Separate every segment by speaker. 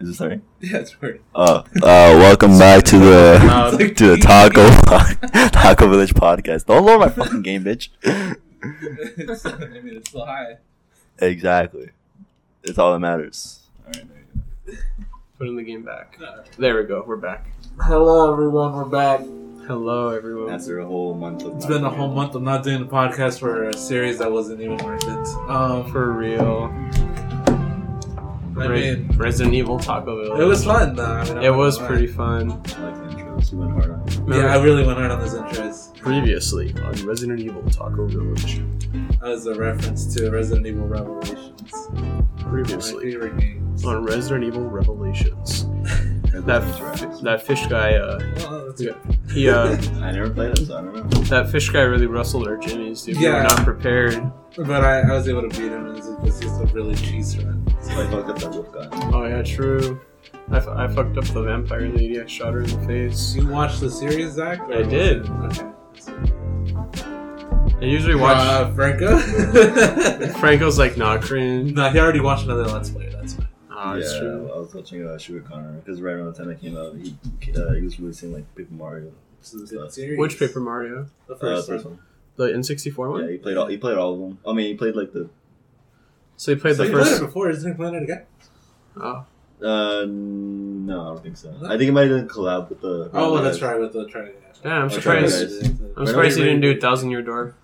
Speaker 1: Is it starting?
Speaker 2: Yeah, it's weird.
Speaker 1: Oh, uh, welcome back to the
Speaker 2: It's like-
Speaker 1: to the Taco Taco Village podcast. Don't lower my fucking game, bitch.
Speaker 2: It's- I mean, it's still high.
Speaker 1: Exactly, it's all that matters. All right, there you
Speaker 3: Putting the game back. There we go. We're back. Hello, everyone. We're back. Hello,
Speaker 1: go.
Speaker 3: everyone.
Speaker 1: After a whole month of
Speaker 2: It's been a whole month of not doing a podcast for a series that wasn't even worth it. Um,
Speaker 3: For real.
Speaker 2: I
Speaker 3: Re-
Speaker 2: mean,
Speaker 3: Resident Evil Taco Village.
Speaker 2: it was fun. Though. I mean, I'm
Speaker 3: It
Speaker 2: not
Speaker 3: was
Speaker 2: gonna
Speaker 3: pretty fun.
Speaker 1: I like the intros. We went hard on. it.
Speaker 2: lie. Yeah, I really went hard on those intros.
Speaker 3: Previously on Resident Evil Taco Village.
Speaker 2: That was a reference to Resident Evil Revelations, my
Speaker 3: Previously
Speaker 2: favorite game.
Speaker 3: on Resident Evil Revelations.
Speaker 1: And
Speaker 3: That-
Speaker 1: the intros.
Speaker 3: That fish guy. Uh,
Speaker 2: Oh, that's good.
Speaker 3: he. Uh,
Speaker 1: I never played it, so I don't know.
Speaker 3: that fish guy really rustled our jimmies, dude. We
Speaker 2: Yeah.
Speaker 3: were not prepared.
Speaker 2: But I, I was able to beat him. It was, it was just a really cheese run.
Speaker 1: So I fucked up that wolf guy.
Speaker 3: Oh yeah, true. I, f- I fucked up the vampire lady. I shot her in the face.
Speaker 2: You watched the series, Zach? or
Speaker 3: I did.
Speaker 2: was it- Okay.
Speaker 3: I usually watch.
Speaker 2: uh, Franco.
Speaker 3: Franco's like not cringe.
Speaker 2: No, he already watched another Let's Play. That's fine.
Speaker 3: Ah, it's
Speaker 1: yeah,
Speaker 3: true.
Speaker 1: I was watching uh, Sugar Connor because right around the time it came out, he uh, he was releasing like Paper Mario.
Speaker 2: This is
Speaker 1: Good
Speaker 2: series.
Speaker 3: Which Paper Mario?
Speaker 2: The
Speaker 1: Uh,
Speaker 2: first,
Speaker 1: first
Speaker 2: one.
Speaker 1: one.
Speaker 3: The N64 one?
Speaker 1: Yeah, he played all. He played all of them. I mean, he played like the
Speaker 3: So you played
Speaker 1: So
Speaker 3: the
Speaker 2: he
Speaker 1: you
Speaker 2: played
Speaker 3: first.
Speaker 2: it before, isn't he playing it again?
Speaker 3: Oh,
Speaker 1: Uh, no, I don't think so. I think it might have been a collab with the.
Speaker 2: Oh, well, that's right with the try.
Speaker 3: yeah, I'm
Speaker 1: Okay,
Speaker 3: surprised.
Speaker 1: guys.
Speaker 3: I'm
Speaker 1: Why don't
Speaker 3: surprised
Speaker 1: we
Speaker 3: he didn't
Speaker 1: rate-
Speaker 3: do Thousand Year Door.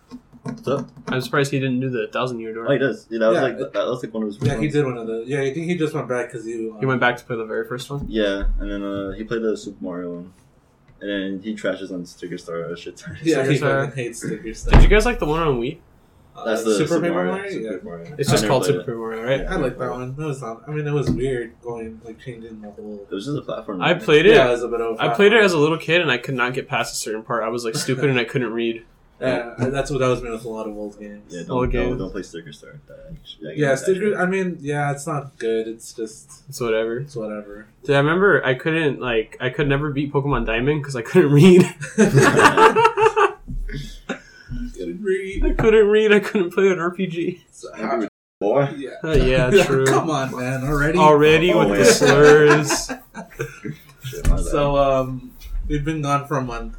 Speaker 1: What's up?
Speaker 3: I'm surprised he didn't do the Thousand Year
Speaker 1: Oh, he
Speaker 3: Door.
Speaker 1: does. Yeah, that was
Speaker 2: Yeah,
Speaker 1: like that was like one of his. first
Speaker 2: Yeah, he
Speaker 1: ones.
Speaker 2: did one of those. Yeah, I think he uh, just went back because you.
Speaker 3: He went back to play the very first one.
Speaker 1: Yeah, and then uh, he played the Super Mario one, and then he trashes on Sticker Star a shit ton.
Speaker 2: Yeah, he
Speaker 3: Stickers are-
Speaker 2: fucking hates stickers.
Speaker 3: Did you guys like the one on Wii?
Speaker 2: Uh,
Speaker 1: that's the
Speaker 2: Super Paper Mario.
Speaker 1: Super
Speaker 2: Yeah.
Speaker 1: Mario.
Speaker 3: It's
Speaker 1: I
Speaker 3: just
Speaker 1: never
Speaker 3: called
Speaker 1: played
Speaker 3: Super
Speaker 1: it.
Speaker 3: Paper Mario, right?
Speaker 1: Yeah,
Speaker 2: I like
Speaker 1: never
Speaker 2: that
Speaker 1: played
Speaker 2: one. That was not. I mean, it was weird going like changing the whole.
Speaker 1: It was just a platform.
Speaker 3: I played it.
Speaker 2: Yeah, it was a bit of.
Speaker 3: I played it as a little kid, and I could not get past a certain part. I was like stupid, and I couldn't read.
Speaker 2: Yeah, that's what that was me with a lot of old games.
Speaker 1: Yeah,
Speaker 3: All
Speaker 1: don't, don't,
Speaker 3: games.
Speaker 1: don't play Sticker Star. That, that
Speaker 2: Yeah,
Speaker 1: game's
Speaker 2: stickers.
Speaker 1: actually-
Speaker 2: I mean, yeah, it's not good. It's just
Speaker 3: It's whatever.
Speaker 2: it's whatever.
Speaker 3: Dude, I remember I couldn't like I could never beat Pokemon Diamond because I couldn't read. I
Speaker 2: Read.
Speaker 3: couldn't read. I couldn't play an RPG.
Speaker 1: Angry Boy.
Speaker 2: Yeah.
Speaker 3: Uh, yeah, true.
Speaker 2: Come on, Oh, man. Already.
Speaker 3: Already with the
Speaker 1: Always.
Speaker 3: slurs.
Speaker 1: Shit, my bad.
Speaker 2: So um, we've been gone for a month.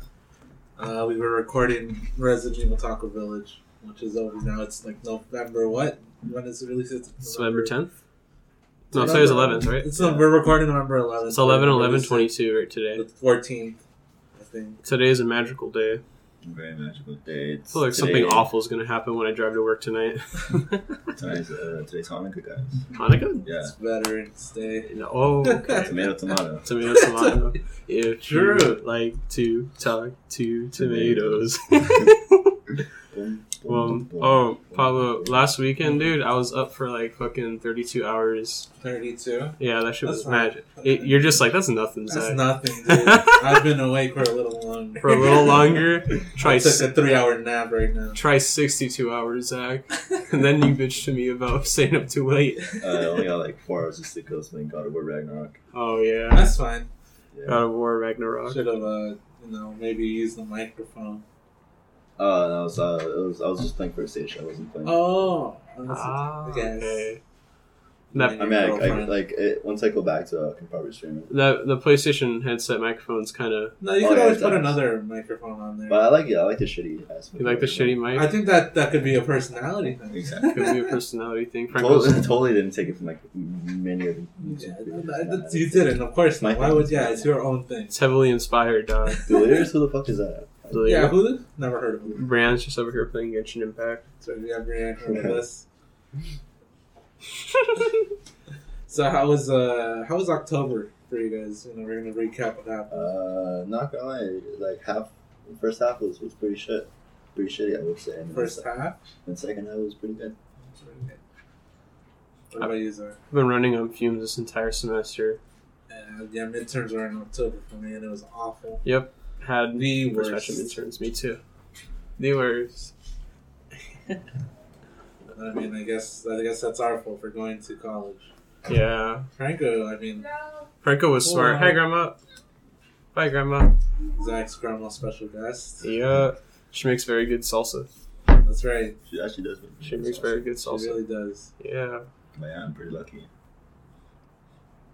Speaker 2: Uh, we were recording Resident Evil Taco Village, which is over now. It's like November what? When is it released? It's
Speaker 3: November 10th? No, today's 11th, right?
Speaker 2: It's no, we're recording November 11th.
Speaker 3: It's 11 11
Speaker 2: Released
Speaker 3: 22 right today.
Speaker 2: The 14th, I think.
Speaker 3: Today is a magical day.
Speaker 1: very magical day.
Speaker 3: I
Speaker 1: It's
Speaker 3: feel like something awful is going to happen when I drive to work tonight.
Speaker 1: Today's uh, today's Hanukkah, guys.
Speaker 3: Hanukkah?
Speaker 1: Yeah,
Speaker 2: It's Veterans Day.
Speaker 3: No, Oh, okay.
Speaker 1: tomato, tomato.
Speaker 3: Tomato, tomato. If
Speaker 2: True.
Speaker 3: you like to talk to tomatoes.
Speaker 1: Boom, boom,
Speaker 3: um,
Speaker 1: boom,
Speaker 3: oh,
Speaker 1: boom,
Speaker 3: Pablo,
Speaker 1: boom.
Speaker 3: last weekend, dude, I was up for like fucking 32 hours.
Speaker 2: 32.
Speaker 3: Yeah, that shit
Speaker 2: That's
Speaker 3: was
Speaker 2: not-
Speaker 3: magic. It, you're just like, that's nothing,
Speaker 2: That's
Speaker 3: Zach.
Speaker 2: nothing, dude. I've been awake for a little longer.
Speaker 3: for a little longer, try
Speaker 2: I took
Speaker 3: s-
Speaker 2: a three hour nap right now.
Speaker 3: try 62 hours, Zach. And then you bitch to me about staying up too late.
Speaker 1: Uh, I only got like four hours of sleep because playing God of War Ragnarok.
Speaker 3: Oh yeah,
Speaker 2: That's fine.
Speaker 1: Yeah.
Speaker 3: God of War Ragnarok.
Speaker 2: Should have, uh, you know, maybe used the microphone.
Speaker 3: Oh.
Speaker 1: Uh, and I was, uh, it was, I was just playing first stage. I wasn't playing.
Speaker 2: Oh.
Speaker 3: Ah,
Speaker 2: Yes.
Speaker 3: okay. That,
Speaker 1: I mean, I, I, like it, once I go back to, it, I can probably stream it.
Speaker 3: that the PlayStation headset microphone's kind of
Speaker 2: No, you
Speaker 1: Oh,
Speaker 2: could
Speaker 1: yeah,
Speaker 2: always
Speaker 1: it
Speaker 2: put
Speaker 1: does.
Speaker 2: another microphone on there.
Speaker 1: But I like, yeah, I like the shitty aspect.
Speaker 3: you like the
Speaker 1: of it.
Speaker 3: shitty
Speaker 2: I
Speaker 3: mic.
Speaker 2: think that that could be a personality thing.
Speaker 1: Exactly.
Speaker 3: Could be a personality thing.
Speaker 1: Totally,
Speaker 3: Franco's
Speaker 1: totally didn't take it from like many of the.
Speaker 2: Yeah, that- that's- you did it, of course. Not.
Speaker 1: My
Speaker 2: Why
Speaker 1: thing.
Speaker 2: would yeah? It's your own thing.
Speaker 3: it's heavily inspired. Dog.
Speaker 1: Delirious? Who the fuck is that?
Speaker 3: The
Speaker 2: Yeah,
Speaker 3: yeah.
Speaker 2: who never heard of him?
Speaker 3: Brand's just over here playing Genshin Impact.
Speaker 2: So if you have any heard of this. So how was uh how was October for you guys? You know, we're gonna recap what happened.
Speaker 1: Uh, not gonna lie, like half, the first half was, was pretty shit, pretty shitty. I would say. And
Speaker 2: First half.
Speaker 1: and second half was pretty good.
Speaker 2: What about you, Zara?
Speaker 3: I've been running on fumes this entire semester.
Speaker 2: Uh, yeah, midterms were in October for me, and it was awful.
Speaker 3: Had
Speaker 2: The
Speaker 3: first batch of
Speaker 2: worst.
Speaker 3: interns. Me too. The worst.
Speaker 2: I mean, I guess I guess that's our fault for going to college.
Speaker 3: Yeah.
Speaker 2: Franco, I mean,
Speaker 3: Franco was smart.
Speaker 2: Wow.
Speaker 3: Hi, Grandma. Bye, Grandma.
Speaker 2: Zach's grandma special guest.
Speaker 3: Yeah. She makes very good salsa.
Speaker 2: That's right.
Speaker 1: She actually does. make-
Speaker 3: She makes very good
Speaker 2: She
Speaker 3: salsa.
Speaker 2: really does.
Speaker 3: Yeah.
Speaker 1: But yeah, I'm pretty lucky.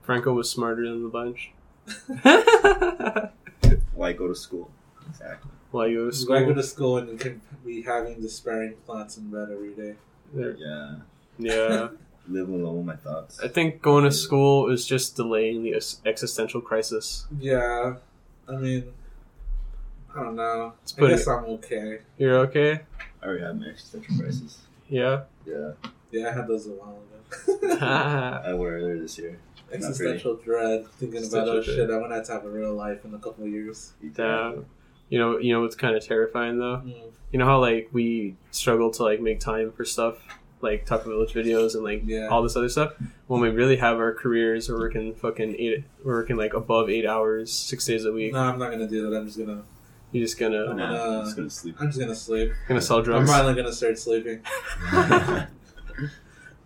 Speaker 3: Franco was smarter than the bunch.
Speaker 1: Why go to school? Exactly.
Speaker 3: While you go to
Speaker 2: This is why I go
Speaker 3: school.
Speaker 2: to school and can be having despairing thoughts in bed every day.
Speaker 3: There-
Speaker 1: Yeah.
Speaker 3: Yeah.
Speaker 1: Live alone with my thoughts.
Speaker 3: I think going to school is just delaying the ex- existential crisis.
Speaker 2: Yeah, I mean, I don't know.
Speaker 3: Let's
Speaker 2: I
Speaker 3: put
Speaker 2: guess
Speaker 3: it.
Speaker 2: I'm okay.
Speaker 3: You're okay?
Speaker 1: I already had my existential crisis.
Speaker 3: Yeah.
Speaker 1: Yeah.
Speaker 2: Yeah, I had those a while ago.
Speaker 3: Ah,
Speaker 1: I went earlier this year.
Speaker 2: Existential dread, thinking about
Speaker 3: Existential
Speaker 2: oh
Speaker 3: dread.
Speaker 2: shit, I'm gonna have to have a real life in a couple of years.
Speaker 3: Damn. you know, you know what's kind of terrifying though.
Speaker 2: Mm,
Speaker 3: You know how like we struggle to like make time for stuff like Taco Village videos and like
Speaker 2: Yeah.
Speaker 3: all this other stuff. When we really have our careers, we're working fucking eight, we're working like above eight hours, six days a week.
Speaker 2: No, I'm not gonna do that. I'm just gonna,
Speaker 3: You're just
Speaker 1: Nah,
Speaker 3: gonna
Speaker 2: gonna-
Speaker 1: I'm just gonna sleep.
Speaker 2: I'm just gonna sleep.
Speaker 3: gonna sell
Speaker 2: I'm
Speaker 3: drugs.
Speaker 2: finally gonna start sleeping.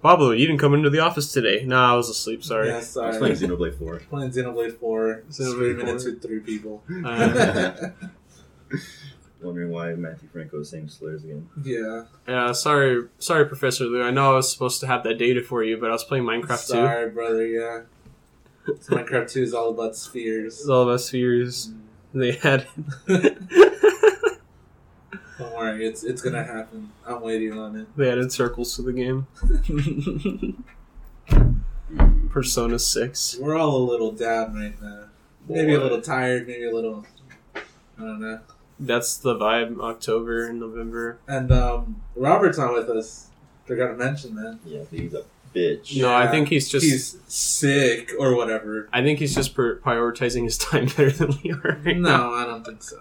Speaker 3: Pablo, you didn't come into the office today. Nah, I was asleep. Sorry.
Speaker 2: Yeah,
Speaker 1: I was
Speaker 2: sorry.
Speaker 1: playing Xenoblade 4.
Speaker 2: Playing Xenoblade Four.
Speaker 3: Xenoblade
Speaker 2: Screaming
Speaker 3: 4.
Speaker 2: into three people.
Speaker 3: Uh,
Speaker 1: Wondering why Matthew Franco is saying slurs again.
Speaker 2: yeah.
Speaker 3: yeah, sorry, sorry, Professor Lou. I know I was supposed to have that data for you, but I was playing Minecraft too.
Speaker 2: Sorry, brother. Yeah. So Minecraft Two is all about spheres.
Speaker 3: It's all about spheres. They had.
Speaker 2: Don't worry, it's it's gonna happen. I'm waiting on it.
Speaker 3: They added circles to the game. Persona 6.
Speaker 2: We're all a little down right now. Maybe a
Speaker 1: Boy.
Speaker 2: little tired. Maybe a little. I don't know.
Speaker 3: That's the vibe October and November.
Speaker 2: And um, Robert's not with us. Forgot to mention that.
Speaker 1: Yeah, he's a bitch.
Speaker 3: No, I
Speaker 2: Yeah.
Speaker 3: think he's just
Speaker 2: He's sick or whatever.
Speaker 3: I think he's just pr- prioritizing his time better than we are right now.
Speaker 2: No, I don't think so.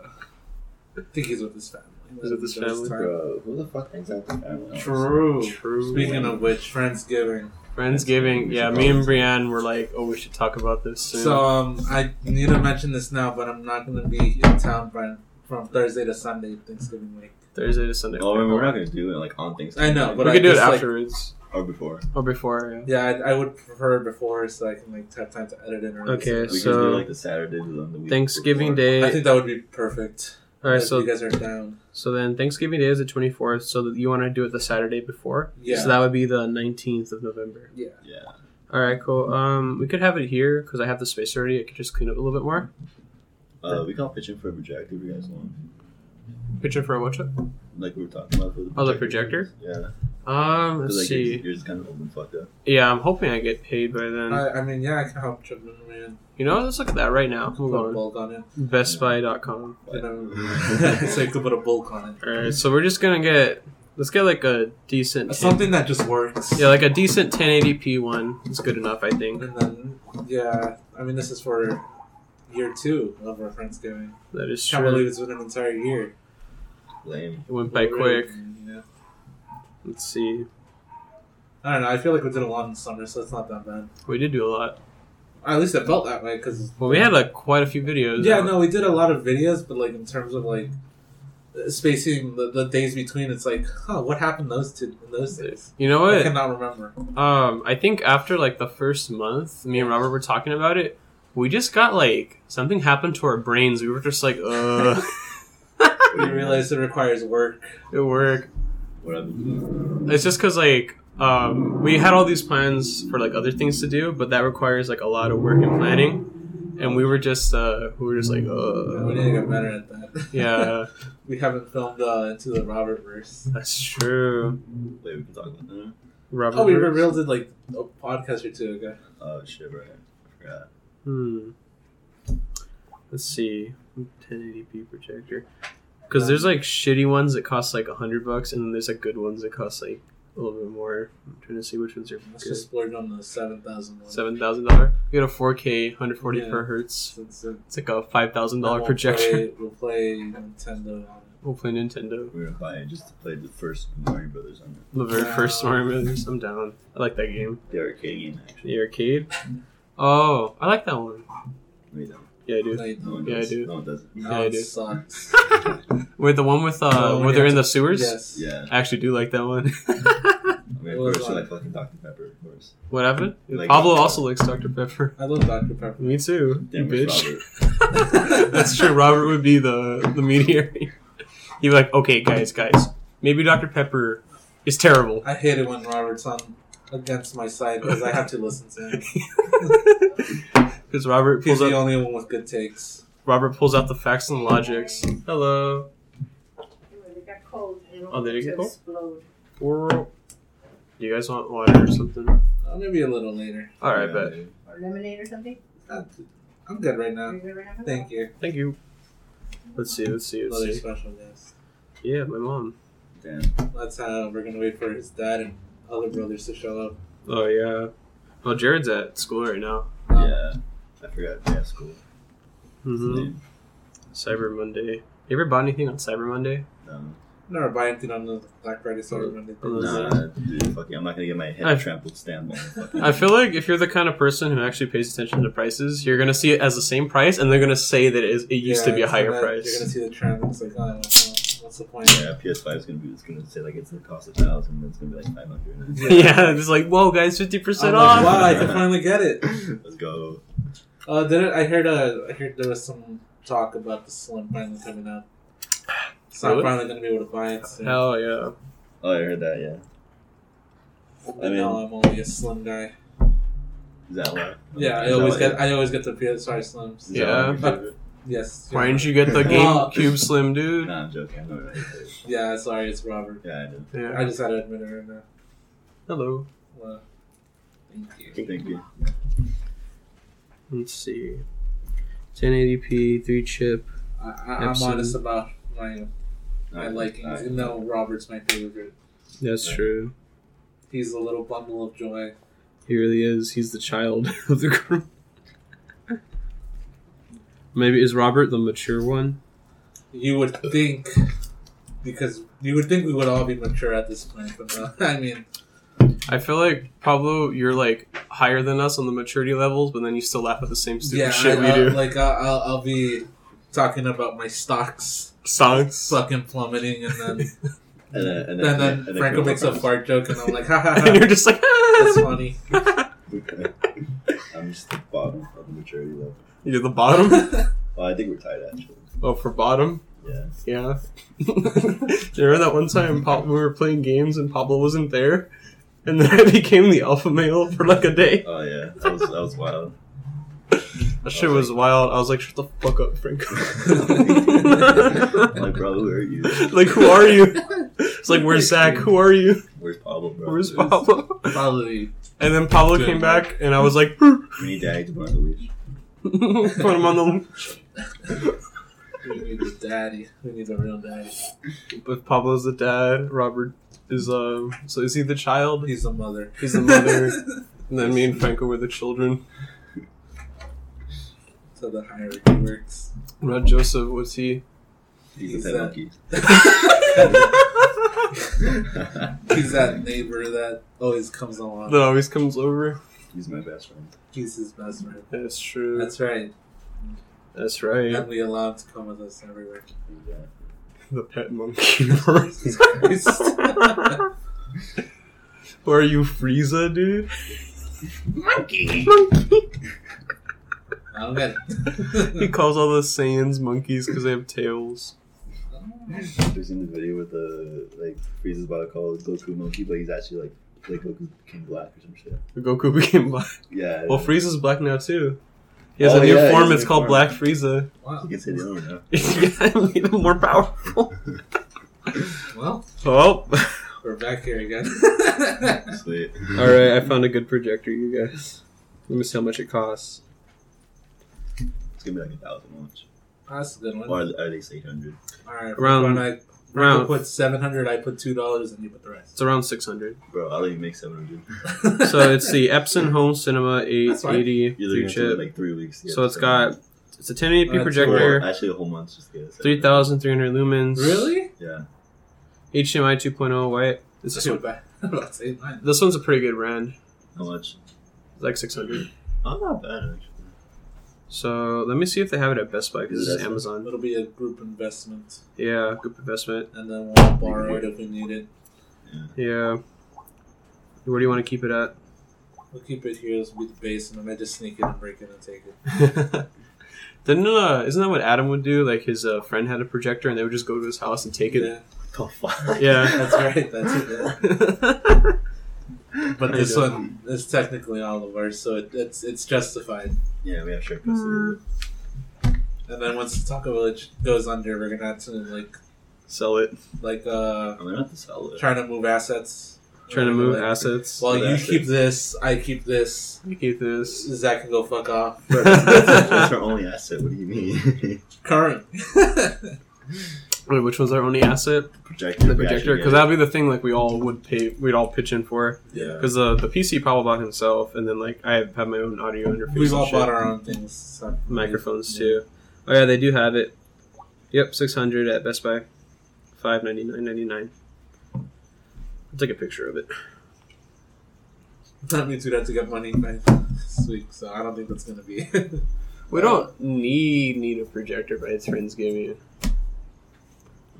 Speaker 2: I think he's with his family.
Speaker 3: He's with his
Speaker 2: That's
Speaker 3: family.
Speaker 2: time.
Speaker 1: Bro, who the fuck hangs out with family?
Speaker 2: True.
Speaker 3: True.
Speaker 2: Speaking of which, Friendsgiving.
Speaker 3: Friendsgiving, yeah, me and Brienne were like, oh, we should talk about this soon.
Speaker 2: So um, I need to mention this now, but I'm not gonna be in town from from Thursday to Sunday Thanksgiving week.
Speaker 3: Thursday to Sunday.
Speaker 1: Oh, I mean, we're not gonna do it like on things.
Speaker 2: I know,
Speaker 3: we
Speaker 2: but
Speaker 3: could
Speaker 2: I
Speaker 3: do it
Speaker 2: just, like-
Speaker 3: afterwards
Speaker 1: or before.
Speaker 3: or before.
Speaker 2: Yeah, I, I would prefer before so I can like have time to edit it. Or
Speaker 3: Yeah. Okay,
Speaker 1: We could
Speaker 3: so
Speaker 1: do like the Saturday on the week.
Speaker 3: Thanksgiving
Speaker 1: before.
Speaker 3: Day.
Speaker 2: I think that would be perfect.
Speaker 3: all right,
Speaker 2: if you
Speaker 3: so
Speaker 2: guys are down.
Speaker 3: so then Thanksgiving Day is the twenty fourth. So that you want to do it the Saturday before.
Speaker 2: Yeah.
Speaker 3: So that would be the nineteenth of November.
Speaker 2: Yeah.
Speaker 1: Yeah.
Speaker 3: All right, cool. Um, we could have it here because I have the space already. I could just clean up a little bit more.
Speaker 1: Uh, we can all pitch in for a projector if you guys want.
Speaker 3: Picture for a watch up.
Speaker 1: Like we were talking about for the
Speaker 3: Oh, the
Speaker 1: projector. Yeah.
Speaker 3: Um,
Speaker 1: Because
Speaker 3: let's
Speaker 1: like
Speaker 3: see.
Speaker 1: You're, you're just kind of open fucked up.
Speaker 3: Yeah, I'm hoping I get paid by then.
Speaker 2: I, I mean, yeah, I can help Chipman man.
Speaker 3: you know, let's look at that right now.
Speaker 2: Put
Speaker 3: Hold
Speaker 2: a
Speaker 3: on.
Speaker 2: bulk on it.
Speaker 3: BestBuy.com.
Speaker 2: You know, so you could put a bulk on
Speaker 3: All right, so we're just gonna get. Let's get like a decent.
Speaker 2: it. Something that just works.
Speaker 3: Yeah, like a decent 1080p one is good enough, I think.
Speaker 2: And then, yeah, I mean, this is for year two of our Friendsgiving.
Speaker 3: That is
Speaker 2: Can't believe
Speaker 3: true.
Speaker 2: it's been an entire year.
Speaker 1: Lame.
Speaker 3: It went by
Speaker 2: Really,
Speaker 3: quick.
Speaker 2: Yeah.
Speaker 3: Let's see.
Speaker 2: I don't know. I feel like we did a lot in summer, so it's not that bad.
Speaker 3: We did do a lot.
Speaker 2: At least it felt that way because
Speaker 3: Well, we had like quite a few videos.
Speaker 2: Yeah,
Speaker 3: out.
Speaker 2: no, we did a lot of videos, but like in terms of like spacing the, the days between, it's like, huh, what happened those two in those days?
Speaker 3: You know
Speaker 2: I
Speaker 3: what?
Speaker 2: cannot remember.
Speaker 3: Um, I think after like the first month, me and Robert were talking about it. We just got like something happened to our brains. We were just like, uh,
Speaker 2: We realized it requires work.
Speaker 3: it worked.
Speaker 1: What I've been doing.
Speaker 3: It's just because like um, we had all these plans for like other things to do, but that requires like a lot of work and planning. And we were just uh, we were just like,
Speaker 2: We
Speaker 3: uh,
Speaker 2: need to get better at that.
Speaker 3: yeah,
Speaker 2: we haven't filmed uh, into the Robert verse.
Speaker 3: that's true.
Speaker 1: Wait, we can talk about that.
Speaker 3: Robert.
Speaker 2: Oh, we
Speaker 3: Burks.
Speaker 2: revealed it like a podcast or two ago.
Speaker 1: Oh shit, right. I forgot.
Speaker 3: Hmm. Let's see. 1080p projector. Because there's like shitty ones that cost like a hundred bucks, and then there's like good ones that cost like a little bit more. I'm trying to see which ones are
Speaker 2: Let's
Speaker 3: good.
Speaker 2: just splurge on the 7,000 one.
Speaker 3: Seven thousand dollar. We got a 4K, 140
Speaker 2: Yeah.
Speaker 3: per hertz.
Speaker 2: Since it-
Speaker 3: It's like a five thousand dollar
Speaker 2: we'll
Speaker 3: projector.
Speaker 2: Play, we'll play Nintendo on it.
Speaker 3: We'll play Nintendo.
Speaker 1: We were gonna buy it just to play the first Mario Brothers on
Speaker 3: The very
Speaker 2: Yeah.
Speaker 3: first Mario Brothers. I'm down. I like that game.
Speaker 1: it. The arcade game actually.
Speaker 3: The arcade. Oh, I like that one.
Speaker 1: We don't.
Speaker 3: Yeah, I do.
Speaker 2: No, you
Speaker 1: No one
Speaker 2: don't.
Speaker 3: Yeah, I
Speaker 1: does.
Speaker 3: do.
Speaker 1: No one does it.
Speaker 2: No,
Speaker 3: Yeah, I
Speaker 2: it
Speaker 3: do.
Speaker 2: sucks.
Speaker 3: Wait, the one with uh,
Speaker 2: Oh,
Speaker 3: where
Speaker 2: yeah.
Speaker 3: they're in the sewers.
Speaker 2: yes.
Speaker 1: Yeah.
Speaker 3: I actually do like that one.
Speaker 1: I mean,
Speaker 2: It
Speaker 1: of
Speaker 2: was
Speaker 1: course, you
Speaker 2: on-
Speaker 1: like fucking Dr. Pepper, of course.
Speaker 3: What happened?
Speaker 1: Like-
Speaker 3: Pablo also likes Dr. Pepper.
Speaker 2: I love Dr. Pepper.
Speaker 3: Me too,
Speaker 1: Damn,
Speaker 3: you
Speaker 1: where's
Speaker 3: bitch. That's true. Robert would be the the meteor. He'd be like, okay, guys, guys, maybe Dr. Pepper is terrible.
Speaker 2: I hated when Robert's on against my side because I have to listen to him.
Speaker 3: Because Robert
Speaker 2: He's
Speaker 3: pulls
Speaker 2: the
Speaker 3: out
Speaker 2: only one with good takes.
Speaker 3: Robert pulls out the facts and logics. Hello.
Speaker 4: They got cold. and
Speaker 3: Oh, they did get
Speaker 4: to
Speaker 3: cold?
Speaker 4: Explode.
Speaker 3: Do you guys want water or something?
Speaker 2: Uh, maybe a little later.
Speaker 3: All right, but
Speaker 4: Or lemonade or something?
Speaker 2: Uh, I'm good right now.
Speaker 4: Are you gonna have it?
Speaker 2: Thank you.
Speaker 3: thank you. Let's see. Let's see.
Speaker 2: Another
Speaker 3: Let's see.
Speaker 2: special guest.
Speaker 3: Yeah, my mom.
Speaker 1: Damn.
Speaker 2: That's how we're gonna wait for his dad and other brothers to show up.
Speaker 3: Oh yeah. Well, Jared's at school right now.
Speaker 2: Um,
Speaker 1: Yeah. I forgot. Yeah, school.
Speaker 3: hmm Cyber Monday. You ever bought anything on Cyber Monday?
Speaker 1: No.
Speaker 2: Never buy anything on the Black Friday sale or Monday.
Speaker 3: Oh,
Speaker 2: thing.
Speaker 3: is it?
Speaker 1: Nah, dude, fucking, I'm not gonna get my head
Speaker 3: I-
Speaker 1: trampled stamp on the fucking-
Speaker 3: I feel like if you're the kind of person who actually pays attention to prices, you're gonna see it as the same price, and they're gonna say that it, is, it used to be a
Speaker 2: so
Speaker 3: higher
Speaker 2: that You're
Speaker 3: price.
Speaker 2: gonna see the trend. It's like, oh, well, what's the point?
Speaker 1: Yeah, PS5 is gonna be. It's gonna say like it's gonna cost a thousand. and It's gonna be like five hundred.
Speaker 3: yeah, it's like whoa, guys, fifty
Speaker 2: I'm
Speaker 3: percent
Speaker 2: like,
Speaker 3: off.
Speaker 2: wow, I can finally get it.
Speaker 1: Let's go.
Speaker 2: Uh, did it, I heard? Uh, I heard there was some talk about the Slim finally coming out. So I'm
Speaker 3: Really?
Speaker 2: finally gonna be able to buy it. Soon.
Speaker 3: Hell yeah.
Speaker 1: Oh, I heard that. Yeah.
Speaker 2: I
Speaker 1: I mean-
Speaker 2: know I'm only a Slim guy.
Speaker 1: Is that why? Is
Speaker 2: Yeah, I
Speaker 1: that
Speaker 2: always
Speaker 1: why-
Speaker 2: get. I always get the PS5 Slims.
Speaker 1: is that why
Speaker 3: Yeah.
Speaker 1: you do it?
Speaker 2: Yes.
Speaker 3: Why didn't you get the
Speaker 2: Well-
Speaker 3: GameCube Slim, dude?
Speaker 1: Nah, I'm joking. I know what I did.
Speaker 2: Yeah, sorry, it's Robert.
Speaker 1: Yeah, I know.
Speaker 3: Yeah.
Speaker 2: I just had to admit it right now.
Speaker 3: Hello.
Speaker 2: Well, thank you.
Speaker 1: Thank you.
Speaker 3: Let's see. 1080p, three chip.
Speaker 2: I, I, I'm
Speaker 3: Absolute.
Speaker 2: honest about my my
Speaker 1: Alright,
Speaker 2: likings.
Speaker 1: alright.
Speaker 2: Even though Robert's my favorite,
Speaker 3: That's
Speaker 1: Right.
Speaker 3: true.
Speaker 2: he's a little bundle of joy.
Speaker 3: He really is. He's the child of the group. Maybe is Robert the mature one?
Speaker 2: You would think, because you would think we would all be mature at this point, but no. I mean,
Speaker 3: I feel like Pablo, you're like higher than us on the maturity levels, but then you still laugh at the same stupid
Speaker 2: yeah,
Speaker 3: shit
Speaker 2: I,
Speaker 3: we
Speaker 2: I-
Speaker 3: do.
Speaker 2: like I, I'll, I'll be talking about my stocks
Speaker 3: Songs.
Speaker 2: fucking plummeting, and then
Speaker 1: And then, and
Speaker 2: and then Franco makes a fart joke, and I'm like, ha ha
Speaker 3: and
Speaker 2: ha,
Speaker 3: you're just like,
Speaker 2: that's funny.
Speaker 1: I'm just the bottom of the maturity level.
Speaker 3: you're the bottom.
Speaker 1: Well, I think we're tied actually.
Speaker 3: Oh, for bottom.
Speaker 1: Yeah.
Speaker 3: Yeah. you remember that one time Pop- we were playing games and Pablo wasn't there, and then I became the alpha male for like a day.
Speaker 1: Oh yeah. That was that was wild.
Speaker 3: That shit was wild. I was like, shut the fuck up, Franco.
Speaker 1: like, bro, who are you?
Speaker 3: like, who are you? It's like, where's Zach? Who are you?
Speaker 1: Where's Pablo, bro?
Speaker 3: Where's Pablo?
Speaker 2: Probably
Speaker 3: And then Pablo
Speaker 2: Dude.
Speaker 3: came back, and I was like,
Speaker 1: We need daddy to burn the leash.
Speaker 3: put him on the.
Speaker 2: we need a daddy. We need a real daddy.
Speaker 3: But Pablo's the dad. Robert is um. So is he the child?
Speaker 2: He's the mother.
Speaker 3: He's the mother. And then me and Franco were the children.
Speaker 2: so the hierarchy works.
Speaker 3: What about Joseph? What's he?
Speaker 1: He's,
Speaker 2: He's
Speaker 1: a
Speaker 2: that-
Speaker 1: pet monkey.
Speaker 2: He's that neighbor that always comes along.
Speaker 3: that always comes over.
Speaker 1: He's my best friend.
Speaker 2: He's his best friend.
Speaker 3: That's true. That's,
Speaker 2: That's right.
Speaker 3: right.
Speaker 2: And we allow him to come with us everywhere.
Speaker 3: The pet monkey. Who are you, Frieza, dude?
Speaker 4: Monkey!
Speaker 2: I'm good.
Speaker 3: He calls all the Saiyans monkeys because they have tails.
Speaker 1: Have you seen the video with the like Frieza's about to call Goku monkey, but he's actually like like Goku King Black or some shit.
Speaker 3: Goku became black.
Speaker 1: Yeah.
Speaker 3: Well, Frieza's black now too. He has
Speaker 1: Oh,
Speaker 3: a new
Speaker 1: yeah, he has
Speaker 3: form.
Speaker 1: a
Speaker 3: It's
Speaker 1: new
Speaker 3: called
Speaker 1: form.
Speaker 3: Black Frieza.
Speaker 2: wow.
Speaker 1: He can say the other one now.
Speaker 3: yeah, even more powerful.
Speaker 2: Well,
Speaker 3: Oh,
Speaker 2: we're back here again.
Speaker 1: Sweet.
Speaker 3: all right. I found a good projector, you guys. Let me see how much it costs.
Speaker 1: It's gonna be like a thousand launch.
Speaker 2: That's a good one.
Speaker 1: Or at least eight hundred.
Speaker 2: Alright.
Speaker 3: Round-
Speaker 2: When I Round.
Speaker 3: Round.
Speaker 2: put 700, I put $2 and you put the rest.
Speaker 3: It's around six hundred.
Speaker 1: Bro, I don't even make seven hundred.
Speaker 3: So it's the Epson Home Cinema
Speaker 2: That's fine.
Speaker 3: 880
Speaker 1: You're looking
Speaker 3: three
Speaker 1: at it
Speaker 3: chip.
Speaker 1: like three weeks. to get
Speaker 3: So it's
Speaker 1: to
Speaker 3: got
Speaker 1: seven.
Speaker 3: it's a 1080p
Speaker 2: Uh,
Speaker 1: Or
Speaker 3: projector,
Speaker 1: actually a whole month just to get it.
Speaker 3: 3,300 lumens.
Speaker 2: Really?
Speaker 1: Yeah.
Speaker 3: HDMI 2.0 white. oh,
Speaker 2: It's
Speaker 3: This, is-
Speaker 2: too bad. That's eight nine.
Speaker 3: this one's a pretty good brand.
Speaker 1: How much?
Speaker 3: It's like 600.
Speaker 1: Oh, not bad actually.
Speaker 3: So let me see if they have it at Best Buy because
Speaker 1: Is
Speaker 3: this
Speaker 1: it
Speaker 3: is
Speaker 1: Best
Speaker 3: Amazon.
Speaker 2: It'll be a group investment,
Speaker 3: Yeah, group investment.
Speaker 2: and then we'll borrow it if we need it.
Speaker 3: Yeah. Where do you want to keep it at?
Speaker 2: We'll keep it here as with the base, and then I just sneak it and break it and take it.
Speaker 3: Then uh, isn't that what Adam would do? Like his uh, friend had a projector and they would just go to his house and take it.
Speaker 2: Yeah,
Speaker 1: Oh fuck.
Speaker 3: Yeah.
Speaker 2: that's right. That's it. yeah. But
Speaker 3: I
Speaker 2: this
Speaker 3: don't.
Speaker 2: one is technically all of ours, so it, it's it's justified.
Speaker 1: Yeah, we have shared
Speaker 3: Hmm.
Speaker 1: custody. of it.
Speaker 2: And then once the Taco Village goes under, we're gonna have to like
Speaker 3: Sell it.
Speaker 2: like uh
Speaker 1: I'm gonna have to sell it.
Speaker 2: trying to move assets.
Speaker 3: Trying to move
Speaker 2: Like,
Speaker 3: assets.
Speaker 2: Well,
Speaker 1: Move
Speaker 2: you
Speaker 1: assets.
Speaker 2: keep this, I keep this.
Speaker 3: You keep this.
Speaker 2: Zach can go fuck off.
Speaker 1: That's
Speaker 3: Wait,
Speaker 1: our only asset. What do you mean?
Speaker 2: Current.
Speaker 3: which was our only asset?
Speaker 1: projector. we
Speaker 3: The projector,
Speaker 1: actually
Speaker 3: because
Speaker 1: get
Speaker 3: that'd be the thing like we all would pay. We'd all pitch in for
Speaker 1: it. yeah.
Speaker 3: because the the PC Powell bought himself, and then like I have my own audio interface.
Speaker 2: We've
Speaker 3: and
Speaker 2: all
Speaker 3: shit.
Speaker 2: bought our own things. so-
Speaker 3: microphones too. Oh yeah, they do have it. Yep, six hundred at Best Buy, five ninety nine ninety nine. I'll take a picture of it.
Speaker 2: That means we'd have to get money by this week, so I don't think that's gonna be.
Speaker 3: We don't need need a projector by its Friendsgiving.
Speaker 1: I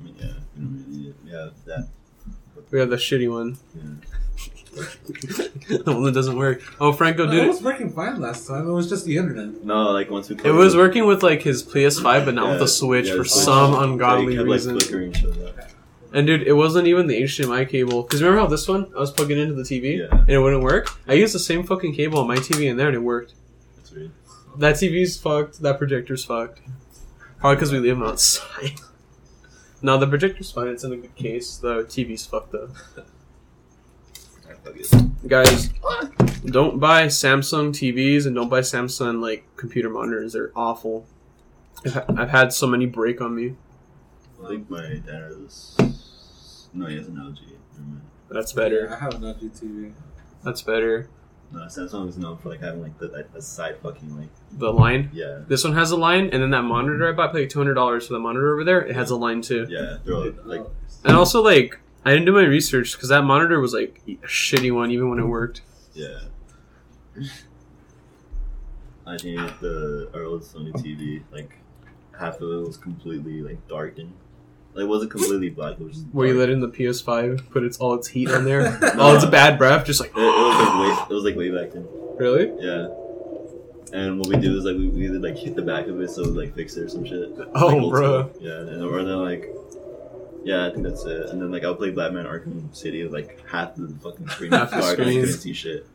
Speaker 1: mean, yeah. You don't really need it. Yeah. That.
Speaker 3: We have the shitty one,
Speaker 1: Yeah.
Speaker 3: the one that doesn't work. Oh, Franco
Speaker 2: it
Speaker 3: did it.
Speaker 2: was working fine last time. It was just the internet.
Speaker 1: No, like once we.
Speaker 3: It was working with like his PS5, but not with
Speaker 1: Yeah,
Speaker 3: the Switch
Speaker 1: yeah,
Speaker 3: for
Speaker 1: the Switch.
Speaker 3: some
Speaker 1: Like,
Speaker 3: ungodly
Speaker 1: had, like,
Speaker 3: reason.
Speaker 1: flickering shit up.
Speaker 3: And dude, it wasn't even the HDMI cable. Cause remember how this one I was plugging into the TV
Speaker 1: Yeah.
Speaker 3: and it wouldn't work. I used the same fucking cable on my TV in there and it worked.
Speaker 1: That's weird.
Speaker 3: That TV's fucked. That projector's fucked. Probably because we leave them outside. no, the projector's fine. It's in a good case. The TV's fucked up.
Speaker 1: Alright, fuck it.
Speaker 3: Guys, don't buy Samsung TVs and don't buy Samsung like computer monitors. They're awful. I've, ha- I've had so many break on me.
Speaker 1: I think my dad has. No, he has an LG. Never mind.
Speaker 3: That's better.
Speaker 2: I have an LG TV.
Speaker 3: That's better.
Speaker 1: No, Samsung is known for like having like the like, a side fucking like
Speaker 3: The line.
Speaker 1: yeah
Speaker 3: This one has a line, and then that monitor I bought, paid two hundred dollars for the monitor over there. It has a line too.
Speaker 1: yeah they're all, Oh, like
Speaker 2: Oh,
Speaker 3: And also, like, I didn't do my research because that monitor was like e-, a shitty one, even when it worked.
Speaker 1: yeah. I think the our old Sony TV like half of it was completely like darkened. Like it wasn't completely black. It was just
Speaker 3: Where you let
Speaker 1: dark.
Speaker 3: in the PS5, put its all its heat on there.
Speaker 1: No.
Speaker 3: all its bad breath, just like
Speaker 1: it, it was like way it was like way back then.
Speaker 3: really.
Speaker 1: Yeah. And what we did is like we, we would like hit the back of it so it would, like fix it or some shit.
Speaker 3: Oh,
Speaker 1: Like, old
Speaker 3: bruh.
Speaker 1: school. Yeah, and or then like, yeah, I think that's it. And then like I'll play Batman Arkham City like half the fucking screen
Speaker 3: Half
Speaker 1: half
Speaker 3: the
Speaker 1: dark and I couldn't
Speaker 3: screens.
Speaker 1: see shit.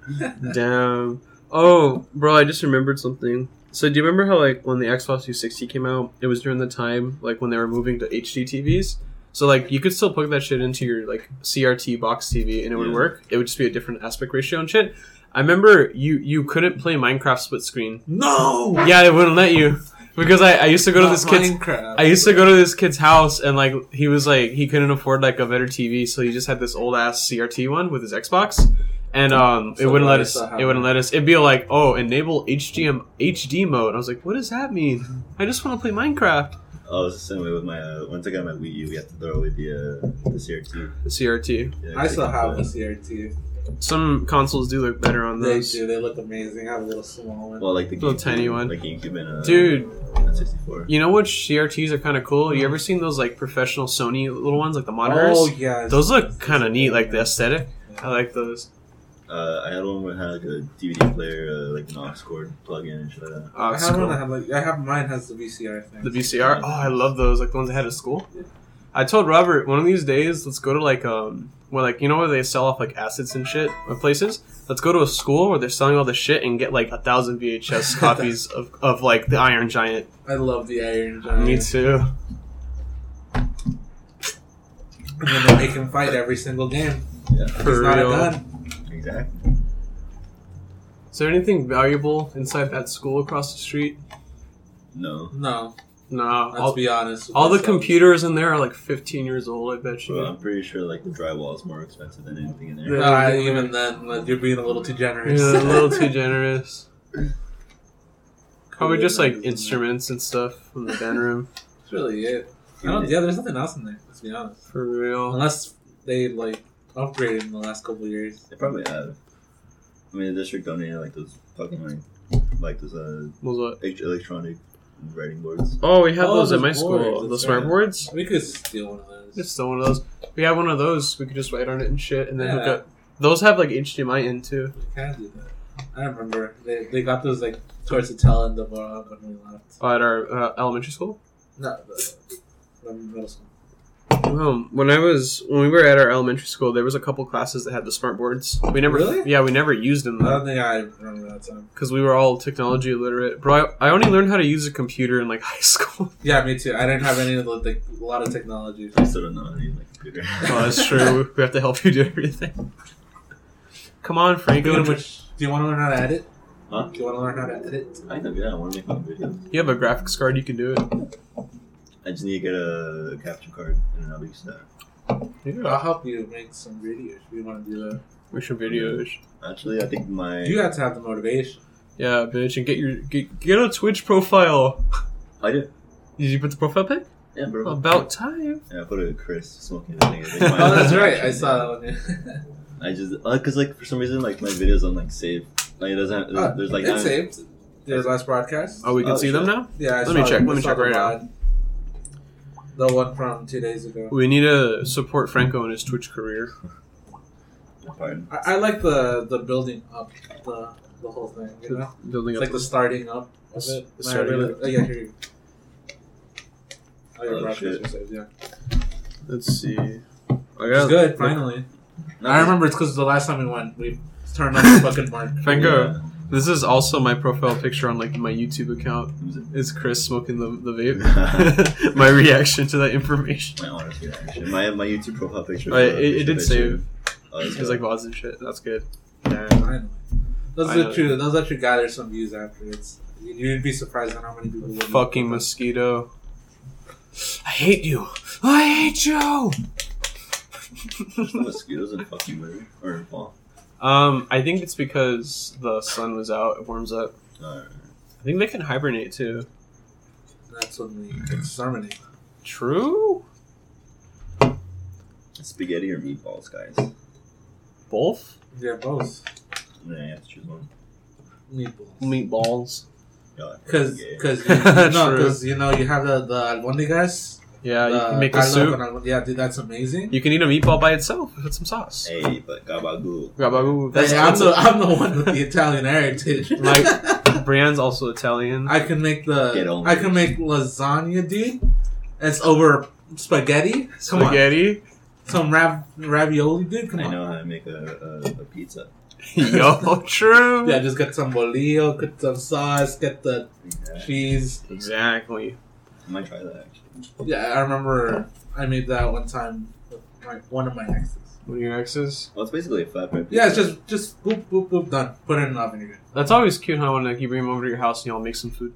Speaker 3: Damn. Oh, bro, I just remembered something. So do you remember how like when the Xbox 360 came out, it was during the time like when they were moving to HD TVs. So like you could still plug that shit into your like CRT box TV and it would
Speaker 1: Yeah.
Speaker 3: work. It would just be a different aspect ratio and shit. I remember you you couldn't play Minecraft split screen.
Speaker 2: No.
Speaker 3: Yeah, it wouldn't let you because I, I used to go to
Speaker 2: Not
Speaker 3: this kid's
Speaker 2: Minecraft.
Speaker 3: I used to go to this kid's house and like he was like he couldn't afford like a better TV, so he just had this old ass CRT one with his Xbox, and um, it
Speaker 2: So
Speaker 3: wouldn't let
Speaker 2: why
Speaker 3: us.
Speaker 2: does that
Speaker 3: It
Speaker 2: happen?
Speaker 3: wouldn't let us. It'd be like, oh, enable HDM HD mode. I was like, what does that mean? I just want to play Minecraft.
Speaker 1: Oh, it's the same way with my uh, once I got my Wii U, we had to throw away the uh, the CRT.
Speaker 3: The CRT.
Speaker 1: Yeah,
Speaker 2: I still have a
Speaker 1: but-
Speaker 2: CRT.
Speaker 3: Some consoles do look better on
Speaker 2: They
Speaker 3: those.
Speaker 2: do. They look amazing. I have a little small one.
Speaker 1: Well, like the
Speaker 3: Little
Speaker 1: GameCube-
Speaker 3: tiny one.
Speaker 1: like GameCube and uh,
Speaker 3: Dude.
Speaker 1: and 64.
Speaker 3: You know what CRTs are kind of cool. You ever seen those like professional Sony little ones, like the monitors?
Speaker 2: oh yeah.
Speaker 3: Those look kind of neat, like the aesthetic. I like those.
Speaker 1: Uh, I had one where it had like a DVD player, uh, like an aux cord plug in and shit like that.
Speaker 3: Uh,
Speaker 2: I have
Speaker 3: scroll.
Speaker 2: one. I have like I have mine has the VCR thing.
Speaker 3: The VCR. Oh, I love those. Like the ones I had at school. I told Robert one of these days, let's go to like um, well, like you know where they sell off like assets and shit of places. Let's go to a school where they're selling all the shit and get like a thousand VHS copies of, of like the Iron Giant.
Speaker 2: I love the Iron Giant.
Speaker 3: Me too.
Speaker 2: And then they make him fight every single game.
Speaker 1: Yeah,
Speaker 3: For
Speaker 2: He's not
Speaker 3: real.
Speaker 2: a gun.
Speaker 1: exactly.
Speaker 3: Is there anything valuable inside that school across the street?
Speaker 1: No.
Speaker 2: No,
Speaker 3: No.
Speaker 2: let's
Speaker 3: All,
Speaker 2: be honest. with
Speaker 3: all the
Speaker 2: ourselves.
Speaker 3: computers in there are like 15 years old. I bet you.
Speaker 1: Well, I'm pretty sure like the drywall is more expensive than anything in there.
Speaker 3: Yeah.
Speaker 2: No, I- even then, like, you're being a little too generous.
Speaker 3: Yeah, a little too generous. Probably just like instruments and stuff from the band room.
Speaker 2: That's really it. I don't, Oh, yeah, there's nothing else in there. Let's be honest.
Speaker 3: For real.
Speaker 2: Unless they like upgraded in the last couple of years.
Speaker 1: They probably have. I mean, the district donated like those fucking like, like those uh,
Speaker 3: Was what?
Speaker 1: e- electronic writing boards.
Speaker 3: Oh, we had
Speaker 2: Oh,
Speaker 3: those at
Speaker 2: those
Speaker 3: my
Speaker 2: boards,
Speaker 3: school.
Speaker 2: that's
Speaker 3: Those smart
Speaker 1: right.
Speaker 3: boards.
Speaker 2: We could steal one of those.
Speaker 3: It's still one of those. We had one of those. We could just write on it and shit, and then hook
Speaker 2: Yeah.
Speaker 3: up. Those have like HDMI in too.
Speaker 2: we can do that. I remember they, they got those like towards the tail end of our when we left.
Speaker 3: Oh, at our uh, elementary school.
Speaker 2: No, the, the middle school.
Speaker 3: Well, Um, when I was when we were at our elementary school, there was a couple classes that had the smart boards. We never,
Speaker 2: Really?
Speaker 3: yeah, we never used them
Speaker 2: I
Speaker 3: though
Speaker 2: don't think I remember that time.
Speaker 3: because we were all technology illiterate. Bro, I, I only learned how to use a computer in like high school.
Speaker 2: Yeah, me too. I didn't have any of the like, a lot of technology.
Speaker 1: I still don't know how to use my computer.
Speaker 3: Oh, that's true. we have to help you do everything. Come on, Franco.
Speaker 2: Speaking of which, do you want to learn how to edit?
Speaker 1: Huh?
Speaker 2: Do you want to learn how to edit?
Speaker 1: I know, yeah, I want to make my own videos.
Speaker 3: You have a graphics card, you can do it.
Speaker 1: I just need to get a capture card and another snap.
Speaker 2: I'll help you make some videos if you want to do that.
Speaker 3: We should videos.
Speaker 1: Actually, I think my
Speaker 2: You have to have the motivation.
Speaker 3: Yeah, bitch, and get your get, get a Twitch profile.
Speaker 1: I did.
Speaker 3: Did you put the profile pic?
Speaker 1: Yeah, bro.
Speaker 3: About time.
Speaker 1: yeah, I put a Chris smoking the thing. I think my-
Speaker 2: Oh, that's right. I saw that one.
Speaker 1: I just uh 'cause like for some reason like my videos on like save like it doesn't have,
Speaker 2: Oh,
Speaker 1: there's like
Speaker 2: it's
Speaker 1: nine-
Speaker 2: saved. Your last broadcast.
Speaker 3: Oh, we can
Speaker 1: Oh,
Speaker 3: see
Speaker 1: shit.
Speaker 3: them now.
Speaker 2: Yeah, I
Speaker 3: Let me
Speaker 2: saw-
Speaker 3: check, let
Speaker 2: I
Speaker 3: me
Speaker 2: saw
Speaker 3: check
Speaker 2: the
Speaker 3: right now.
Speaker 2: mod. The one from two days ago.
Speaker 3: We need to support Franco in his Twitch career.
Speaker 1: Pardon.
Speaker 2: I, I like the the building up the the whole thing. You know,
Speaker 3: Building
Speaker 2: it's
Speaker 3: up.
Speaker 2: like the starting up of
Speaker 3: S-
Speaker 2: it.
Speaker 3: the starting
Speaker 2: I really- Oh, yeah, here you. go. Oh, your
Speaker 1: Oh,
Speaker 2: broadcast
Speaker 1: shit.
Speaker 2: was saved. Yeah,
Speaker 3: Let's see. I
Speaker 2: it's
Speaker 3: got
Speaker 2: good. Finally, I remember it's because the last time we went, we turned on the fucking mark.
Speaker 3: Franco.
Speaker 1: Yeah,
Speaker 3: This is also my profile picture on like my YouTube account.
Speaker 1: it was a-
Speaker 3: Is Chris smoking the the vape? my reaction to that information.
Speaker 1: my honest reaction. My my YouTube profile picture.
Speaker 3: Oh, it- it- it did
Speaker 1: picture.
Speaker 3: save.
Speaker 1: Oh, it's
Speaker 3: It's like vods and shit. That's good.
Speaker 2: Finally, those
Speaker 3: I
Speaker 2: are
Speaker 3: know.
Speaker 2: true. Those actually gather some views afterwards. You'd be surprised at how many people. would-
Speaker 3: Fucking mosquito. I hate you. I hate you.
Speaker 1: good. mosquitoes in fucking winter or in fall.
Speaker 3: Um, I think it's because the sun was out. It warms up.
Speaker 1: Uh,
Speaker 3: I think they can hibernate too.
Speaker 2: That's when we exterminate.
Speaker 3: True.
Speaker 1: spaghetti or meatballs, guys.
Speaker 3: Both
Speaker 2: Yeah, both
Speaker 1: Yeah, I have to choose one.
Speaker 2: meatballs.
Speaker 3: meatballs.
Speaker 1: Mm. Yeah, I
Speaker 2: Because,
Speaker 1: forget.
Speaker 2: because you, no,
Speaker 3: True.
Speaker 2: 'cause, you know, you have the the albondigas.
Speaker 3: Yeah, Uh, you
Speaker 2: the
Speaker 3: can make a
Speaker 2: garlic
Speaker 3: soup.
Speaker 2: and albond- Uh, Yeah, dude, that's amazing.
Speaker 3: You can eat a meatball by itself with some sauce.
Speaker 1: Hey, but gabagool.
Speaker 3: Gabagool.
Speaker 2: That's
Speaker 3: That's
Speaker 2: hey, I'm, the, I'm the one with the Italian heritage.
Speaker 3: Like- Brienne's also Italian.
Speaker 2: I can make
Speaker 1: Get
Speaker 2: the
Speaker 1: over
Speaker 2: I can
Speaker 1: it.
Speaker 2: make lasagna, dude. It's over spaghetti. Come on,
Speaker 3: Spaghetti.
Speaker 2: some rav- ravioli, dude. Come
Speaker 1: I
Speaker 2: on.
Speaker 1: know how to make a, a, a pizza.
Speaker 3: Yo, true.
Speaker 2: Yeah, just get some bolillo, get some sauce, get the
Speaker 1: Yeah,
Speaker 2: cheese.
Speaker 3: Exactly.
Speaker 1: I might try that actually.
Speaker 2: Yeah, I remember I made that one time with my, one of my exes.
Speaker 3: What are your exes?
Speaker 1: Well, it's basically a flatbread. Pizza.
Speaker 2: Yeah, it's just just boop boop boop done. Put it in the oven, you're good.
Speaker 3: That's always cute, huh? When like you bring them over to your house and y'all make some food.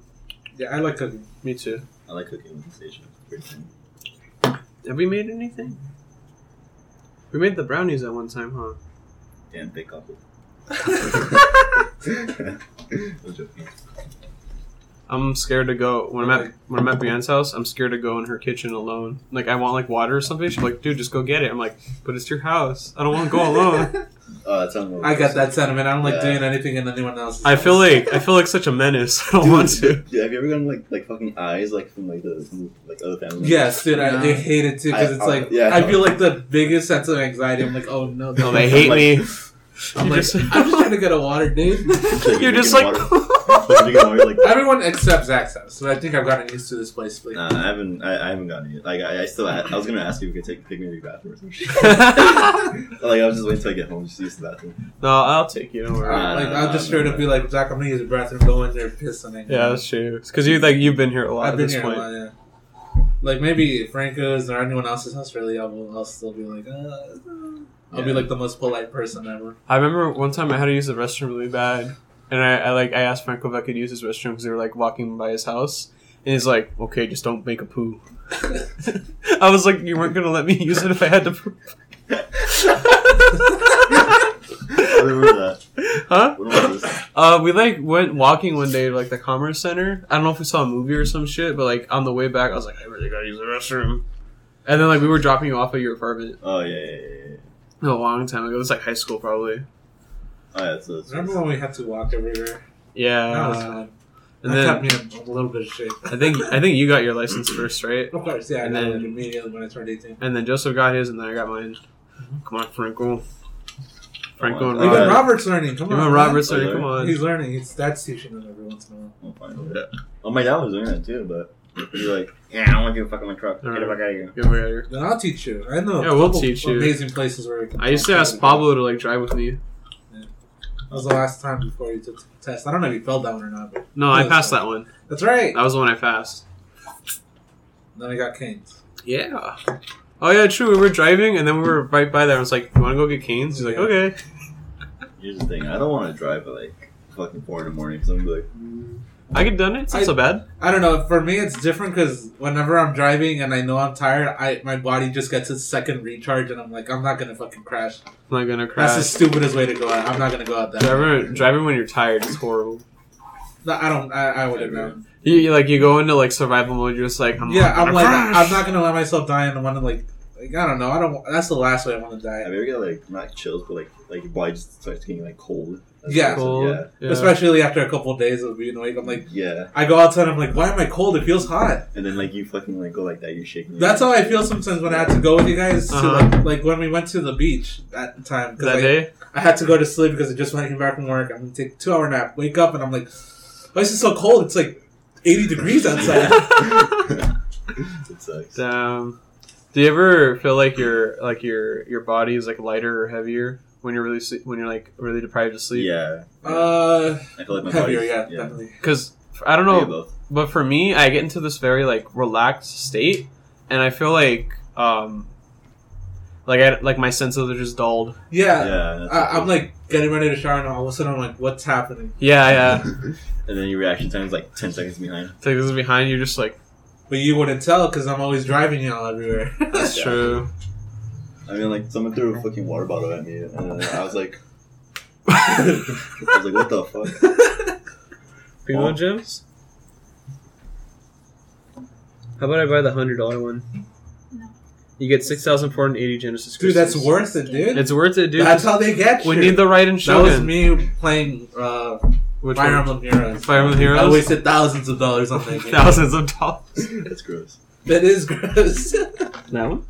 Speaker 2: Yeah, I like cooking.
Speaker 3: Me too.
Speaker 1: I like cooking with the station. It's pretty fun.
Speaker 3: Have we made anything? We made the brownies at one time, huh?
Speaker 1: Damn, big couple. I'm joking.
Speaker 3: I'm scared to go when I'm at when I'm at Brienne's house. I'm scared to go in her kitchen alone. Like I want like water or something. She's like, dude, just go get it. I'm like, but it's your house. I don't want to go alone.
Speaker 1: Oh, that's unbelievable.
Speaker 2: I got that sentiment. I don't like
Speaker 1: Yeah.
Speaker 2: doing anything in anyone else's.
Speaker 3: I feel
Speaker 2: house.
Speaker 3: like I feel like such a menace. I don't
Speaker 1: Dude,
Speaker 3: want to.
Speaker 1: Yeah, have you ever gotten like like fucking eyes like from like the from, like other family? members?
Speaker 2: Yes, dude, I, I
Speaker 3: Yeah.
Speaker 2: hate it too because
Speaker 1: I-
Speaker 2: it's
Speaker 1: I-
Speaker 2: like
Speaker 1: yeah.
Speaker 2: I feel like the biggest sense of anxiety. I'm like, oh no,
Speaker 3: No, they
Speaker 2: I'm
Speaker 3: hate
Speaker 1: like-
Speaker 3: me.
Speaker 2: I'm
Speaker 3: You
Speaker 2: like,
Speaker 3: just-
Speaker 2: I'm just trying to get a water, dude.
Speaker 3: You're just like.
Speaker 1: drinking Like, drinking water, like-
Speaker 2: Everyone accepts access, so I think I've gotten used to this place. Like,
Speaker 1: Nah, I haven't. I, I haven't gotten it. Like I, I still. I, I was gonna ask you if you could take pick me to your bathroom. Or some shit. like I was just waiting till I get home just to use the bathroom.
Speaker 3: no, I'll take you. Don't
Speaker 2: I-
Speaker 3: worry.
Speaker 1: Nah,
Speaker 2: like
Speaker 1: nah,
Speaker 2: I'll
Speaker 1: nah,
Speaker 2: just
Speaker 1: nah,
Speaker 2: straight up
Speaker 1: nah.
Speaker 2: be like, Zach, I'm gonna use the bathroom, go in there, piss, and then
Speaker 3: Yeah, that's true. Because you like you've been here a lot
Speaker 2: I've
Speaker 3: at
Speaker 2: been
Speaker 3: this
Speaker 2: here
Speaker 3: point.
Speaker 2: a lot. Yeah. Like maybe Franco's or anyone else's house, really, I will. I'll still be like, uh, I'll be
Speaker 1: Yeah.
Speaker 2: like the most polite person ever.
Speaker 3: I remember one time I had to use the restroom really bad, and I, I like I asked Franco if I could use his restroom because they were like walking by his house, and he's like, "Okay, just don't make a poo." I was like, "You weren't gonna let me use it if I had to poo."
Speaker 1: I remember that.
Speaker 3: huh?
Speaker 1: When was this?
Speaker 3: Uh, we like went walking one day to like the commerce center. I don't know if we saw a movie or some shit, but like on the way back, I was like, I really gotta use the restroom. And then like we were dropping you off at your apartment
Speaker 1: Oh yeah, yeah, yeah. yeah.
Speaker 3: a long time ago. It was like high school probably.
Speaker 1: Oh yeah. So it's,
Speaker 2: Remember when we had to walk everywhere? That was
Speaker 3: Yeah.
Speaker 2: fun.
Speaker 3: And
Speaker 2: that
Speaker 3: then
Speaker 2: kept me in a little bit of shape.
Speaker 3: I think I think you got your license first, right?
Speaker 2: Of course, yeah.
Speaker 3: And
Speaker 2: And then
Speaker 3: then-
Speaker 2: immediately when I turned 18.
Speaker 3: And then Joseph got his, and then I got mine. Come on, Franco. Franco
Speaker 1: Come on.
Speaker 3: and
Speaker 2: Even
Speaker 1: Alright.
Speaker 3: Robert.
Speaker 2: Robert's learning. Come
Speaker 3: Even
Speaker 2: on,
Speaker 3: Robert's
Speaker 1: man.
Speaker 3: like, come
Speaker 2: man.
Speaker 3: on.
Speaker 2: He's learning. He's that's teaching him every once in a while.
Speaker 1: I'm fine with it. Oh, my dad was doing that too, but You're like,
Speaker 5: Yeah, I don't want you to fuck on my truck. Get
Speaker 3: Alright.
Speaker 5: the fuck out of here.
Speaker 3: Get over here.
Speaker 2: Then I'll teach you. I know. a
Speaker 3: Yeah, we'll
Speaker 2: couple
Speaker 3: teach you.
Speaker 2: Amazing places where you can
Speaker 3: I used to
Speaker 2: fuck
Speaker 3: ask
Speaker 2: up.
Speaker 3: Pablo to like drive with me.
Speaker 2: That was the last time before you took the test. I don't know if you failed that one or not, but
Speaker 3: No, I passed that one.
Speaker 2: that's right.
Speaker 3: That was the one I passed.
Speaker 2: Then I got canes.
Speaker 3: Yeah. Oh yeah, true. We were driving and then we were right by there. I was like, "You want to go get canes?" He's like,
Speaker 2: Yeah.
Speaker 3: "Okay."
Speaker 1: here's the thing. I don't want to drive at like fucking four in the morning. So I'm like,
Speaker 3: I could done it. It's not
Speaker 2: I-
Speaker 3: so bad.
Speaker 2: I don't know. For me, it's different because whenever I'm driving and I know I'm tired, I my body just gets its second recharge, and I'm like, I'm not gonna fucking crash.
Speaker 3: I'm not gonna
Speaker 2: That's the
Speaker 3: crash.
Speaker 2: stupidest way to go out. I'm not gonna go out that.
Speaker 3: Driving, driving when you're tired is horrible.
Speaker 2: No, I don't. I, I wouldn't know.
Speaker 3: You, you like you go into like survival mode. You're just like, I'm
Speaker 2: Yeah,
Speaker 3: not
Speaker 2: I'm
Speaker 3: gonna
Speaker 2: like,
Speaker 3: crash.
Speaker 2: I'm not gonna let myself die, and I want to like, like, I don't know. I don't. That's the last way I want to die.
Speaker 1: I mean, we get like not chills, but like like your body just starts getting like cold. That's
Speaker 2: Yeah.
Speaker 1: awesome,
Speaker 3: Cold. Yeah.
Speaker 2: Especially after a couple of days of being awake, I'm
Speaker 1: Yeah.
Speaker 2: like,
Speaker 1: yeah,
Speaker 2: I go outside, I'm like, why am I cold? It feels hot.
Speaker 1: and then like you fucking like go like that, you're shaking.
Speaker 2: That's how I feel sometimes when I had to go with you guys. To
Speaker 3: Uh-huh.
Speaker 2: like, like when we went to the beach that time. 'cause
Speaker 3: that
Speaker 2: I,
Speaker 3: day.
Speaker 2: I had to go to sleep because I just went back from work. I'm gonna take a two hour nap. Wake up and I'm like, why is it so cold? It's like 80 degrees outside.
Speaker 1: it sucks.
Speaker 3: Damn. um, Do you ever feel like your like your your body is like lighter or heavier when you're really sleep, when you're like really deprived of sleep?
Speaker 1: Yeah,
Speaker 2: uh,
Speaker 1: I feel like my
Speaker 2: heavier,
Speaker 1: body's-
Speaker 2: yeah, definitely.
Speaker 3: Because I don't
Speaker 1: I
Speaker 3: know.
Speaker 1: get both.
Speaker 3: but for me i get into this very like relaxed state and i feel like um like I, like my senses are just dulled
Speaker 2: Yeah.
Speaker 1: Yeah, that's
Speaker 2: I, I'm like getting ready to shower and all of a sudden I'm like, what's happening?
Speaker 3: yeah yeah
Speaker 1: and then your reaction time is like ten seconds behind.
Speaker 3: it's like this is behind you just like
Speaker 2: But you wouldn't tell because I'm always driving y'all everywhere.
Speaker 3: that's
Speaker 1: Yeah.
Speaker 3: true
Speaker 1: I mean, like someone threw a fucking water bottle at me, and I was like, I was like, what the fuck?
Speaker 3: Primo gems how about i buy the hundred dollar one
Speaker 4: No.
Speaker 3: you get 6480 genesis
Speaker 2: dude, that's
Speaker 3: crystals.
Speaker 2: worth it, dude.
Speaker 3: it's worth it dude
Speaker 2: That's how they get you.
Speaker 3: we need the right and
Speaker 2: that was
Speaker 3: shogun
Speaker 2: me playing uh,
Speaker 3: Which
Speaker 2: Fire
Speaker 3: one?
Speaker 2: Emblem Heroes.
Speaker 3: Fire Emblem Heroes?
Speaker 2: I wasted thousands of dollars on that game.
Speaker 3: thousands of dollars
Speaker 1: That's gross.
Speaker 2: That is gross.
Speaker 3: that one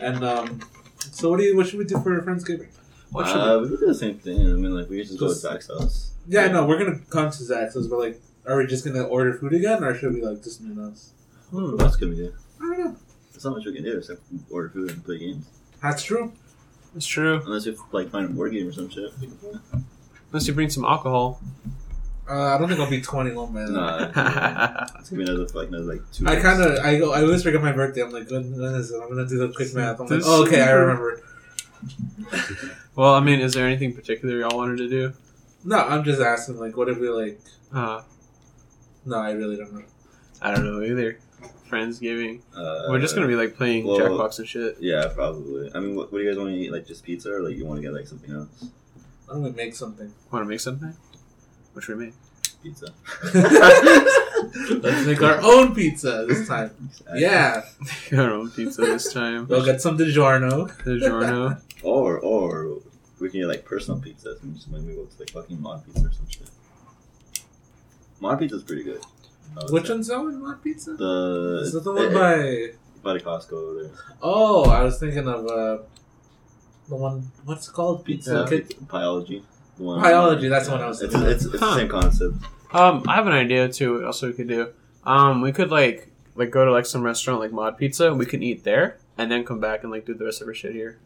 Speaker 2: and um, so what do you? What should we do for Friendsgiving?
Speaker 3: what should
Speaker 1: uh, we could do the same thing. I mean, like we could just go to
Speaker 2: Just-
Speaker 1: Zach's house.
Speaker 2: Yeah, no, we're gonna come to Zach's. So we're like, are we just gonna order food again, or should we like just do us?
Speaker 3: Hmm,
Speaker 1: What else can we do?
Speaker 2: I don't know.
Speaker 1: There's not much we can do except order food and play games.
Speaker 2: That's true.
Speaker 3: it's true
Speaker 1: Unless you like find a board game or some shit.
Speaker 3: unless you bring some alcohol
Speaker 2: Uh, I don't think I'll be 21 by then.
Speaker 3: uh,
Speaker 1: Nah, it's gonna be another like another like two.
Speaker 2: I
Speaker 1: weeks.
Speaker 2: kind of, I go, I always forget my birthday. I'm like, when, when is it? I'm gonna do the quick math. I'm like,
Speaker 3: This-
Speaker 2: oh, okay, I remember.
Speaker 3: Well, I mean, is there anything particular y'all wanted to do?
Speaker 2: No, I'm just asking. Like, what if we like?
Speaker 3: Uh,
Speaker 2: No, I really don't know.
Speaker 3: I don't know either. Friendsgiving.
Speaker 1: Uh,
Speaker 3: We're just gonna be like playing
Speaker 1: well-
Speaker 3: Jackbox and shit.
Speaker 1: Yeah, probably. I mean, what, what do you guys want to eat? Like just pizza, or like you want to get like something else?
Speaker 2: Why don't we make something?
Speaker 3: Want to make something? What should we make?
Speaker 1: Pizza.
Speaker 2: Let's make our own pizza this time. Yeah,
Speaker 3: Our own pizza this time.
Speaker 2: we'll get some DiGiorno.
Speaker 3: The giorno.
Speaker 1: Or or we can get like personal pizzas and just maybe go to like fucking mod pizza or some shit. Mod pizza's pretty good. I would
Speaker 2: Which
Speaker 1: say.
Speaker 2: one's that one? Mod pizza?
Speaker 3: Uh,
Speaker 1: The
Speaker 2: Is that the
Speaker 1: eh,
Speaker 2: one
Speaker 1: eh,
Speaker 2: by?
Speaker 1: by the Costco over there.
Speaker 2: Oh, I was thinking of uh, the one. What's it called?
Speaker 1: Pizza,
Speaker 2: Kit-
Speaker 1: pizza biology. The one-
Speaker 2: Biology, that's the one I was
Speaker 1: It's
Speaker 2: thinking of.
Speaker 1: it's, it's
Speaker 3: Huh.
Speaker 1: the same concept.
Speaker 3: Um, I have an idea too. What else we could do? Um, we could like like go to like some restaurant like Mod Pizza. We can eat there and then come back and like do the rest of our shit here.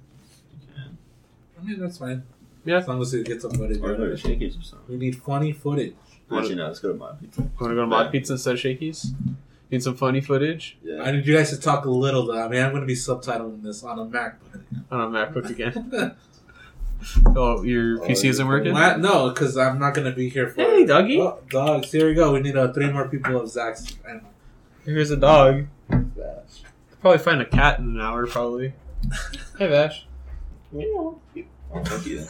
Speaker 2: I mean, that's fine.
Speaker 3: Yeah.
Speaker 2: As long as we get some footage.
Speaker 1: Or
Speaker 2: out
Speaker 1: go
Speaker 2: of
Speaker 1: to
Speaker 2: it.
Speaker 1: Shakey's or something.
Speaker 2: We need funny footage.
Speaker 1: Actually, no, let's go to mod pizza.
Speaker 3: Want to go to
Speaker 1: Yeah.
Speaker 3: Mod Pizza instead of Shakey's? Need some funny footage
Speaker 1: Yeah.
Speaker 2: I need you guys to talk a little, though. I mean, I'm going to be subtitling this on a Mac.
Speaker 3: on a MacBook again. Oh, your
Speaker 1: Oh,
Speaker 3: PC isn't
Speaker 1: yeah.
Speaker 3: working.
Speaker 2: Why- no, because I'm not going to be here for.
Speaker 3: Hey, doggy.
Speaker 2: Oh, dogs. Here we go. We need uh, three more people of Zach's. And
Speaker 3: Here's a dog.
Speaker 1: Vash.
Speaker 3: Probably find a cat in an hour, probably. Hey, Vash.
Speaker 1: Oh, fuck you.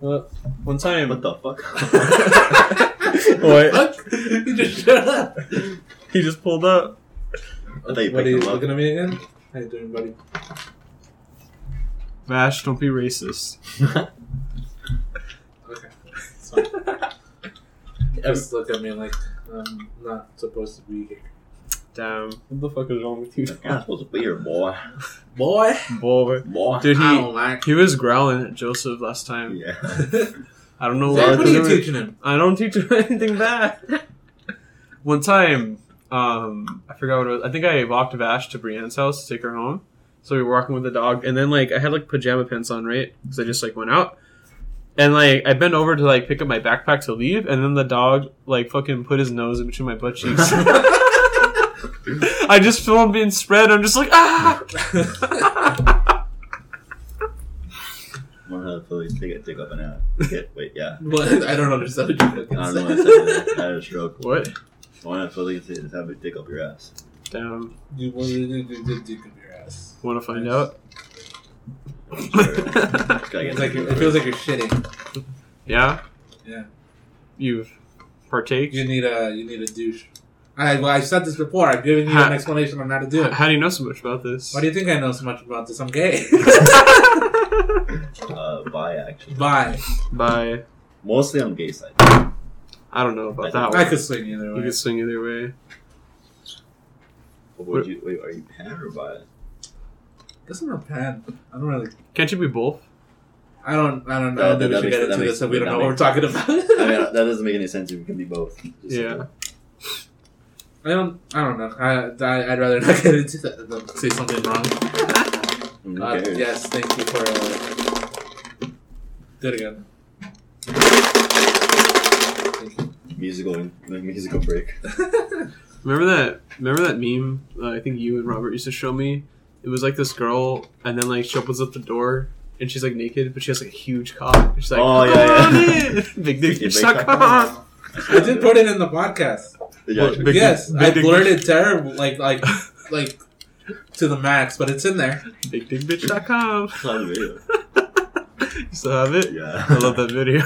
Speaker 3: Well, one time.
Speaker 1: What the fuck?
Speaker 3: What?
Speaker 2: Fuck! you just shut up.
Speaker 3: He just pulled up.
Speaker 1: I thought you
Speaker 2: what are
Speaker 1: picked
Speaker 2: you
Speaker 1: him up.
Speaker 2: looking at me again? How you doing, buddy?
Speaker 3: Vash, don't be racist.
Speaker 2: Okay. Sorry. Just look at me like I'm not supposed to be here.
Speaker 3: Damn. What the fuck is wrong with you?
Speaker 1: I'm supposed to be here, boy.
Speaker 2: Boy,
Speaker 3: Boy.
Speaker 1: Boy.
Speaker 3: Dude,
Speaker 2: I
Speaker 3: he,
Speaker 2: don't like.
Speaker 3: he was growling at Joseph last time.
Speaker 1: Yeah.
Speaker 3: I don't know
Speaker 1: Zach,
Speaker 3: why.
Speaker 2: what are you
Speaker 1: Well,
Speaker 2: teaching him?
Speaker 3: I don't teach him anything bad. One time, um, I forgot what it was. I think I walked Vash to Brienne's house to take her home. So we were walking with the dog, and then like I had like pajama pants on, right? Because I just like went out, and like I bent over to like pick up my backpack to leave, and then the dog like fucking put his nose in between my butt cheeks. I just feel him being spread. I'm just like ah.
Speaker 1: One of the Phillies take a take up an hour. Get, wait, yeah.
Speaker 2: What? I don't understand what you're
Speaker 1: I
Speaker 2: fucking
Speaker 1: don't know. I
Speaker 2: saying.
Speaker 1: said that. I had a stroke.
Speaker 3: what?
Speaker 1: One of the Phillies is have a dick up your ass.
Speaker 3: Damn.
Speaker 2: You want to do, do, do, do, your ass.
Speaker 3: Want to find
Speaker 2: Nice.
Speaker 3: out?
Speaker 1: Gotta
Speaker 2: It
Speaker 1: get
Speaker 2: feels like
Speaker 1: that
Speaker 2: you're, it feels like you're shitting.
Speaker 3: yeah.
Speaker 2: Yeah.
Speaker 3: You've partake.
Speaker 2: You need a you need a douche. I well, I said this before. I've given you
Speaker 3: Ha-
Speaker 2: an explanation on how to do it.
Speaker 3: How do you know so much about this?
Speaker 2: Why do you think I know so much about this? I'm gay.
Speaker 1: uh, bi actually.
Speaker 2: Bye.
Speaker 3: By
Speaker 1: Mostly on gay side.
Speaker 3: I don't know about that
Speaker 2: I
Speaker 3: one.
Speaker 2: could swing either
Speaker 3: You
Speaker 2: way.
Speaker 3: could swing either way.
Speaker 1: What would you wait? Are you pan or bi?
Speaker 2: This one repent. I don't really.
Speaker 3: Can't you be both?
Speaker 2: I don't. I don't know.
Speaker 1: That- that- that
Speaker 2: Maybe we should
Speaker 1: makes-
Speaker 2: get
Speaker 1: that
Speaker 2: into
Speaker 1: makes-
Speaker 2: this if we don't
Speaker 1: that
Speaker 2: know what we're
Speaker 1: makes-
Speaker 2: talking
Speaker 1: I mean,
Speaker 2: about.
Speaker 1: that doesn't make any sense. If you can be both. Just-
Speaker 3: Yeah.
Speaker 2: I don't. I don't know. I, I I'd rather not get into that than say something wrong.
Speaker 1: Who
Speaker 2: Uh,
Speaker 1: cares?
Speaker 2: yes. Thank you for. Uh, do it again. Thank you.
Speaker 1: Musical, like musical break.
Speaker 3: Remember that? Remember that meme? Uh, I think you and Robert used to show me. It was like this girl, and then like she opens up the door, and she's like naked, but she has like a huge cock. She's like,
Speaker 1: Oh, yeah,
Speaker 3: "Come
Speaker 1: yeah.
Speaker 3: on in." big dick,
Speaker 1: Yeah, big
Speaker 3: suck
Speaker 1: cock.
Speaker 3: cock.
Speaker 2: I did put it in the podcast.
Speaker 1: Did you
Speaker 3: Well,
Speaker 1: actually-
Speaker 3: Big-
Speaker 2: yes,
Speaker 3: big
Speaker 2: I
Speaker 3: dick-
Speaker 2: blurted terrible, like like like to the max, but it's in there.
Speaker 3: Big dick bitch.com.
Speaker 1: I saw the video.
Speaker 3: You still have it?
Speaker 1: Yeah.
Speaker 3: I love that video.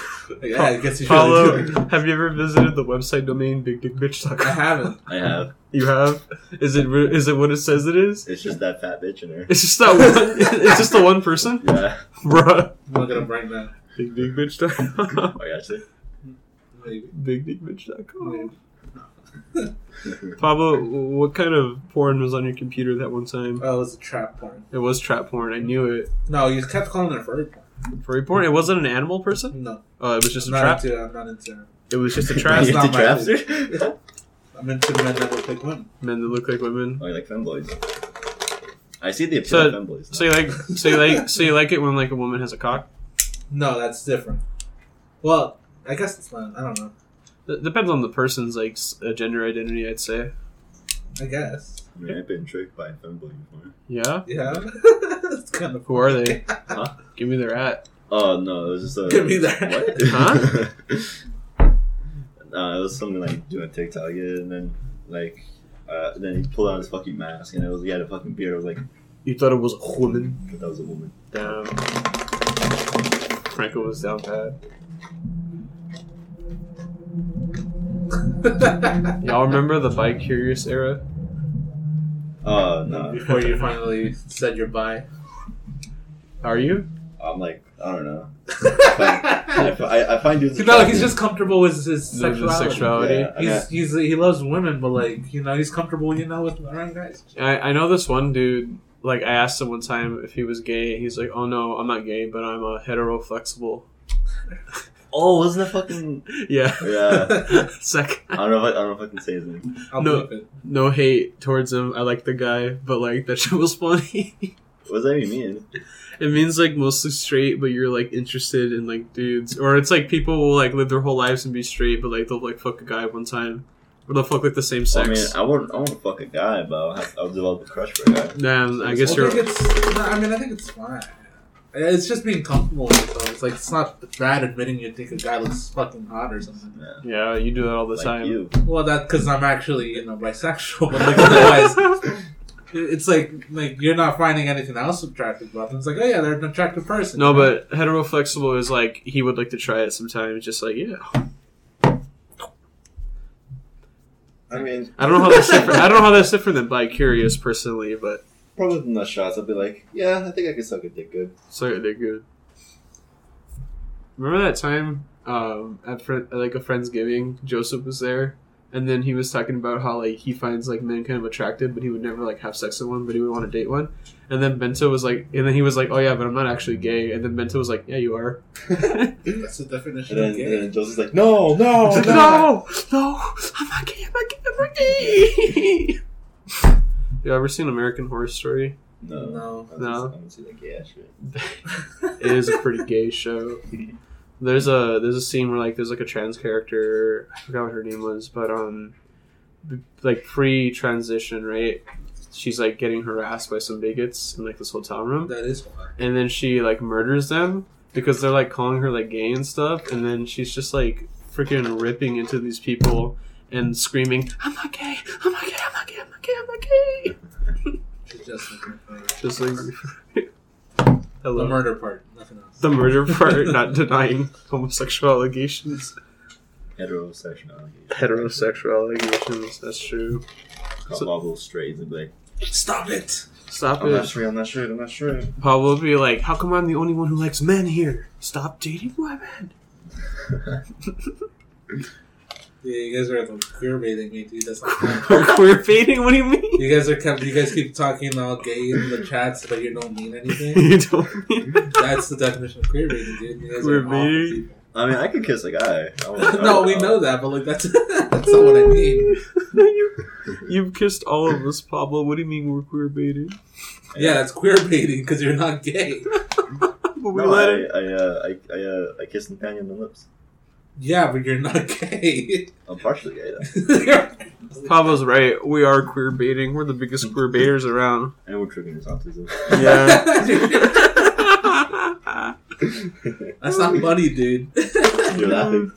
Speaker 2: Yeah, I guess you should
Speaker 3: Paulo,
Speaker 2: really do it.
Speaker 3: have you ever visited the website domain bigdickbitch.com?
Speaker 2: I haven't.
Speaker 1: I have.
Speaker 3: You have? Is it re- is it what it says it is?
Speaker 1: It's just that fat bitch in there.
Speaker 3: It's just that one. it's just the one person,
Speaker 1: Yeah.
Speaker 3: bruh.
Speaker 2: I'm looking up right now.
Speaker 3: Big big bitch. dot-
Speaker 1: I got you.
Speaker 2: Maybe.
Speaker 3: big big bitch. dot com.
Speaker 1: It
Speaker 3: Pablo, w- what kind of porn was on your computer that one time?
Speaker 2: Oh, it was a trap porn.
Speaker 3: It was trap porn. I knew it.
Speaker 2: No, you kept calling it furry porn.
Speaker 3: Furry porn. It wasn't an animal person.
Speaker 2: No,
Speaker 3: Oh, it was just a
Speaker 2: I'm not
Speaker 3: trap.
Speaker 2: into. I'm not into.
Speaker 3: It was just a
Speaker 1: Are
Speaker 3: trap.
Speaker 1: you
Speaker 2: not
Speaker 1: into
Speaker 2: my
Speaker 1: traps?
Speaker 2: thing.
Speaker 1: Are
Speaker 2: I'm into men that look like women.
Speaker 3: Men that look like women.
Speaker 1: Oh, you like femboys? I see the appeal
Speaker 3: So-
Speaker 1: of femboys.
Speaker 3: So you like? So you like? So you like it when like a woman has a cock?
Speaker 2: No, that's different. Well, I guess it's not. I don't know.
Speaker 3: It depends on the person's like s- uh, gender identity. I'd say.
Speaker 2: I guess.
Speaker 1: I mean, I've been tricked by a femboy before.
Speaker 3: Yeah.
Speaker 2: Yeah. it's kind of.
Speaker 3: Who are they?
Speaker 1: Huh?
Speaker 3: Give me their at.
Speaker 1: Oh no, it was just a.
Speaker 2: Give me that.
Speaker 1: What?
Speaker 3: Huh?
Speaker 1: no, it was something like doing TikTok, yeah, and then like, uh, then he pulled out his fucking mask, and it was he had a fucking beard. I was like,
Speaker 3: You thought it was a woman.
Speaker 1: but that was a woman.
Speaker 3: Damn. Franco was down bad. Y'all remember the bike curious era?
Speaker 1: Oh no,
Speaker 2: Before you finally said your bye.
Speaker 3: Are you?
Speaker 1: I'm like, I don't know. I,
Speaker 2: no,
Speaker 1: fi- I, I find dudes.
Speaker 2: he's just comfortable with his
Speaker 3: The- the
Speaker 2: sexuality.
Speaker 3: sexuality.
Speaker 1: Yeah.
Speaker 2: He's, he's he loves women, but like you know, he's comfortable, you know, with around guys.
Speaker 3: I, I know this one dude. Like I asked him one time if he was gay. He's like, "Oh no, I'm not gay, but I'm a hetero flexible."
Speaker 1: Oh, wasn't that fucking?
Speaker 3: Yeah.
Speaker 1: Yeah.
Speaker 3: Sec.
Speaker 1: I don't know. If I, I don't know if I can say his name.
Speaker 2: I'll
Speaker 3: No.
Speaker 2: believe it.
Speaker 3: No hate towards him. I like the guy, but like that shit was funny.
Speaker 1: What does that even mean?
Speaker 3: It means like mostly straight, but you're like interested in like dudes, or it's like people will like live their whole lives and be straight, but like they'll like fuck a guy one time, or they'll fuck like the same
Speaker 1: I mean,
Speaker 3: sex.
Speaker 1: I won't. I won't fuck a guy, but I'll, have, I'll develop a crush for a guy.
Speaker 3: Nah, I guess
Speaker 2: I
Speaker 3: you're.
Speaker 2: Think it's, no, I mean, I think it's fine. It's just being comfortable with it, though. It's like it's not bad admitting you think a guy looks fucking hot or something.
Speaker 1: Yeah.
Speaker 3: Yeah, you do that all the
Speaker 1: Like
Speaker 3: time.
Speaker 1: you.
Speaker 2: Well, that because I'm actually you know bisexual, but like otherwise, it- it's like like you're not finding anything else attractive about them. It's like oh yeah, they're an attractive person.
Speaker 3: no, but hetero flexible is like he would like to try it sometimes. Just like yeah,
Speaker 1: I mean,
Speaker 3: I don't know how that's different. I don't know how that's different than bi curious personally, but
Speaker 1: Probably with nut shots, I'll be like, yeah, I think I could suck a dick good.
Speaker 3: so they're good. Remember that time um, at friend, at, like a friendsgiving, Joseph was there, And then he was talking about how like he finds like men kind of attractive, but he would never like have sex with one, but he would want to date one. And then Bento was like, and then he was like, oh yeah, but I'm not actually gay. And then Bento was like, yeah, you are.
Speaker 2: That's the definition
Speaker 1: And then, and
Speaker 2: of gay.
Speaker 1: then Joseph's like, no, no,
Speaker 3: no,
Speaker 1: no.
Speaker 3: Oh, no, I'm not gay. I'm not gay. I'm not gay. you ever seen American Horror Story?
Speaker 1: No.
Speaker 2: No.
Speaker 1: I'm
Speaker 3: No.
Speaker 1: Just, I'm just like, yeah, sure.
Speaker 3: it is a pretty gay show. There's a there's a scene where like there's like a trans character I forgot what her name was, but um, b- like pre transition, right? She's like getting harassed by some bigots in like this hotel room,
Speaker 2: That is why.
Speaker 3: and then she like murders them because they're like calling her like gay and stuff, and then she's just like freaking ripping into these people and screaming, "I'm not gay! I'm not gay! I'm not gay! I'm not gay! I'm not gay!"
Speaker 2: She's just looking for
Speaker 3: Just like
Speaker 2: the
Speaker 3: hello.
Speaker 2: murder part, nothing else.
Speaker 3: the murder part, not denying homosexual allegations.
Speaker 1: Heterosexuality.
Speaker 3: Heterosexual allegations, that's true.
Speaker 1: Call Pablo straight and be like,
Speaker 2: Stop it!
Speaker 3: Stop
Speaker 1: I'm not
Speaker 3: it.
Speaker 1: straight, I'm not straight, I'm not straight.
Speaker 3: Pablo would be like, How come I'm the only one who likes men here? Stop dating women.
Speaker 2: Yeah, you guys are like queer baiting me, dude. That's not fun.
Speaker 3: Queer fading? What do you mean?
Speaker 2: You guys are kept, you guys keep talking all gay in the chats, but you don't mean anything.
Speaker 3: you don't mean
Speaker 2: That's the definition of queer baiting, dude. You guys
Speaker 3: Queer
Speaker 2: are awful
Speaker 3: baiting?
Speaker 2: people.
Speaker 1: I mean, I could kiss a guy. I won't-
Speaker 2: no,
Speaker 1: I
Speaker 2: we
Speaker 1: won't-
Speaker 2: know that, but like that's that's not what I mean.
Speaker 3: you, You've kissed all of us, Pablo. What do you mean we're queer baiting?
Speaker 2: Yeah, that's queer baiting because you're not gay.
Speaker 3: But we
Speaker 1: No,
Speaker 3: let
Speaker 1: I,
Speaker 3: it.
Speaker 1: I, uh, I, I, uh, I kissed Nathaniel on the lips.
Speaker 2: Yeah, but you're not gay.
Speaker 1: I'm partially gay, though.
Speaker 3: Pablo's right. We are queer baiting. We're the biggest queer baiters around.
Speaker 1: And we're tripping his autism.
Speaker 3: Yeah.
Speaker 2: that's not funny, dude.
Speaker 1: You're laughing.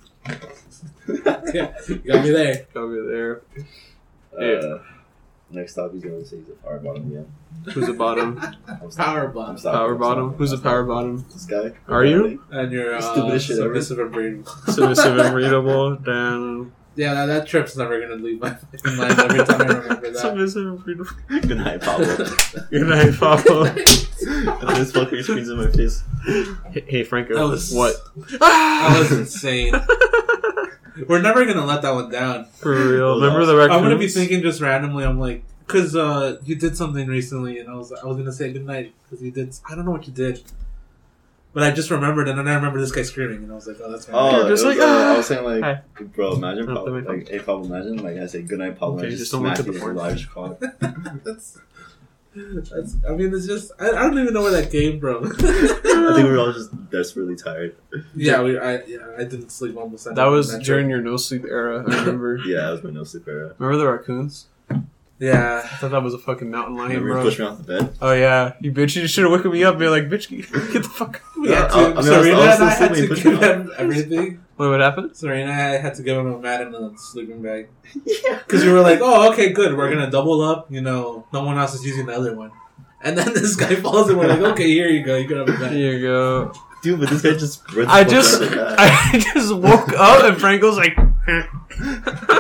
Speaker 2: yeah, you got me there.
Speaker 3: Over there.
Speaker 1: Uh, next up, he's going to say he's a power bottom. Yeah.
Speaker 3: Who's a bottom?
Speaker 1: I'm
Speaker 2: Power
Speaker 1: stopping. I'm
Speaker 2: bomb.
Speaker 1: stopping.
Speaker 3: Power
Speaker 1: I'm
Speaker 3: bottom.
Speaker 1: stopping.
Speaker 3: Who's a
Speaker 1: I'm
Speaker 3: power
Speaker 1: stopping.
Speaker 3: bottom?
Speaker 1: This guy.
Speaker 3: Are you?
Speaker 2: And you're uh,
Speaker 1: Stupidest shit ever.
Speaker 2: submissive and brave.
Speaker 3: Submissive and readable. Damn.
Speaker 2: Yeah, that, that trip's never gonna leave my fucking mind every time I remember that.
Speaker 3: Submissive and readable.
Speaker 1: Good night, Pablo.
Speaker 3: Good night, Pablo.
Speaker 1: And this fucker screams in my face.
Speaker 3: hey, hey, Franco.
Speaker 2: That was-
Speaker 3: what?
Speaker 2: that was insane. We're never gonna let that one down.
Speaker 3: For real.
Speaker 1: Hold
Speaker 3: Remember
Speaker 1: on.
Speaker 3: the record?
Speaker 2: I'm gonna be thinking just randomly. I'm like, because uh, you did something recently, and I was I was gonna say goodnight because you did. I don't know what you did, but I just remembered, and then I remember this guy screaming, and I was like, oh, that's my.
Speaker 1: Oh,
Speaker 3: You're
Speaker 1: it
Speaker 3: just
Speaker 1: was,
Speaker 3: like,
Speaker 1: uh,
Speaker 3: "Ah."
Speaker 1: I was saying like, bro, imagine,
Speaker 3: Not that
Speaker 1: Pablo,
Speaker 3: way, Pablo.
Speaker 1: like, hey, Pablo, imagine, like, I say goodnight, Pablo,
Speaker 3: Okay,
Speaker 1: and I
Speaker 3: just
Speaker 1: just
Speaker 3: don't look
Speaker 1: smack
Speaker 3: at the
Speaker 1: you with a
Speaker 3: board.
Speaker 1: large cock.
Speaker 2: that's, that's. I mean, it's just I, I don't even know where that came from.
Speaker 1: I think we were all just desperately tired.
Speaker 2: yeah, we. I yeah, I didn't sleep almost.
Speaker 3: That was
Speaker 2: night.
Speaker 3: during your no sleep era, I remember.
Speaker 1: Yeah, that was my no sleep era.
Speaker 3: Remember the raccoons?
Speaker 2: Yeah.
Speaker 3: I thought that was a fucking mountain lion,
Speaker 1: Remember you
Speaker 3: bro.
Speaker 1: pushed me off the bed?
Speaker 3: Oh, yeah. You bitch, you should have woken me up and be like, bitch, get the fuck out.
Speaker 2: We
Speaker 1: Yeah,
Speaker 2: had
Speaker 1: Uh, I- I
Speaker 2: to,
Speaker 1: mean, I was- I
Speaker 2: Serena
Speaker 1: was
Speaker 2: and I
Speaker 1: still
Speaker 2: had to
Speaker 1: sleeping,
Speaker 2: give
Speaker 1: but-
Speaker 2: him everything.
Speaker 3: Wait, what happened?
Speaker 2: Serena and I had to give him a mat and a sleeping bag. Yeah. Because we were like, oh, okay, good. We're going to double up. You know, no one else is using the other one. And then this guy falls and we're like, okay, here you go. You can have a
Speaker 3: There
Speaker 2: mat.
Speaker 3: you go.
Speaker 1: Dude, but this guy just. ripped
Speaker 3: I
Speaker 1: the fuck
Speaker 3: just,
Speaker 1: out of that.
Speaker 3: I just woke up and Franco's like,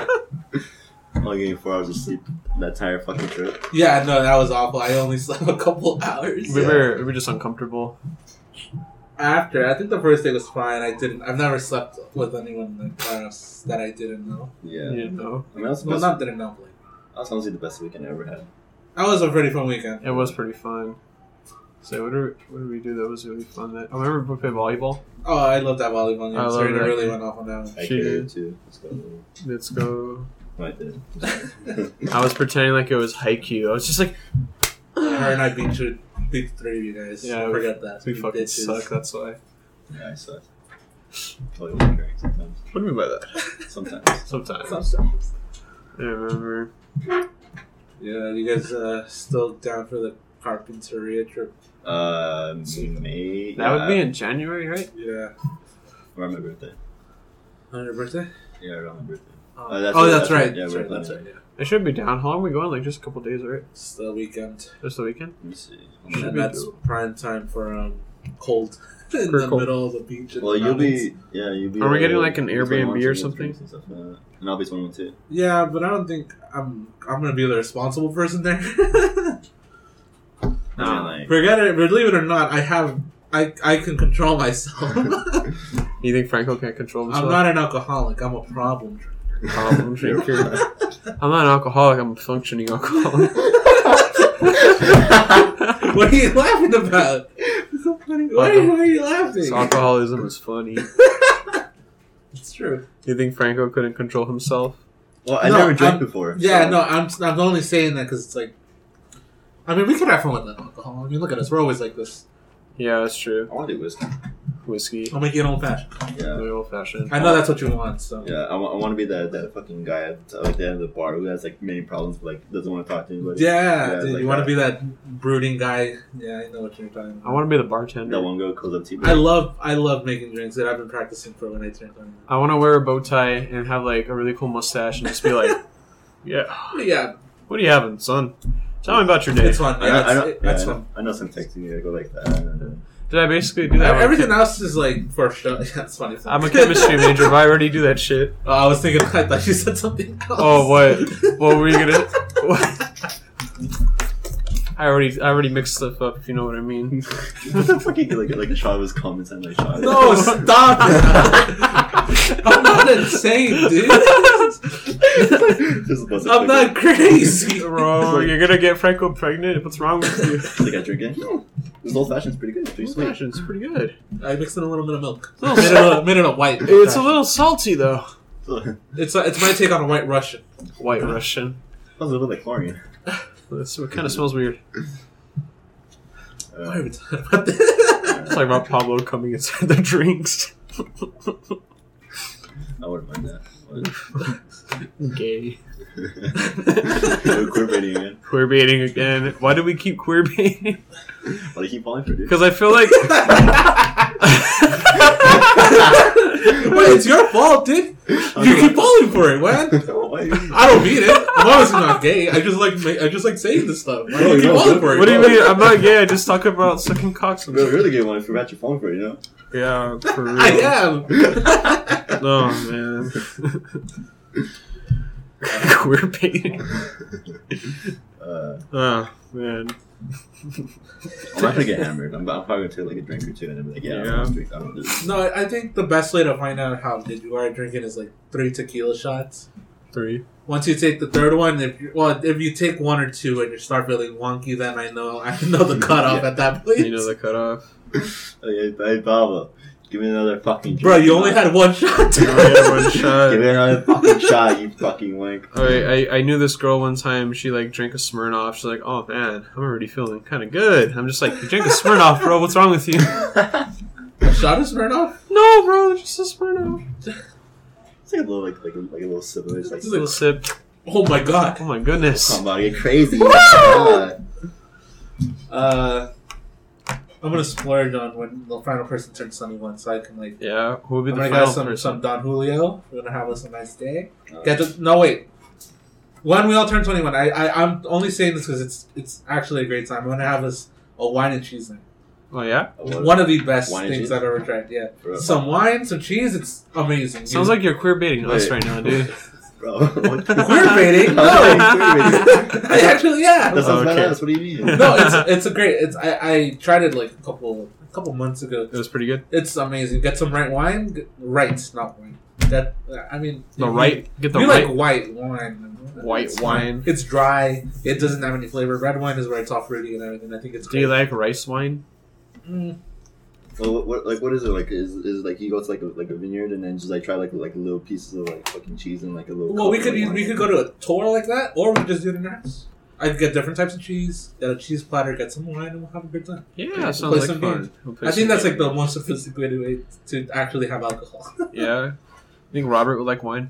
Speaker 1: Only getting four hours of sleep that entire fucking trip.
Speaker 2: Yeah, no, that was awful. I only slept a couple hours.
Speaker 3: we were, we were just uncomfortable.
Speaker 2: After, I think the first day was fine. I didn't, I've never slept with anyone in the class that I didn't know.
Speaker 1: Yeah.
Speaker 3: You know,
Speaker 1: I mean, that's, the
Speaker 2: Well,
Speaker 1: best,
Speaker 2: not didn't know, but like,
Speaker 1: that's honestly the best weekend I ever had.
Speaker 2: that was a pretty fun weekend.
Speaker 3: it was pretty fun. So what did we, what did we do that was really fun? That I remember we played volleyball.
Speaker 2: Oh, I love that volleyball
Speaker 3: I
Speaker 2: game.
Speaker 3: love
Speaker 2: Serena
Speaker 3: that
Speaker 2: really
Speaker 3: game.
Speaker 2: went off on that one.
Speaker 1: I
Speaker 3: She
Speaker 1: carried
Speaker 3: did.
Speaker 1: too. Let's go.
Speaker 3: Let's go.
Speaker 1: No, I did.
Speaker 3: I was pretending like it was haiku. I was just like,
Speaker 2: Her and I beat you, beat three of you guys.
Speaker 3: Yeah,
Speaker 2: Yeah,
Speaker 3: we-
Speaker 2: forget that.
Speaker 3: we
Speaker 2: You
Speaker 3: fucking
Speaker 2: bitches.
Speaker 3: suck. That's why.
Speaker 1: Yeah, I sucked. Totally was carrying sometimes.
Speaker 3: What do you mean by that?
Speaker 1: Sometimes.
Speaker 3: Sometimes
Speaker 2: Sometimes.
Speaker 3: I remember.
Speaker 2: Yeah, you guys uh, still down for the carpinteria trip?
Speaker 1: Uh, May.
Speaker 3: That would be
Speaker 1: yeah,
Speaker 3: in January, right?
Speaker 2: Yeah.
Speaker 1: Around my birthday.
Speaker 2: On your birthday?
Speaker 1: Yeah, around my birthday.
Speaker 2: Oh,
Speaker 1: Uh, that's
Speaker 2: oh,
Speaker 1: right,
Speaker 2: that's,
Speaker 1: that's
Speaker 2: right.
Speaker 1: right, yeah,
Speaker 2: that's
Speaker 1: we're
Speaker 2: right. That's right.
Speaker 1: planning.
Speaker 2: Yeah.
Speaker 3: It should be down. How long are we going? Like just a couple days, right?
Speaker 2: It's the weekend.
Speaker 3: Just the weekend.
Speaker 1: Let me see.
Speaker 3: Should
Speaker 2: And
Speaker 3: be
Speaker 2: that's
Speaker 3: doable.
Speaker 2: prime time for um, cold in
Speaker 3: For
Speaker 2: the
Speaker 3: cold.
Speaker 2: middle of the beach. in
Speaker 1: Well,
Speaker 2: the
Speaker 1: you'll
Speaker 2: mountains.
Speaker 1: be. Yeah, you'll be.
Speaker 3: Are we getting,
Speaker 1: uh,
Speaker 3: like, an
Speaker 1: you'll be
Speaker 3: Airbnb
Speaker 1: launching
Speaker 3: or
Speaker 1: these
Speaker 3: something?
Speaker 1: drinks And, stuff like that. and I'll be 21 too.
Speaker 2: Yeah, but I don't think I'm. I'm gonna be the responsible person there.
Speaker 1: I mean, like,
Speaker 2: Forget it. Believe it or not, I have. I I can control myself.
Speaker 3: You think Franco can't control
Speaker 2: I'm
Speaker 3: himself?
Speaker 2: not an alcoholic. I'm a problem.
Speaker 3: problem drinker. I'm not an alcoholic. I'm a functioning alcoholic.
Speaker 2: What are you laughing about?
Speaker 1: so funny.
Speaker 2: Why, are you- why are you laughing?
Speaker 3: So alcoholism is funny.
Speaker 2: It's true.
Speaker 3: You think Franco couldn't control himself?
Speaker 1: Well, I
Speaker 2: No,
Speaker 1: never drank
Speaker 2: I'm-
Speaker 1: before.
Speaker 2: Yeah,
Speaker 1: so-
Speaker 2: no, I'm, I'm only saying that because it's like, I mean, we could have fun with that alcohol. I mean, look at us. We're always like this.
Speaker 3: Yeah, that's true.
Speaker 1: I want to do whiskey.
Speaker 3: Whiskey,
Speaker 2: I'll make you an old fashioned.
Speaker 1: Yeah.
Speaker 3: really old fashioned.
Speaker 2: I know that's what you want, so.
Speaker 1: Yeah, I want to be that, that fucking guy at the, at the end of the bar who has like many problems, but, like doesn't want to talk to anybody.
Speaker 2: Yeah,
Speaker 1: Yeah,
Speaker 2: dude,
Speaker 1: like
Speaker 2: you want to
Speaker 1: that.
Speaker 2: be that brooding guy. Yeah, I know what you're talking about.
Speaker 3: I want to be the
Speaker 1: That
Speaker 3: bartender.
Speaker 1: one girl calls up to you.
Speaker 2: I love I love making drinks that I've been practicing for when I turn on.
Speaker 3: I want to wear a bow tie and have like a really cool mustache and just be like, "Yeah,
Speaker 2: Yeah,
Speaker 3: what are you having, son? Tell me about your day."
Speaker 2: it's fun.
Speaker 1: I
Speaker 2: Yeah,
Speaker 1: know,
Speaker 2: that's,
Speaker 1: I know,
Speaker 2: it-
Speaker 1: yeah,
Speaker 2: that's
Speaker 1: I know-
Speaker 2: fun.
Speaker 1: I know some texting you go like that.
Speaker 3: Did I basically do that?
Speaker 2: Everything else is like for show. Yeah, that's funny.
Speaker 3: I'm a chemistry major. But I already do that shit.
Speaker 2: Oh, I was thinking. I thought you said something else.
Speaker 3: Oh, what? What were you gonna? What? I already, I already mixed stuff up. If you know what I mean.
Speaker 1: fucking get like like a shot of his comments and like shot.
Speaker 2: No, stop! I'm not insane, dude.
Speaker 1: Just a bunch of
Speaker 2: I'm not
Speaker 1: fucking-
Speaker 2: crazy.
Speaker 3: Bro, Oh, you're gonna get Franco pregnant. What's wrong with you?
Speaker 1: Like I drink it. Hmm, This old fashioned's pretty good. It's pretty sweet.
Speaker 3: It's pretty good.
Speaker 2: I mixed in a little bit of milk.
Speaker 3: Oh.
Speaker 2: Made it a, made it a white.
Speaker 3: It's a little salty though.
Speaker 1: Sounds
Speaker 2: It's a, it's my take on a white Russian.
Speaker 3: White Russian.
Speaker 1: a little like chlorine.
Speaker 3: That's what kind of smells weird.
Speaker 2: Why are
Speaker 1: Uh,
Speaker 2: we talking about this?
Speaker 3: It's like about Pablo coming inside the drinks.
Speaker 1: I wouldn't mind
Speaker 3: Gay.
Speaker 1: that. You're queer baiting again.
Speaker 3: Queer baiting again. Why do we keep queer baiting?
Speaker 1: Why do you keep falling for dude?
Speaker 3: Because I feel like.
Speaker 2: Wait, it's your fault, dude. You keep falling for it, man.
Speaker 1: Why?
Speaker 2: I don't mean it. I'm obviously not gay. I just like ma- I just like saying this stuff. Why do
Speaker 1: No,
Speaker 2: you keep
Speaker 1: no,
Speaker 2: falling
Speaker 1: no.
Speaker 2: for it?
Speaker 3: what do you mean? I'm not gay. I just talk about sucking cocks.
Speaker 1: You're you're the gay one if you're actually falling for it, you know?
Speaker 3: Yeah, for real.
Speaker 2: I am.
Speaker 3: Oh man. Queer baiting.
Speaker 1: Uh,
Speaker 3: Oh man.
Speaker 1: I'm not gonna get hammered. I'm, I'm probably gonna take like a drink or two and then be like, yeah,
Speaker 3: Yeah.
Speaker 1: I'm gonna drink. I don't do this.
Speaker 2: No, I I think the best way to find out how good you are at drinking is like three tequila shots.
Speaker 3: Three.
Speaker 2: Once you take the third one, if you, well, if you take one or two and you start feeling wonky, then I know I know the cutoff
Speaker 1: Yeah.
Speaker 2: at that point.
Speaker 3: You know the cutoff.
Speaker 1: Hey, Oh, hey, Baba, give me another fucking drink.
Speaker 2: Bro, you only had one shot.
Speaker 3: You only had Oh, one
Speaker 1: Give
Speaker 3: shot.
Speaker 1: me another fucking shot, you fucking wank.
Speaker 3: Alright, I, I knew this girl one time. She like drank a Smirnoff. She's like, oh man, I'm already feeling kind of good. I'm just like, you drink a Smirnoff, bro. What's wrong with you?
Speaker 1: it's
Speaker 2: A shot is burned off.
Speaker 3: no, bro, just a Smirnoff.
Speaker 1: like a little, like, like, a- like a little sip of it. It's like,
Speaker 3: Just a little sip.
Speaker 2: Oh my god.
Speaker 3: Oh my goodness.
Speaker 1: come on, get crazy.
Speaker 2: Uh, I'm gonna splurge on when the final person turns 21, so I can like.
Speaker 3: Yeah, who would be
Speaker 2: I'm
Speaker 3: the
Speaker 2: gonna get
Speaker 3: final
Speaker 2: some, some
Speaker 3: person?
Speaker 2: Don Julio. We're gonna have us a nice day.
Speaker 1: Uh,
Speaker 2: Get to, no wait. When we all turn 21, I, I I'm only saying this because it's it's actually a great time. I'm gonna have us a wine and cheese night.
Speaker 3: Oh yeah,
Speaker 1: what-
Speaker 2: One of the best
Speaker 1: Wine and
Speaker 2: things
Speaker 1: cheese?
Speaker 2: I've ever tried. Yeah,
Speaker 1: bro,
Speaker 2: some wine, some cheese. It's amazing.
Speaker 3: sounds like you're queer baiting us
Speaker 1: Wait.
Speaker 3: right now, dude.
Speaker 1: bro. What?
Speaker 2: Queer baiting? No. I actually yeah.
Speaker 1: That's
Speaker 3: Oh, Okay.
Speaker 1: not badass. What do you mean?
Speaker 2: No, it's it's a great. It's I, I tried it like a couple a couple months ago.
Speaker 3: It was pretty good.
Speaker 2: It's amazing. Get some right wine. G- Right, not wine. That I mean,
Speaker 3: The
Speaker 2: if you-
Speaker 3: right, get
Speaker 2: If
Speaker 3: the
Speaker 2: you
Speaker 3: right
Speaker 2: like white wine.
Speaker 3: white
Speaker 2: it's fine.
Speaker 3: wine.
Speaker 2: It's dry. It doesn't have any flavor. Red wine is where it's all fruity and everything. I think it's.
Speaker 3: Do you
Speaker 2: great.
Speaker 3: like rice wine?
Speaker 2: Mm,
Speaker 1: Well, what, what, like, what is it like? Is, is it like you go to like a, like a vineyard and then just like try like like little pieces of like fucking cheese and like a little.
Speaker 2: Well, we
Speaker 1: cup
Speaker 2: could
Speaker 1: of
Speaker 2: use, we
Speaker 1: wine?
Speaker 2: could go to a tour like that, or we could just do it in our house. I could get different types of cheese. Get a cheese platter. Get some wine, and we'll have a good time.
Speaker 3: Yeah,
Speaker 1: Yeah,
Speaker 3: sounds
Speaker 2: play
Speaker 3: like
Speaker 2: some
Speaker 3: fun. We'll play
Speaker 2: I think
Speaker 3: some
Speaker 2: that's like the most sophisticated way to actually have alcohol.
Speaker 3: games. yeah. I think Robert would like wine.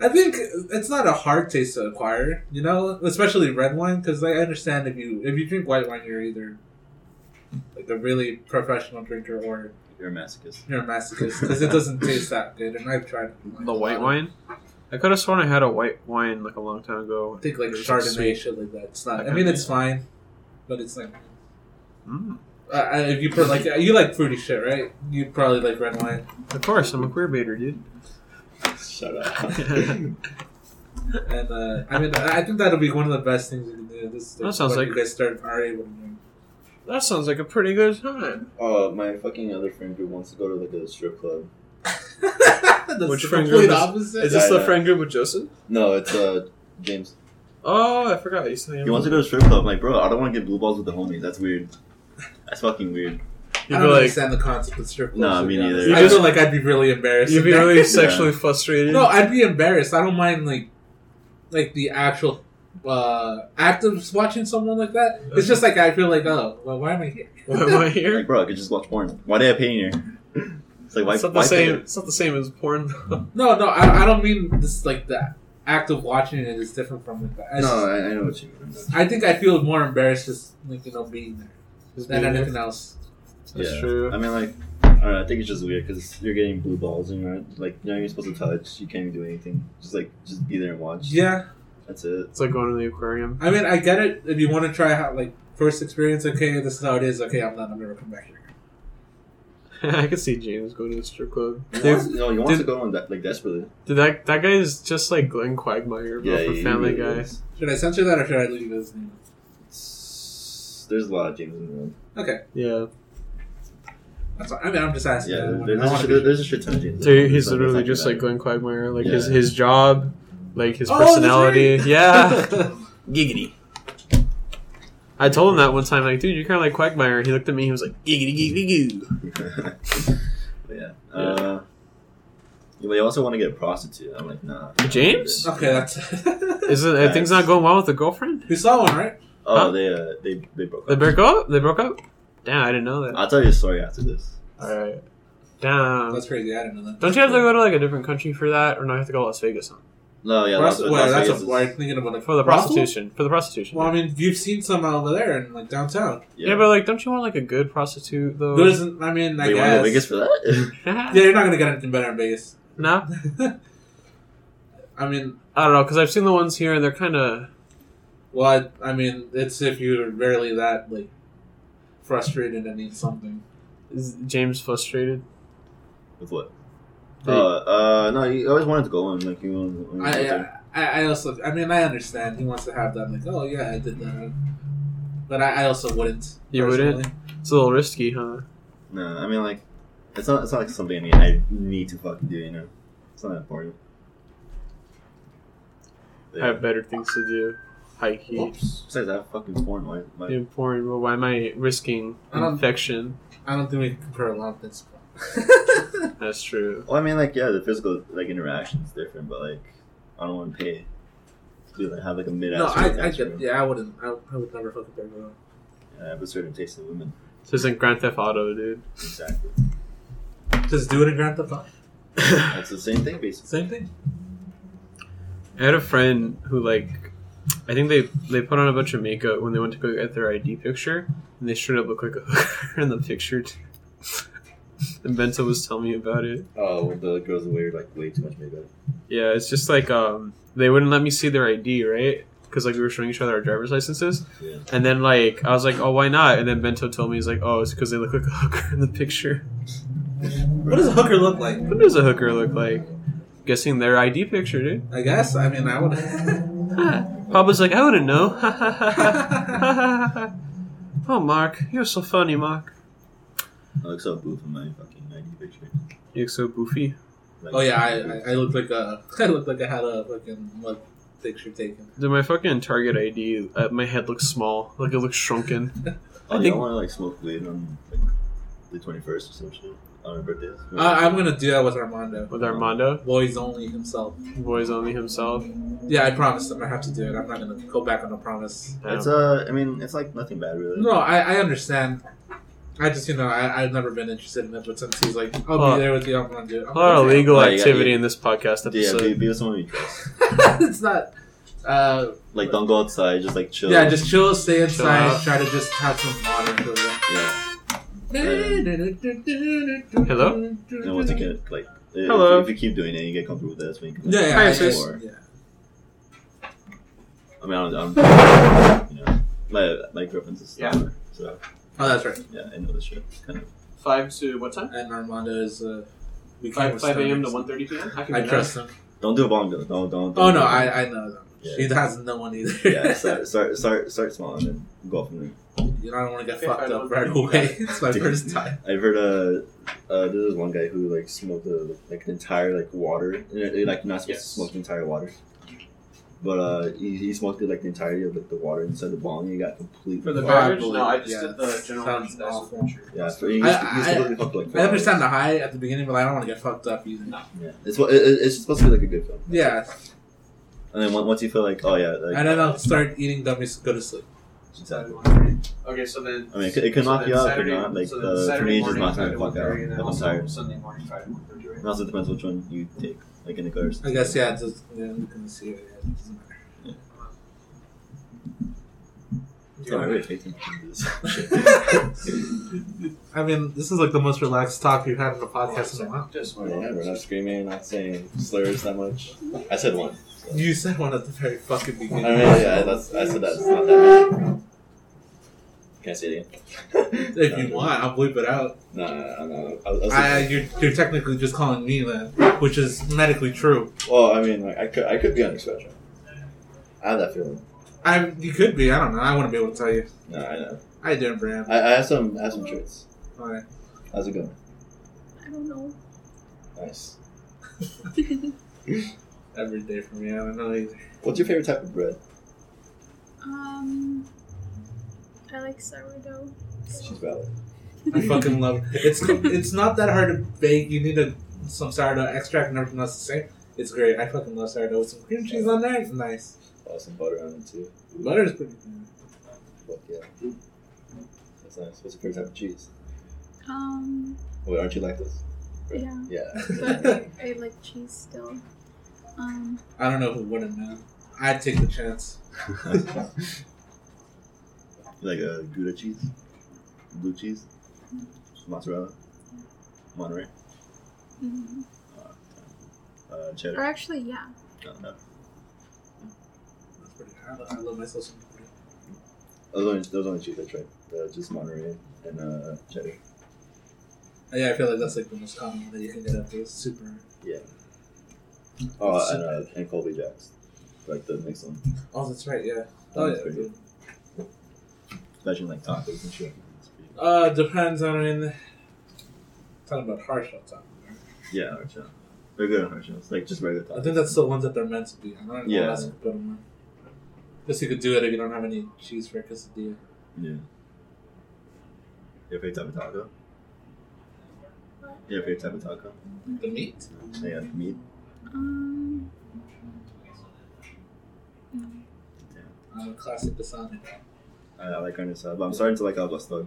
Speaker 2: I think it's not a hard taste to acquire, you know, especially red wine, because I understand if you if you drink white wine, you're either like a really professional drinker or
Speaker 1: You're a masochist.
Speaker 2: you're a masochist because it doesn't taste that good. And I've tried
Speaker 3: The white wine. I could have sworn I had a white wine like a long time ago.
Speaker 2: I think like
Speaker 3: It was, like,
Speaker 2: Chardonnay
Speaker 3: sweet.
Speaker 2: shit like that. It's not. I
Speaker 3: Okay.
Speaker 2: mean, it's fine, but it's like
Speaker 3: Mm,
Speaker 2: uh, uh, if you put like you like fruity shit, right? You probably like red wine.
Speaker 3: of course, I'm a queer baiter, dude.
Speaker 1: Shut up.
Speaker 2: And uh, I mean, I I think that'll be one of the best things you can do. This is
Speaker 3: That sounds
Speaker 2: what
Speaker 3: like-
Speaker 2: you guys start are able to do.
Speaker 3: That sounds like a pretty good time.
Speaker 1: Oh, my fucking other friend who wants to go to like a strip club.
Speaker 2: That's
Speaker 3: Which
Speaker 2: the
Speaker 3: friend
Speaker 2: complete
Speaker 3: group is-
Speaker 2: opposite.
Speaker 3: Is this
Speaker 1: Yeah,
Speaker 3: the
Speaker 1: yeah.
Speaker 3: friend group with Joseph?
Speaker 1: No, it's uh James.
Speaker 3: Oh, I forgot. You said
Speaker 1: He wants to go to strip club. I'm like, bro, I don't want to get blue balls with the homies. That's weird. That's fucking weird.
Speaker 2: I
Speaker 3: You'd be
Speaker 2: don't
Speaker 3: like,
Speaker 2: understand the concept of strip clubs.
Speaker 1: Nah,
Speaker 2: to
Speaker 1: me
Speaker 2: be honest.
Speaker 1: neither.
Speaker 2: I
Speaker 3: You just-
Speaker 2: feel like I'd be really embarrassed.
Speaker 3: you'd be
Speaker 2: in that.
Speaker 3: really sexually frustrated.
Speaker 2: no, I'd be embarrassed. I don't mind like, like the actual uh, act of just watching someone like that. It's just like I feel like, oh, well, why am I here?
Speaker 3: why am I
Speaker 1: Like,
Speaker 3: here?
Speaker 1: bro, I could just watch porn. Why did I pay in here? It's like, why?
Speaker 3: It's not
Speaker 1: why
Speaker 3: the same.
Speaker 1: pay?
Speaker 3: It's not the same as porn. though.
Speaker 2: No, no, I, I don't mean this like the act of watching it is different from like that.
Speaker 1: No,
Speaker 2: I, just-
Speaker 1: I, I know what you mean.
Speaker 2: I think I feel more embarrassed just like you know being there
Speaker 3: Just
Speaker 2: than
Speaker 3: being there.
Speaker 2: anything else.
Speaker 3: That's
Speaker 1: Yeah.
Speaker 3: true.
Speaker 1: I mean, like, I don't know. I think it's just weird because you're getting blue balls and you're not- like, you're not even supposed to touch. You can't even do anything. Just like, just be there and watch.
Speaker 2: Yeah,
Speaker 1: That's it.
Speaker 3: It's like going to the aquarium.
Speaker 2: I mean, I get it. If you want to try how like first experience, okay, this is how it is. Okay, I'm not. I'm never come back here.
Speaker 3: I could see James going to the strip club.
Speaker 1: You
Speaker 3: Dude,
Speaker 1: want- no, you want
Speaker 3: dude-
Speaker 1: to go on that like desperately.
Speaker 3: Dude, that that guy is just like Glenn Quagmire bro,
Speaker 1: Yeah,
Speaker 3: from
Speaker 1: he
Speaker 3: Family
Speaker 1: really
Speaker 3: Guy.
Speaker 1: is.
Speaker 2: Should I censor that or should I leave it as name?
Speaker 1: It's- There's a lot of James in the room.
Speaker 2: Okay,
Speaker 3: Yeah,
Speaker 2: that's. Fine. I mean, I'm just asking.
Speaker 1: Yeah,
Speaker 2: I
Speaker 1: there-
Speaker 2: wanna-
Speaker 1: there's,
Speaker 2: I
Speaker 1: a
Speaker 2: wanna
Speaker 1: shit-
Speaker 2: be
Speaker 1: there- there's a shit ton of James.
Speaker 3: dude, he's
Speaker 1: It's not-
Speaker 3: literally
Speaker 1: it's not
Speaker 3: just like Glenn Quagmire. Like his
Speaker 1: Yeah.
Speaker 3: his job, like his
Speaker 2: Oh, that's
Speaker 3: personality.
Speaker 2: right.
Speaker 3: Yeah,
Speaker 1: giggity.
Speaker 3: I told him that one time. Like, dude, you're kind of like Quagmire. He looked at me. He was like, giggity giggity goo.
Speaker 1: But yeah. Uh, yeah, but you also want to get a prostitute. I'm like, nah.
Speaker 3: James?
Speaker 2: Okay, that's.
Speaker 3: Is Uh-huh. it? are Things not going well with the girlfriend.
Speaker 2: we saw one, right?
Speaker 1: Oh,
Speaker 3: Huh?
Speaker 1: they uh, they they broke
Speaker 3: They
Speaker 1: up.
Speaker 3: broke up. They broke up. Damn, I didn't know that.
Speaker 1: I'll tell you a story after this.
Speaker 3: All right. Damn.
Speaker 2: That's crazy. I didn't know that.
Speaker 3: Don't you have to go to like a different country for that, or no? You have to go to Las Vegas huh?
Speaker 1: No, yeah, Las-
Speaker 2: Pros- wait,
Speaker 1: Las
Speaker 2: that's
Speaker 1: Vegas
Speaker 2: a
Speaker 1: is-
Speaker 2: word. Thinking about like
Speaker 3: for the
Speaker 2: brothel?
Speaker 3: prostitution. For the prostitution.
Speaker 2: Well, I mean, you've seen some over there in like downtown.
Speaker 3: yeah. but like, don't you want like a good prostitute though?
Speaker 2: There isn't. I mean, I
Speaker 1: Wait, you want to
Speaker 2: guess.
Speaker 1: go to Vegas for that?
Speaker 2: Yeah, you're not gonna get anything better in Vegas.
Speaker 3: no,
Speaker 2: I mean,
Speaker 3: I don't know because I've seen the ones here and they're kind of
Speaker 2: well, I, I mean, it's if you're barely that like frustrated and need something.
Speaker 3: James frustrated.
Speaker 1: With what?
Speaker 3: They-
Speaker 1: Uh, uh, no, you always wanted to go on. Like, you want, you want
Speaker 2: I,
Speaker 1: to-
Speaker 2: I- I I also I mean I understand he wants to have that like oh yeah I did that, but I, I also wouldn't.
Speaker 3: You wouldn't?
Speaker 2: personally.
Speaker 3: It's a little risky, huh?
Speaker 1: No, I mean, like, it's not, it's not like something I need, I need to fucking do, you know? It's not that important. But
Speaker 3: I
Speaker 1: Yeah.
Speaker 3: have better things to do. High key.
Speaker 1: Oops. Besides, I have fucking porn. Why? why?
Speaker 3: Being porn, well, why am I risking
Speaker 2: I don't-
Speaker 3: infection?
Speaker 2: I don't think we can compare a lot of this.
Speaker 3: That's true.
Speaker 1: Well, I mean, like, yeah, the physical like interaction is different, but like, I don't want to pay to like, have like a mid ass.
Speaker 2: No, I, I get, yeah I wouldn't I, I would never fucking compare them.
Speaker 1: I have a certain taste in women.
Speaker 3: This isn't Grand Theft Auto, dude.
Speaker 1: Exactly.
Speaker 2: Just do it in Grand Theft Auto.
Speaker 3: I
Speaker 1: That's the same thing, basically.
Speaker 2: Same thing.
Speaker 3: had a friend who like, I think they they put on a bunch of makeup when they went to go get their ID picture, and they straight up look like a hooker in the picture. and Bento was telling me about it.
Speaker 1: Oh, when the girls wear like way too much makeup.
Speaker 3: Yeah, it's just like um, they wouldn't let me see their ID, right? Because like we were showing each other our driver's licenses,
Speaker 1: Yeah.
Speaker 3: and then like I was like, oh, why not? And then Bento told me he's like, oh, it's because they look like a hooker in the picture.
Speaker 2: What does a hooker look like?
Speaker 3: What does a hooker look like? Guessing their ID picture, dude.
Speaker 2: I guess I mean I would.
Speaker 3: Papa's like, I wouldn't know. oh, Mark, you're so funny, Mark.
Speaker 1: I look so boof in my fucking ID picture.
Speaker 3: You look so goofy.
Speaker 1: Like,
Speaker 2: oh yeah I I, I look like a I look like I had a fucking what picture taken.
Speaker 3: Dude, my fucking Target ID, uh, my head looks small. Like it looks shrunken.
Speaker 1: Oh,
Speaker 3: I
Speaker 1: I
Speaker 3: think-
Speaker 1: think I want to like smoke weed on like the twenty first or some shit on my birthday.
Speaker 2: I, I'm gonna do that with Armando.
Speaker 3: With Armando,
Speaker 2: Boys only himself.
Speaker 3: boys only himself.
Speaker 2: Yeah, I promised him I have to do it. I'm not gonna go back on a promise.
Speaker 3: Yeah.
Speaker 1: It's uh, I mean, it's like nothing bad really.
Speaker 2: No, I, I understand. I just, you know, I, I've never been interested in it, but since he's like, I'll
Speaker 3: Oh.
Speaker 2: be there with you, I'm gonna do it. I'm
Speaker 3: A lot of
Speaker 2: gonna do it.
Speaker 3: legal
Speaker 1: Oh, yeah,
Speaker 3: activity
Speaker 1: yeah.
Speaker 3: in this podcast
Speaker 1: yeah,
Speaker 3: episode.
Speaker 1: be, be with someone you trust.
Speaker 2: it's not. Uh,
Speaker 1: Like, don't go outside. Just like chill.
Speaker 2: yeah, just chill, stay inside,
Speaker 3: out.
Speaker 2: try to just have some water for them.
Speaker 1: yeah.
Speaker 2: Hello?
Speaker 1: And once you get like, if-
Speaker 3: Hello.
Speaker 1: If, you keep doing it, you get comfortable with that. That's when you can.
Speaker 2: Yeah, yeah,
Speaker 3: Hi,
Speaker 2: yeah,
Speaker 3: sis.
Speaker 2: yeah, yeah.
Speaker 1: I mean, I'm, I'm you know, my my girlfriend's a
Speaker 3: Yeah.
Speaker 1: stoner, so
Speaker 2: Oh, that's right.
Speaker 1: yeah, I know the shit. Kind of.
Speaker 3: Five to what time?
Speaker 2: And Armando is. Uh, we came
Speaker 3: one thirty p.m.
Speaker 2: I trust him.
Speaker 1: Don't do a bomb. Don't don't. don't
Speaker 2: Oh no, I I know them.
Speaker 1: Yeah.
Speaker 2: She has no one either.
Speaker 1: Yeah, start start start start small and then go up from there.
Speaker 2: You know, I don't want to get
Speaker 5: If I
Speaker 2: fucked up
Speaker 5: don't-
Speaker 2: right away. it's my
Speaker 1: Dude.
Speaker 2: first time.
Speaker 1: I've heard uh, uh, there was one guy who like smoked the like an entire like water, and it- it, like not supposed
Speaker 5: Yes.
Speaker 1: to smoke the entire water, but uh, he, he smoked it like the entirety of like the water inside the bong, and he got completely
Speaker 5: For the
Speaker 2: Oh,
Speaker 1: fucked.
Speaker 5: beverage?
Speaker 2: believe-
Speaker 5: No, I just
Speaker 2: yeah,
Speaker 5: did the general
Speaker 2: Sounds
Speaker 5: merchandise
Speaker 2: awful.
Speaker 5: adventure.
Speaker 1: yeah, so he
Speaker 2: I-
Speaker 1: was, he was
Speaker 2: I-
Speaker 1: completely fucked like.
Speaker 2: I understand the high at the beginning, but I don't want to get fucked up either.
Speaker 1: Yeah, it's what it, it- it's supposed to be like a good film,
Speaker 2: Yeah,
Speaker 1: and then on- once you feel like oh yeah, like,
Speaker 2: and then I'll start eating dummies. Go to sleep.
Speaker 1: exactly.
Speaker 5: Okay, so then.
Speaker 1: I mean, it, could- it could knock
Speaker 5: then
Speaker 1: you out, it could
Speaker 5: Saturday-
Speaker 1: not. Like
Speaker 5: so then
Speaker 1: the for
Speaker 5: Saturday
Speaker 1: me, it's just
Speaker 5: morning,
Speaker 1: knocking
Speaker 5: Friday
Speaker 1: the fuck
Speaker 5: 1:30,
Speaker 1: out.
Speaker 5: and then
Speaker 1: If I'm
Speaker 5: also
Speaker 1: tired,
Speaker 5: Sunday morning, Friday 1:30, right?
Speaker 1: it also depends which one you take, like in the cars.
Speaker 2: I guess yeah. Just yeah, we can see it. Yeah, it doesn't matter.
Speaker 1: Yeah, I really hate to do this.
Speaker 2: I mean, this is like the most relaxed talk we've had in the podcast in a while.
Speaker 5: Just
Speaker 1: Oh, Yeah,
Speaker 5: wait.
Speaker 1: we're not screaming, not saying slurs that much. I said one.
Speaker 2: You said one at the very fucking
Speaker 1: I
Speaker 2: beginning.
Speaker 1: mean, yeah, that's, I said that's not that much. Can't say it again.
Speaker 2: If you want, I'll bleep it out.
Speaker 1: Nah, nah, nah, nah. I, was- I was
Speaker 2: I,
Speaker 1: like,
Speaker 2: you're, you're technically just calling me that, which is medically true.
Speaker 1: well, I mean, like, I could, I could be on the spectrum. I have that feeling.
Speaker 2: I you could be. I don't know. I wouldn't be able to tell you.
Speaker 1: No, I know.
Speaker 2: I didn't, Bram.
Speaker 1: I, I have some, I have some traits.
Speaker 2: Alright.
Speaker 1: How's it going?
Speaker 4: I don't know.
Speaker 1: Nice.
Speaker 2: Every day for me, I don't know either.
Speaker 1: What's your favorite type of bread?
Speaker 6: Um, I like sourdough.
Speaker 1: She's valid.
Speaker 2: I fucking love it's. It's not that hard to bake. You need a, some sourdough extract and everything else the same. It's great. I fucking love sourdough with some cream cheese on there. It's nice.
Speaker 1: Oh, some butter on it too.
Speaker 2: Butter's pretty good.
Speaker 1: Fuck yeah. That's nice. What's your favorite type of cheese?
Speaker 6: Um,
Speaker 1: Wait, aren't you like this?
Speaker 6: yeah,
Speaker 1: Yeah.
Speaker 6: but I, I like cheese still. Um,
Speaker 2: I don't know who wouldn't man. I'd take the chance.
Speaker 1: like a Gouda cheese, blue cheese, mozzarella, Monterey,
Speaker 6: mm,
Speaker 1: uh,
Speaker 6: or
Speaker 1: cheddar.
Speaker 6: actually, yeah.
Speaker 1: No, no.
Speaker 2: That's pretty. I love, I love myself some cream.
Speaker 1: Those only those only cheese I tried. Uh, just Monterey and uh, cheddar.
Speaker 2: Uh, Yeah, I feel like that's like the most common one that you can get up to. It's super.
Speaker 1: Oh, and uh, and Colby Jacks, like the next one.
Speaker 2: Oh, that's right. Yeah. Oh yeah.
Speaker 1: Pretty good. Especially like tacos and shit. It's pretty good.
Speaker 2: Uh, depends on talking about hard shell tacos. right?
Speaker 1: Yeah, hard shell. They're good on hard shells. Like just regular tacos.
Speaker 2: I think that's the ones that they're meant to be. I don't know
Speaker 1: Yeah.
Speaker 2: what else you could put them on. Guess you could do it if you don't have any cheese for a quesadilla.
Speaker 1: yeah. Your favorite type of taco? Your favorite type of taco?
Speaker 2: The meat?
Speaker 1: Yeah, meat.
Speaker 6: Um,
Speaker 2: Uh, classic Dasani.
Speaker 1: I like carne asada, but I'm starting to like al pastor.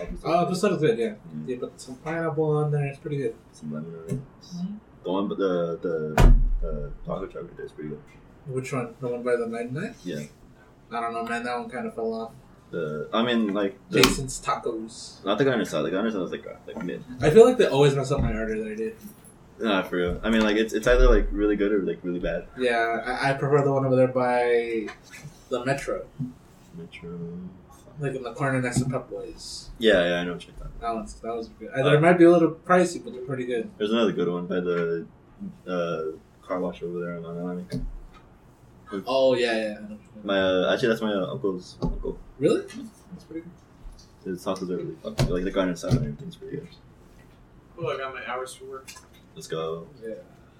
Speaker 1: Al pastor.
Speaker 2: Oh, the sort of good, yeah.
Speaker 1: Mm.
Speaker 2: They put some pineapple on there. It's pretty good.
Speaker 1: some lemon on it. The one, but the the the taco truck right there is pretty good.
Speaker 2: Which one? The one by the 99?
Speaker 1: Yeah.
Speaker 2: I don't know, man. That one kind of fell off.
Speaker 1: The I mean, like the,
Speaker 2: Jason's Tacos.
Speaker 1: not the carne asada. The carne asada is like uh, like mid.
Speaker 2: I feel like they always mess up my order that I did.
Speaker 1: Nah, for real. I mean, like it's it's either like really good or like really bad.
Speaker 2: Yeah, I, I prefer the one over there by the Metro.
Speaker 1: Metro.
Speaker 2: Like in the corner next to Pep Boys.
Speaker 1: Yeah, yeah, I know what you're talking. about.
Speaker 2: That one's that was good. Uh, it might be a little pricey, but they're pretty good.
Speaker 1: There's another good one by the uh, car wash over there on Long Island.
Speaker 2: Oh yeah, yeah. I know.
Speaker 1: My uh, actually, that's my uh, uncle's uncle.
Speaker 2: Really? That's pretty good.
Speaker 1: His tacos are really fucking good. like the carne asada and everything's pretty good.
Speaker 5: Cool, I got my hours for work.
Speaker 1: Let's go.
Speaker 2: Yeah.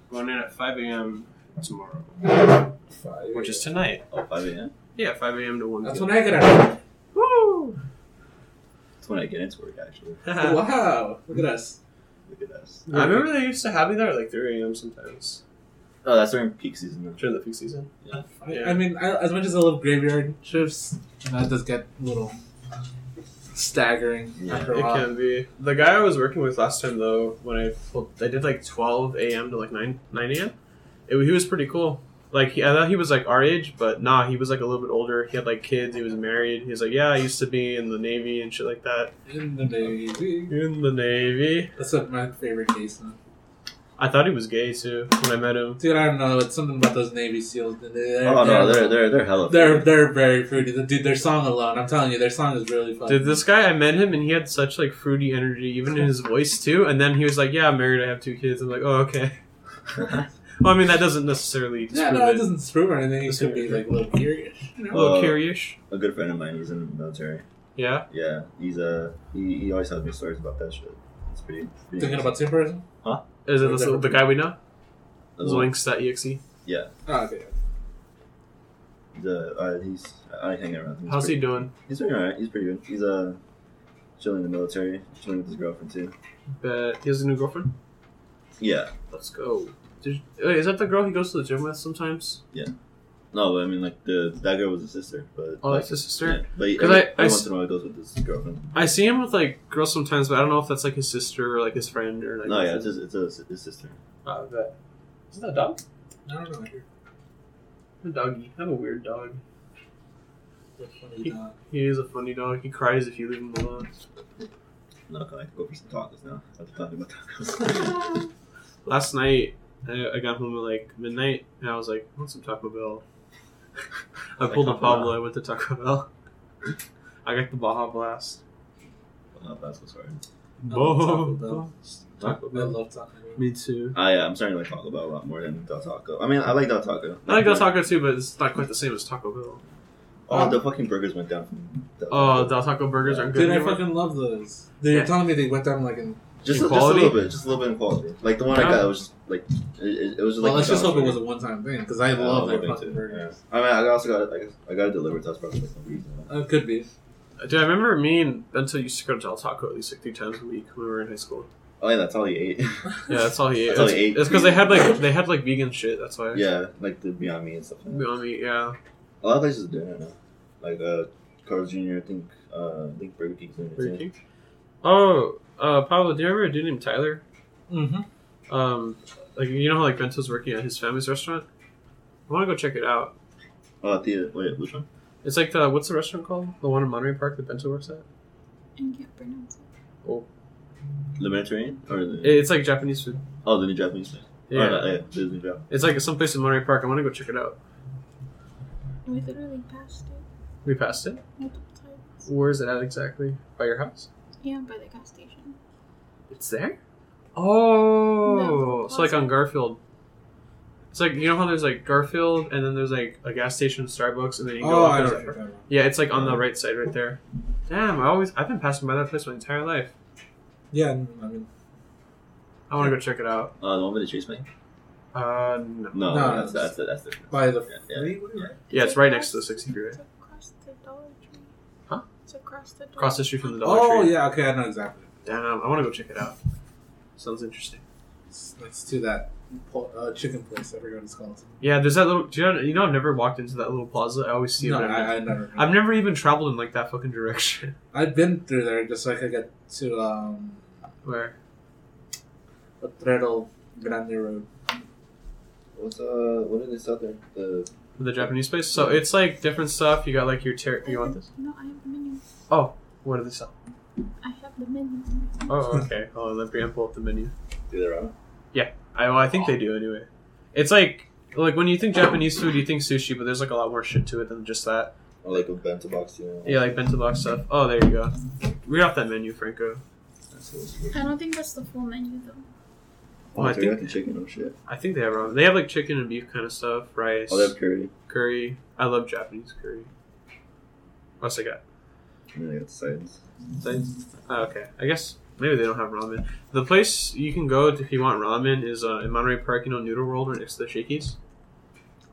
Speaker 5: Going in at 5 a.m. tomorrow,
Speaker 2: Five.
Speaker 3: which is tonight.
Speaker 1: Oh, 5 a.m.
Speaker 3: Yeah, 5 a.m. to 1
Speaker 2: That's
Speaker 3: p.m.
Speaker 2: when I get out.
Speaker 3: Woo!
Speaker 1: That's when I get into work actually.
Speaker 3: I
Speaker 2: Wow! Look at us.
Speaker 1: Look at us.
Speaker 3: remember they used to have me there at like 3 a.m. sometimes
Speaker 1: Oh, that's during peak season. though.
Speaker 3: during the peak season.
Speaker 2: I,
Speaker 3: Yeah.
Speaker 2: I mean, I, as much as I love graveyard shifts, you know, it does get a little staggering
Speaker 1: Yeah.
Speaker 2: after a
Speaker 3: It
Speaker 2: while.
Speaker 3: can be. The guy I was working with last time though, when I well, I did like 12 a.m. to like 9 9 a.m. It, he was pretty cool. Like he, I thought he was like our age, but nah, he was like a little bit older. He had like kids. He was married. He was like, yeah, I used to be in the navy and shit like that.
Speaker 2: In the Navy.
Speaker 3: In the navy.
Speaker 2: That's like my favorite case now.
Speaker 3: I thought he was gay too when I met him.
Speaker 2: Dude, I don't know. It's something about those Navy SEALs. They're, they're,
Speaker 1: Oh no, they're they're they're hella.
Speaker 2: they're they're very fruity. The- Dude, their song alone, I'm telling you, their song is really fun.
Speaker 3: Dude, this guy, I met him and he had such like fruity energy, even in his voice too. And then he was like, "Yeah, I'm married. I have two kids." I'm like, "Oh, okay." Well, I mean, that doesn't necessarily
Speaker 2: yeah,
Speaker 3: disprove
Speaker 2: no, it
Speaker 3: it.
Speaker 2: doesn't Oh. prove anything. It could be like a little curious.
Speaker 3: A little
Speaker 1: Uh,
Speaker 3: curious.
Speaker 1: a good friend of mine. He's in the military.
Speaker 3: Yeah.
Speaker 1: Yeah, he's uh, he, he always tells me stories about that shit. It's pretty. pretty
Speaker 2: Thinking about the same person?
Speaker 3: Is
Speaker 2: Or
Speaker 3: it the,
Speaker 2: different
Speaker 3: the guy we know?
Speaker 1: interesting.
Speaker 3: Links.exe.
Speaker 2: Oh, okay.
Speaker 1: He's uh, uh, he's I hang around. Him. He's
Speaker 3: How's he
Speaker 1: pretty,
Speaker 3: doing?
Speaker 1: He's doing alright. He's pretty good. He's uh, chilling in the military, chilling with his girlfriend too.
Speaker 3: But he has a new girlfriend.
Speaker 1: Yeah.
Speaker 3: Let's go. Did, wait, is that the girl he goes to the gym with sometimes?
Speaker 1: No, but I mean like the that girl was his sister, but
Speaker 3: Oh,
Speaker 1: like,
Speaker 3: that's his sister.
Speaker 1: Yeah, but he-
Speaker 3: 'Cause
Speaker 1: every,
Speaker 3: I-
Speaker 1: every
Speaker 3: I
Speaker 1: once
Speaker 3: s-
Speaker 1: in a while he goes with his girlfriend.
Speaker 3: I see him with like girls sometimes, but I don't know if that's like his sister or like his friend or like.
Speaker 1: No, yeah, it's his, it's his, his sister.
Speaker 3: Oh, that. Isn't that a dog?
Speaker 2: I don't know. You're
Speaker 3: A doggy. I have a weird dog.
Speaker 2: a funny dog.
Speaker 3: He is a funny dog. He cries if you leave him alone.
Speaker 1: No, I can go for some tacos now. After talking about tacos.
Speaker 3: Last night, I, I got home at like midnight, and I was like, I want some Taco Bell. I pulled a
Speaker 1: Taco
Speaker 3: Pablo. I went to Taco Bell. I got the Baja Blast.
Speaker 1: oh, that's what's hard.
Speaker 2: I love Taco Bell.
Speaker 1: Taco
Speaker 2: I
Speaker 1: Bell.
Speaker 2: love Taco Bell.
Speaker 3: Me too.
Speaker 1: Ah, yeah, I'm starting to like Taco Bell a lot more than Del Taco. I mean, I like Del Taco.
Speaker 3: I like Del Taco too, but it's not quite the same as Taco Bell.
Speaker 1: Oh, the fucking burgers went down from Del
Speaker 3: Oh, Del Taco burgers aren't good.
Speaker 2: Dude, I
Speaker 3: anymore.
Speaker 2: fucking love those. They were
Speaker 3: Yeah.
Speaker 2: telling me they went down like in.
Speaker 1: just, a- just a
Speaker 3: Quality?
Speaker 1: little bit, just a little bit in quality. Like the one I
Speaker 3: Yeah.
Speaker 1: got, it was just like it, it, it was just like.
Speaker 2: well, let's just hope it was
Speaker 1: McDonald's
Speaker 2: a one time thing because I
Speaker 1: burger.
Speaker 2: love
Speaker 1: Yeah,
Speaker 2: their
Speaker 1: me
Speaker 2: fucking
Speaker 1: too.
Speaker 2: burgers.
Speaker 1: Yeah. I mean, I also got it. I, guess, I got it delivered. That's probably like, the reason.
Speaker 2: Uh, could be.
Speaker 3: Dude, I remember me and Bento used to go to Del Taco at least like three times a week when we were in high school.
Speaker 1: Oh, yeah, that's all he ate.
Speaker 3: Yeah, that's all he ate.
Speaker 1: That's all
Speaker 3: It's-
Speaker 1: he ate.
Speaker 3: It's because they had like they had like vegan shit. That's why.
Speaker 1: yeah, like the Beyond Meat and stuff. Like that.
Speaker 3: We all eat, yeah.
Speaker 1: A lot of places are doing it now. Like uh, Carl's Jr. I think uh, I think Burger King's doing it
Speaker 3: Burger
Speaker 1: too.
Speaker 3: King. Oh, uh, Pablo, do you remember a dude named Tyler?
Speaker 2: Mm-hmm.
Speaker 3: Um, like you know how like Bento's working at his family's restaurant. I want to go check it out.
Speaker 1: Oh, the wait, which one?
Speaker 3: It's like the what's the restaurant called? The one in Monterey Park that Bento works at.
Speaker 6: I can't pronounce it.
Speaker 1: The Mediterranean or the
Speaker 3: It's like Japanese food.
Speaker 1: oh the new Japanese place?
Speaker 3: Yeah,
Speaker 1: oh, no, yeah, the new Japanese.
Speaker 3: it's like someplace in Monterey Park. I want to go check it out.
Speaker 6: We literally passed it
Speaker 3: We passed it.
Speaker 6: multiple times.
Speaker 3: Where is it at exactly? By your house?
Speaker 6: Yeah, by the gas station.
Speaker 3: It's there. Oh,
Speaker 6: No,
Speaker 3: so like on
Speaker 6: wasn't.
Speaker 3: Garfield. It's like you know how there's like Garfield, and then there's like a gas station, Starbucks, and then you go
Speaker 2: Oh,
Speaker 3: up.
Speaker 2: I
Speaker 3: and
Speaker 2: know.
Speaker 3: over-
Speaker 2: what you're talking about.
Speaker 3: Yeah, it's like on the right side, right there. Damn, I always I've been passing by that place my entire life.
Speaker 2: Yeah, I mean,
Speaker 3: I want to go check it out.
Speaker 1: Uh, the one with the cheese plate?
Speaker 3: Uh, no.
Speaker 1: No,
Speaker 2: No,
Speaker 1: that's,
Speaker 2: it's-
Speaker 1: that's that's different.
Speaker 2: by the
Speaker 1: Yeah, yeah.
Speaker 2: freeway, right?
Speaker 3: Yeah, it's right next to the 60
Speaker 6: It's
Speaker 3: right?
Speaker 6: across the Dollar Tree.
Speaker 3: Huh?
Speaker 6: It's across the Dollar
Speaker 3: Across the street from the Dollar
Speaker 2: Oh
Speaker 3: Tree.
Speaker 2: yeah, okay, I know exactly.
Speaker 3: Damn, I want to go check it out. Sounds interesting.
Speaker 2: It's next to that po- uh, chicken place. I forget what it's called.
Speaker 3: Yeah, there's that little. Do you know, you know I've never walked into that little plaza. I always see it.
Speaker 2: no,
Speaker 3: when I'm-
Speaker 2: I, I never.
Speaker 3: I've never even traveled in like that fucking direction.
Speaker 2: I've been through there just so I could get to um,
Speaker 3: Where?
Speaker 2: Potrero Grande Road.
Speaker 1: What's uh what is this out there? The
Speaker 3: The Japanese place. So it's like different stuff. You got like your ter- You want this?
Speaker 6: No, I have the menu.
Speaker 3: What do they sell?
Speaker 6: I have the menu.
Speaker 3: Oh, okay. Hold on, let Brian pull up the menu.
Speaker 1: do they ramen?
Speaker 3: I well, I think they do anyway. It's like like when you think Japanese food, you think sushi, but there's like a lot more shit to it than just that.
Speaker 1: Or like a bento box, you know?
Speaker 3: Yeah, like bento box stuff. Oh, there you go. Read off that menu, Franco.
Speaker 1: That's what it's for.
Speaker 6: I don't think that's the full menu though.
Speaker 1: Oh,
Speaker 3: Well, I
Speaker 1: so we got
Speaker 3: think-
Speaker 1: the chicken or shit.
Speaker 3: I think they have ramen. They have like chicken and beef kind of stuff, rice,
Speaker 1: Oh, they have curry.
Speaker 3: curry. I love Japanese curry. What's they got?
Speaker 1: And then they got the sides.
Speaker 3: Things? Oh, okay, I guess maybe they don't have ramen. The place you can go to if you want ramen is uh, in Monterey Park, you know, Noodle World right next to the Shakey's.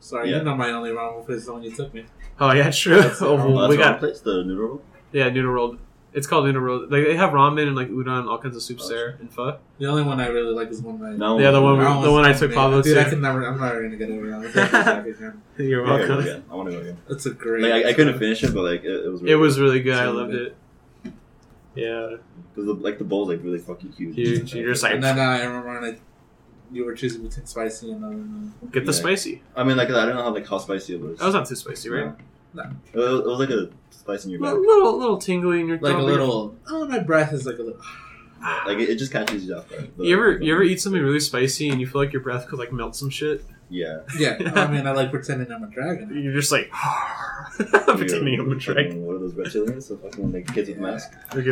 Speaker 2: Sorry,
Speaker 1: Yeah.
Speaker 2: you know my only ramen place is the one you took me.
Speaker 3: Oh yeah, true.
Speaker 2: That's the
Speaker 3: oh,
Speaker 2: ramen.
Speaker 1: Oh,
Speaker 3: well,
Speaker 1: that's
Speaker 3: we
Speaker 1: the wrong
Speaker 3: got
Speaker 1: place, the noodle roll?
Speaker 3: yeah, Noodle World. It's called Noodle World. Like they have ramen and like udon, all kinds of soups there and pho.
Speaker 2: The only one I really like is one that.
Speaker 1: No.
Speaker 3: Yeah, the one we-
Speaker 2: That
Speaker 3: the
Speaker 2: one's
Speaker 3: one I
Speaker 2: my
Speaker 3: took
Speaker 2: favorite.
Speaker 3: Pablo
Speaker 2: Dude,
Speaker 3: to.
Speaker 2: I can never. I'm not even gonna get over that.
Speaker 3: You're
Speaker 1: Yeah, I wanna go
Speaker 3: welcome.
Speaker 1: again. I want to go again.
Speaker 2: It's a great.
Speaker 1: Like, I, I couldn't finish it, but like it, it was. Really
Speaker 3: It was really good. I
Speaker 2: It's really
Speaker 3: loved
Speaker 2: good.
Speaker 3: it. Yeah,
Speaker 1: because the, like the bowl's like really fucking huge.
Speaker 3: Huge, you're just like-
Speaker 2: And then uh, I remember when I, you were choosing between spicy and other. And,
Speaker 3: get the
Speaker 1: Yeah.
Speaker 3: spicy.
Speaker 1: I mean, like I don't know how like how spicy it was.
Speaker 3: That was not too spicy, right?
Speaker 1: No.
Speaker 2: No.
Speaker 1: It, was, it was like a spice in your
Speaker 3: A
Speaker 1: mouth.
Speaker 3: little, little tingly in your
Speaker 2: like a
Speaker 3: throat, but you're-
Speaker 2: little. Oh, my breath is like a little.
Speaker 1: Like it, it just catches you off guard. but-
Speaker 3: You ever you ever eat something really spicy and you feel like your breath could like melt some shit?
Speaker 1: Yeah.
Speaker 2: Yeah, I mean, I like pretending I'm a dragon.
Speaker 3: You're just like pretending I'm a dragon.
Speaker 1: What are those reptilians? The fucking like kids with masks.
Speaker 3: Look at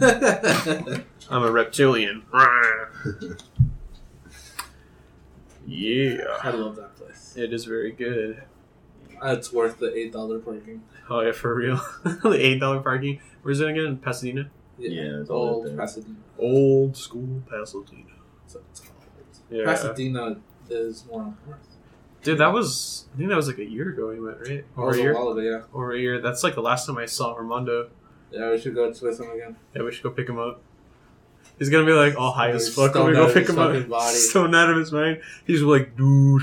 Speaker 3: the man.
Speaker 2: I
Speaker 3: I'm a reptilian. Rawr. yeah.
Speaker 2: love that place.
Speaker 3: It is very good.
Speaker 2: That's worth the eight dollar parking.
Speaker 3: Oh yeah, for real. the eight dollar parking. Where's it again? Pasadena.
Speaker 1: Yeah, it's all
Speaker 2: old
Speaker 1: there.
Speaker 2: Pasadena.
Speaker 3: Old school Pasadena.
Speaker 2: So it's called.
Speaker 3: Yeah.
Speaker 2: Pasadena is more on Earth.
Speaker 3: Dude, that was I think that was like a year ago we went right
Speaker 2: That
Speaker 3: or
Speaker 2: was
Speaker 3: a
Speaker 2: a
Speaker 3: year
Speaker 2: while ago, yeah.
Speaker 3: or a year. That's like the last time I saw Armando.
Speaker 2: Yeah, we should go to with him again.
Speaker 3: Yeah, we should go pick him up. He's gonna be like all high as
Speaker 2: He's
Speaker 3: fuck when we
Speaker 2: stoned out
Speaker 3: go
Speaker 2: of
Speaker 3: pick
Speaker 2: his
Speaker 3: him up.
Speaker 2: fucking body.
Speaker 3: Stoned out of his mind. He's like, dude,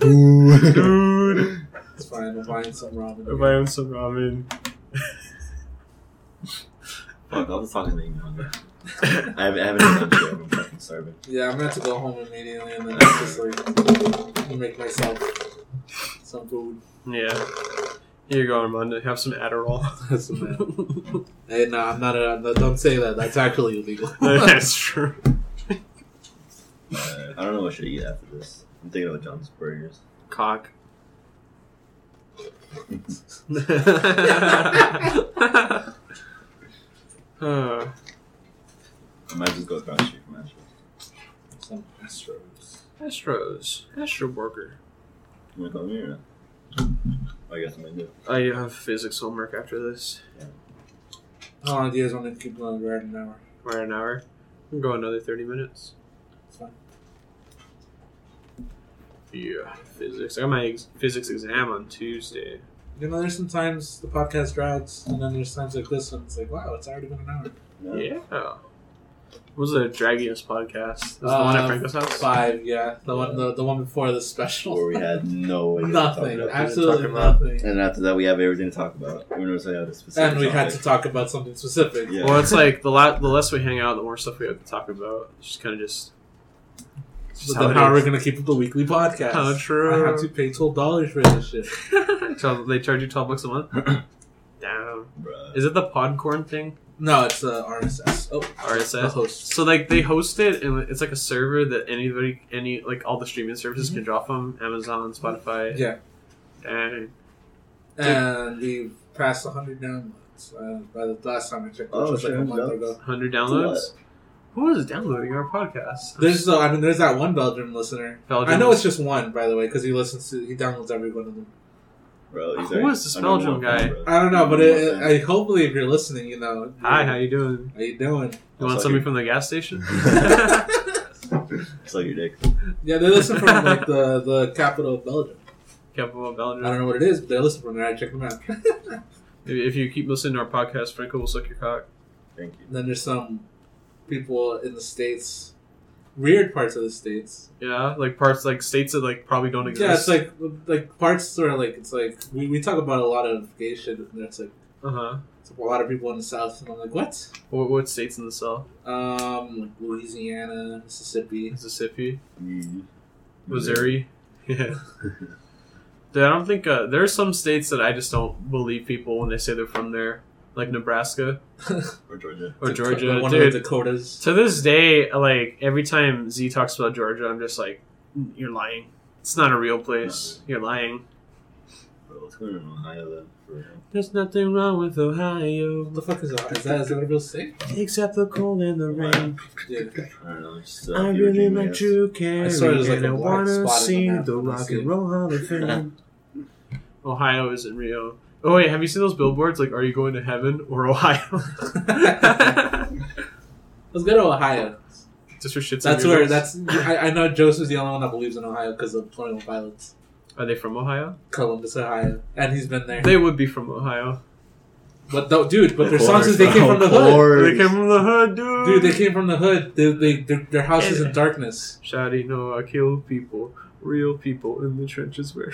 Speaker 1: Boo.
Speaker 3: dude.
Speaker 2: It's fine. We're buying some ramen.
Speaker 3: If I own some ramen.
Speaker 1: Fuck, I was talking to you. I haven't, I haven't had lunch yet. I'm fucking starving.
Speaker 2: Yeah, I'm gonna have to go home immediately and then I'm just like make myself some food.
Speaker 3: Yeah. Here you go, Armando. Have some Adderall.
Speaker 2: That's bad. Hey, no, I'm not. A, no, don't say that. That's actually illegal.
Speaker 3: That's true.
Speaker 1: Uh, I don't know what should I eat after this. I'm thinking about John's Burgers.
Speaker 3: Cock. Uh,
Speaker 1: I might just go across the street from Asheville.
Speaker 2: some Astros.
Speaker 3: Astros. Astro Burger.
Speaker 1: You want to come here or not? Oh, I guess I might do.
Speaker 3: I have physics homework after this.
Speaker 2: How long do you guys want to keep going? We're at an hour.
Speaker 3: We're at an hour. We can go another 30 minutes.
Speaker 2: It's fine.
Speaker 3: Yeah, physics. I got my ex- physics exam on Tuesday.
Speaker 2: You know, there's sometimes the podcast drags, and then there's times like this, and it's like, wow, it's already been an hour.
Speaker 1: No?
Speaker 3: Yeah. What was the draggiest podcast? Was the one at
Speaker 2: Uh,
Speaker 3: Franco's house?
Speaker 2: Five, yeah, the one, the, the one before the special.
Speaker 1: Where we had no idea. what to talk
Speaker 2: nothing,
Speaker 1: about.
Speaker 2: absolutely
Speaker 3: Talking about-
Speaker 2: nothing.
Speaker 1: And after that, we have everything to talk about. We never say how this specific.
Speaker 2: And we had to
Speaker 1: topic.
Speaker 2: talk about something specific.
Speaker 1: Yeah.
Speaker 3: Well, it's like the lot, the less we hang out, the more stuff we have to talk about. It's just kind of just. it's just
Speaker 2: But then
Speaker 3: it
Speaker 2: how are we
Speaker 3: is.
Speaker 2: gonna keep up the weekly podcast?
Speaker 3: How
Speaker 2: I
Speaker 3: true.
Speaker 2: have to pay twelve dollars for this shit.
Speaker 3: So they charge you twelve bucks a month. Damn.
Speaker 1: Bruh.
Speaker 3: Is it the Podcorn thing?
Speaker 2: No, it's uh, RSS. Oh, the
Speaker 3: RSS.
Speaker 2: host.
Speaker 3: So like they host it, and it's like a server that anybody, any like all the streaming services can draw from: Amazon, Spotify.
Speaker 2: Yeah,
Speaker 3: Dang.
Speaker 2: and we've passed hundred downloads uh, by the last time I checked, which
Speaker 1: Oh,
Speaker 2: was like a
Speaker 1: sure,
Speaker 2: month
Speaker 1: yeah.
Speaker 2: ago.
Speaker 3: Hundred downloads. Who is downloading our podcast?
Speaker 2: There's uh, I mean, there's that one Belgian listener.
Speaker 3: Belgium.
Speaker 2: I know it's just one, by the way, because he listens to he downloads every one of them.
Speaker 1: Bro, he's
Speaker 3: Who
Speaker 1: already
Speaker 3: was this
Speaker 1: under one
Speaker 3: Belgium
Speaker 1: pound,
Speaker 3: guy?
Speaker 1: bro.
Speaker 2: I don't know, but
Speaker 1: Under
Speaker 2: it,
Speaker 1: one
Speaker 2: it-
Speaker 1: pound.
Speaker 2: I hopefully if you're listening, you know.
Speaker 3: Hi, how you doing?
Speaker 2: How you doing?
Speaker 3: You want
Speaker 1: It's
Speaker 3: something
Speaker 1: like-
Speaker 3: from the gas station?
Speaker 1: It's like your dick.
Speaker 2: Yeah, they listen from like the the capital of Belgium.
Speaker 3: Capital
Speaker 2: I
Speaker 3: Belgium.
Speaker 2: don't know what it is, but they listen from there. I check them out.
Speaker 3: If, if you keep listening to our podcast, Franco will suck your cock.
Speaker 1: Thank you.
Speaker 2: then there's some people in the states, weird parts of the states.
Speaker 3: Yeah, like parts like states that like probably don't exist.
Speaker 2: Yeah, it's like like parts where like it's like we, we talk about a lot of gay shit, and it's like
Speaker 3: uh huh.
Speaker 2: it's a lot of people in the south, and I'm like, what?
Speaker 3: What, what states in the south?
Speaker 2: Um, like Louisiana, Mississippi.
Speaker 3: Mississippi,
Speaker 1: Mm.
Speaker 3: Missouri. Yeah. Dude, I don't think uh, there are some states that I just don't believe people when they say they're from there, like Nebraska
Speaker 1: Or Georgia.
Speaker 3: or Georgia.
Speaker 2: one of
Speaker 3: Dude,
Speaker 2: the Dakotas.
Speaker 3: to this day, like every time Z talks about Georgia, I'm just like, "Mm, you're lying. It's not a real place. You're lying.
Speaker 1: Bro, what's going on in Ohio then? For real.
Speaker 3: There's nothing wrong with Ohio
Speaker 2: What the fuck is that? Is that is that a real state?
Speaker 3: except the cold and the rain.
Speaker 2: Yeah.
Speaker 1: I don't know. Just, uh,
Speaker 3: I
Speaker 1: fever
Speaker 3: really
Speaker 1: dream, I
Speaker 3: like
Speaker 1: guess.
Speaker 3: Drew Carey,
Speaker 2: I saw it as like
Speaker 3: and
Speaker 2: a
Speaker 3: I
Speaker 2: black
Speaker 3: wanna
Speaker 2: spot on the
Speaker 3: see
Speaker 2: map
Speaker 3: the
Speaker 2: when I
Speaker 3: Rock
Speaker 2: see it.
Speaker 3: and Roll Hall of Fame. Ohio isn't real. Oh wait, have you seen those billboards? Like, are you going to heaven or Ohio?
Speaker 2: Let's go to Ohio.
Speaker 3: Just for shits.
Speaker 2: That's
Speaker 3: and
Speaker 2: where.
Speaker 3: giggles.
Speaker 2: That's I, I know Joseph's the only one that believes in Ohio because of Colonial Pilots,
Speaker 3: Are they from Ohio?
Speaker 2: Columbus, Ohio, and he's been there.
Speaker 3: They would be from Ohio.
Speaker 2: But though, dude, but
Speaker 1: Of
Speaker 2: their songs
Speaker 1: course,
Speaker 2: is they came
Speaker 1: bro,
Speaker 2: from the
Speaker 1: of
Speaker 2: hood.
Speaker 1: course.
Speaker 3: They came from the hood, dude.
Speaker 2: Dude, they came from the hood. They, they, their, their house is in darkness.
Speaker 3: Shouty, no, I kill people, real people in the trenches. Where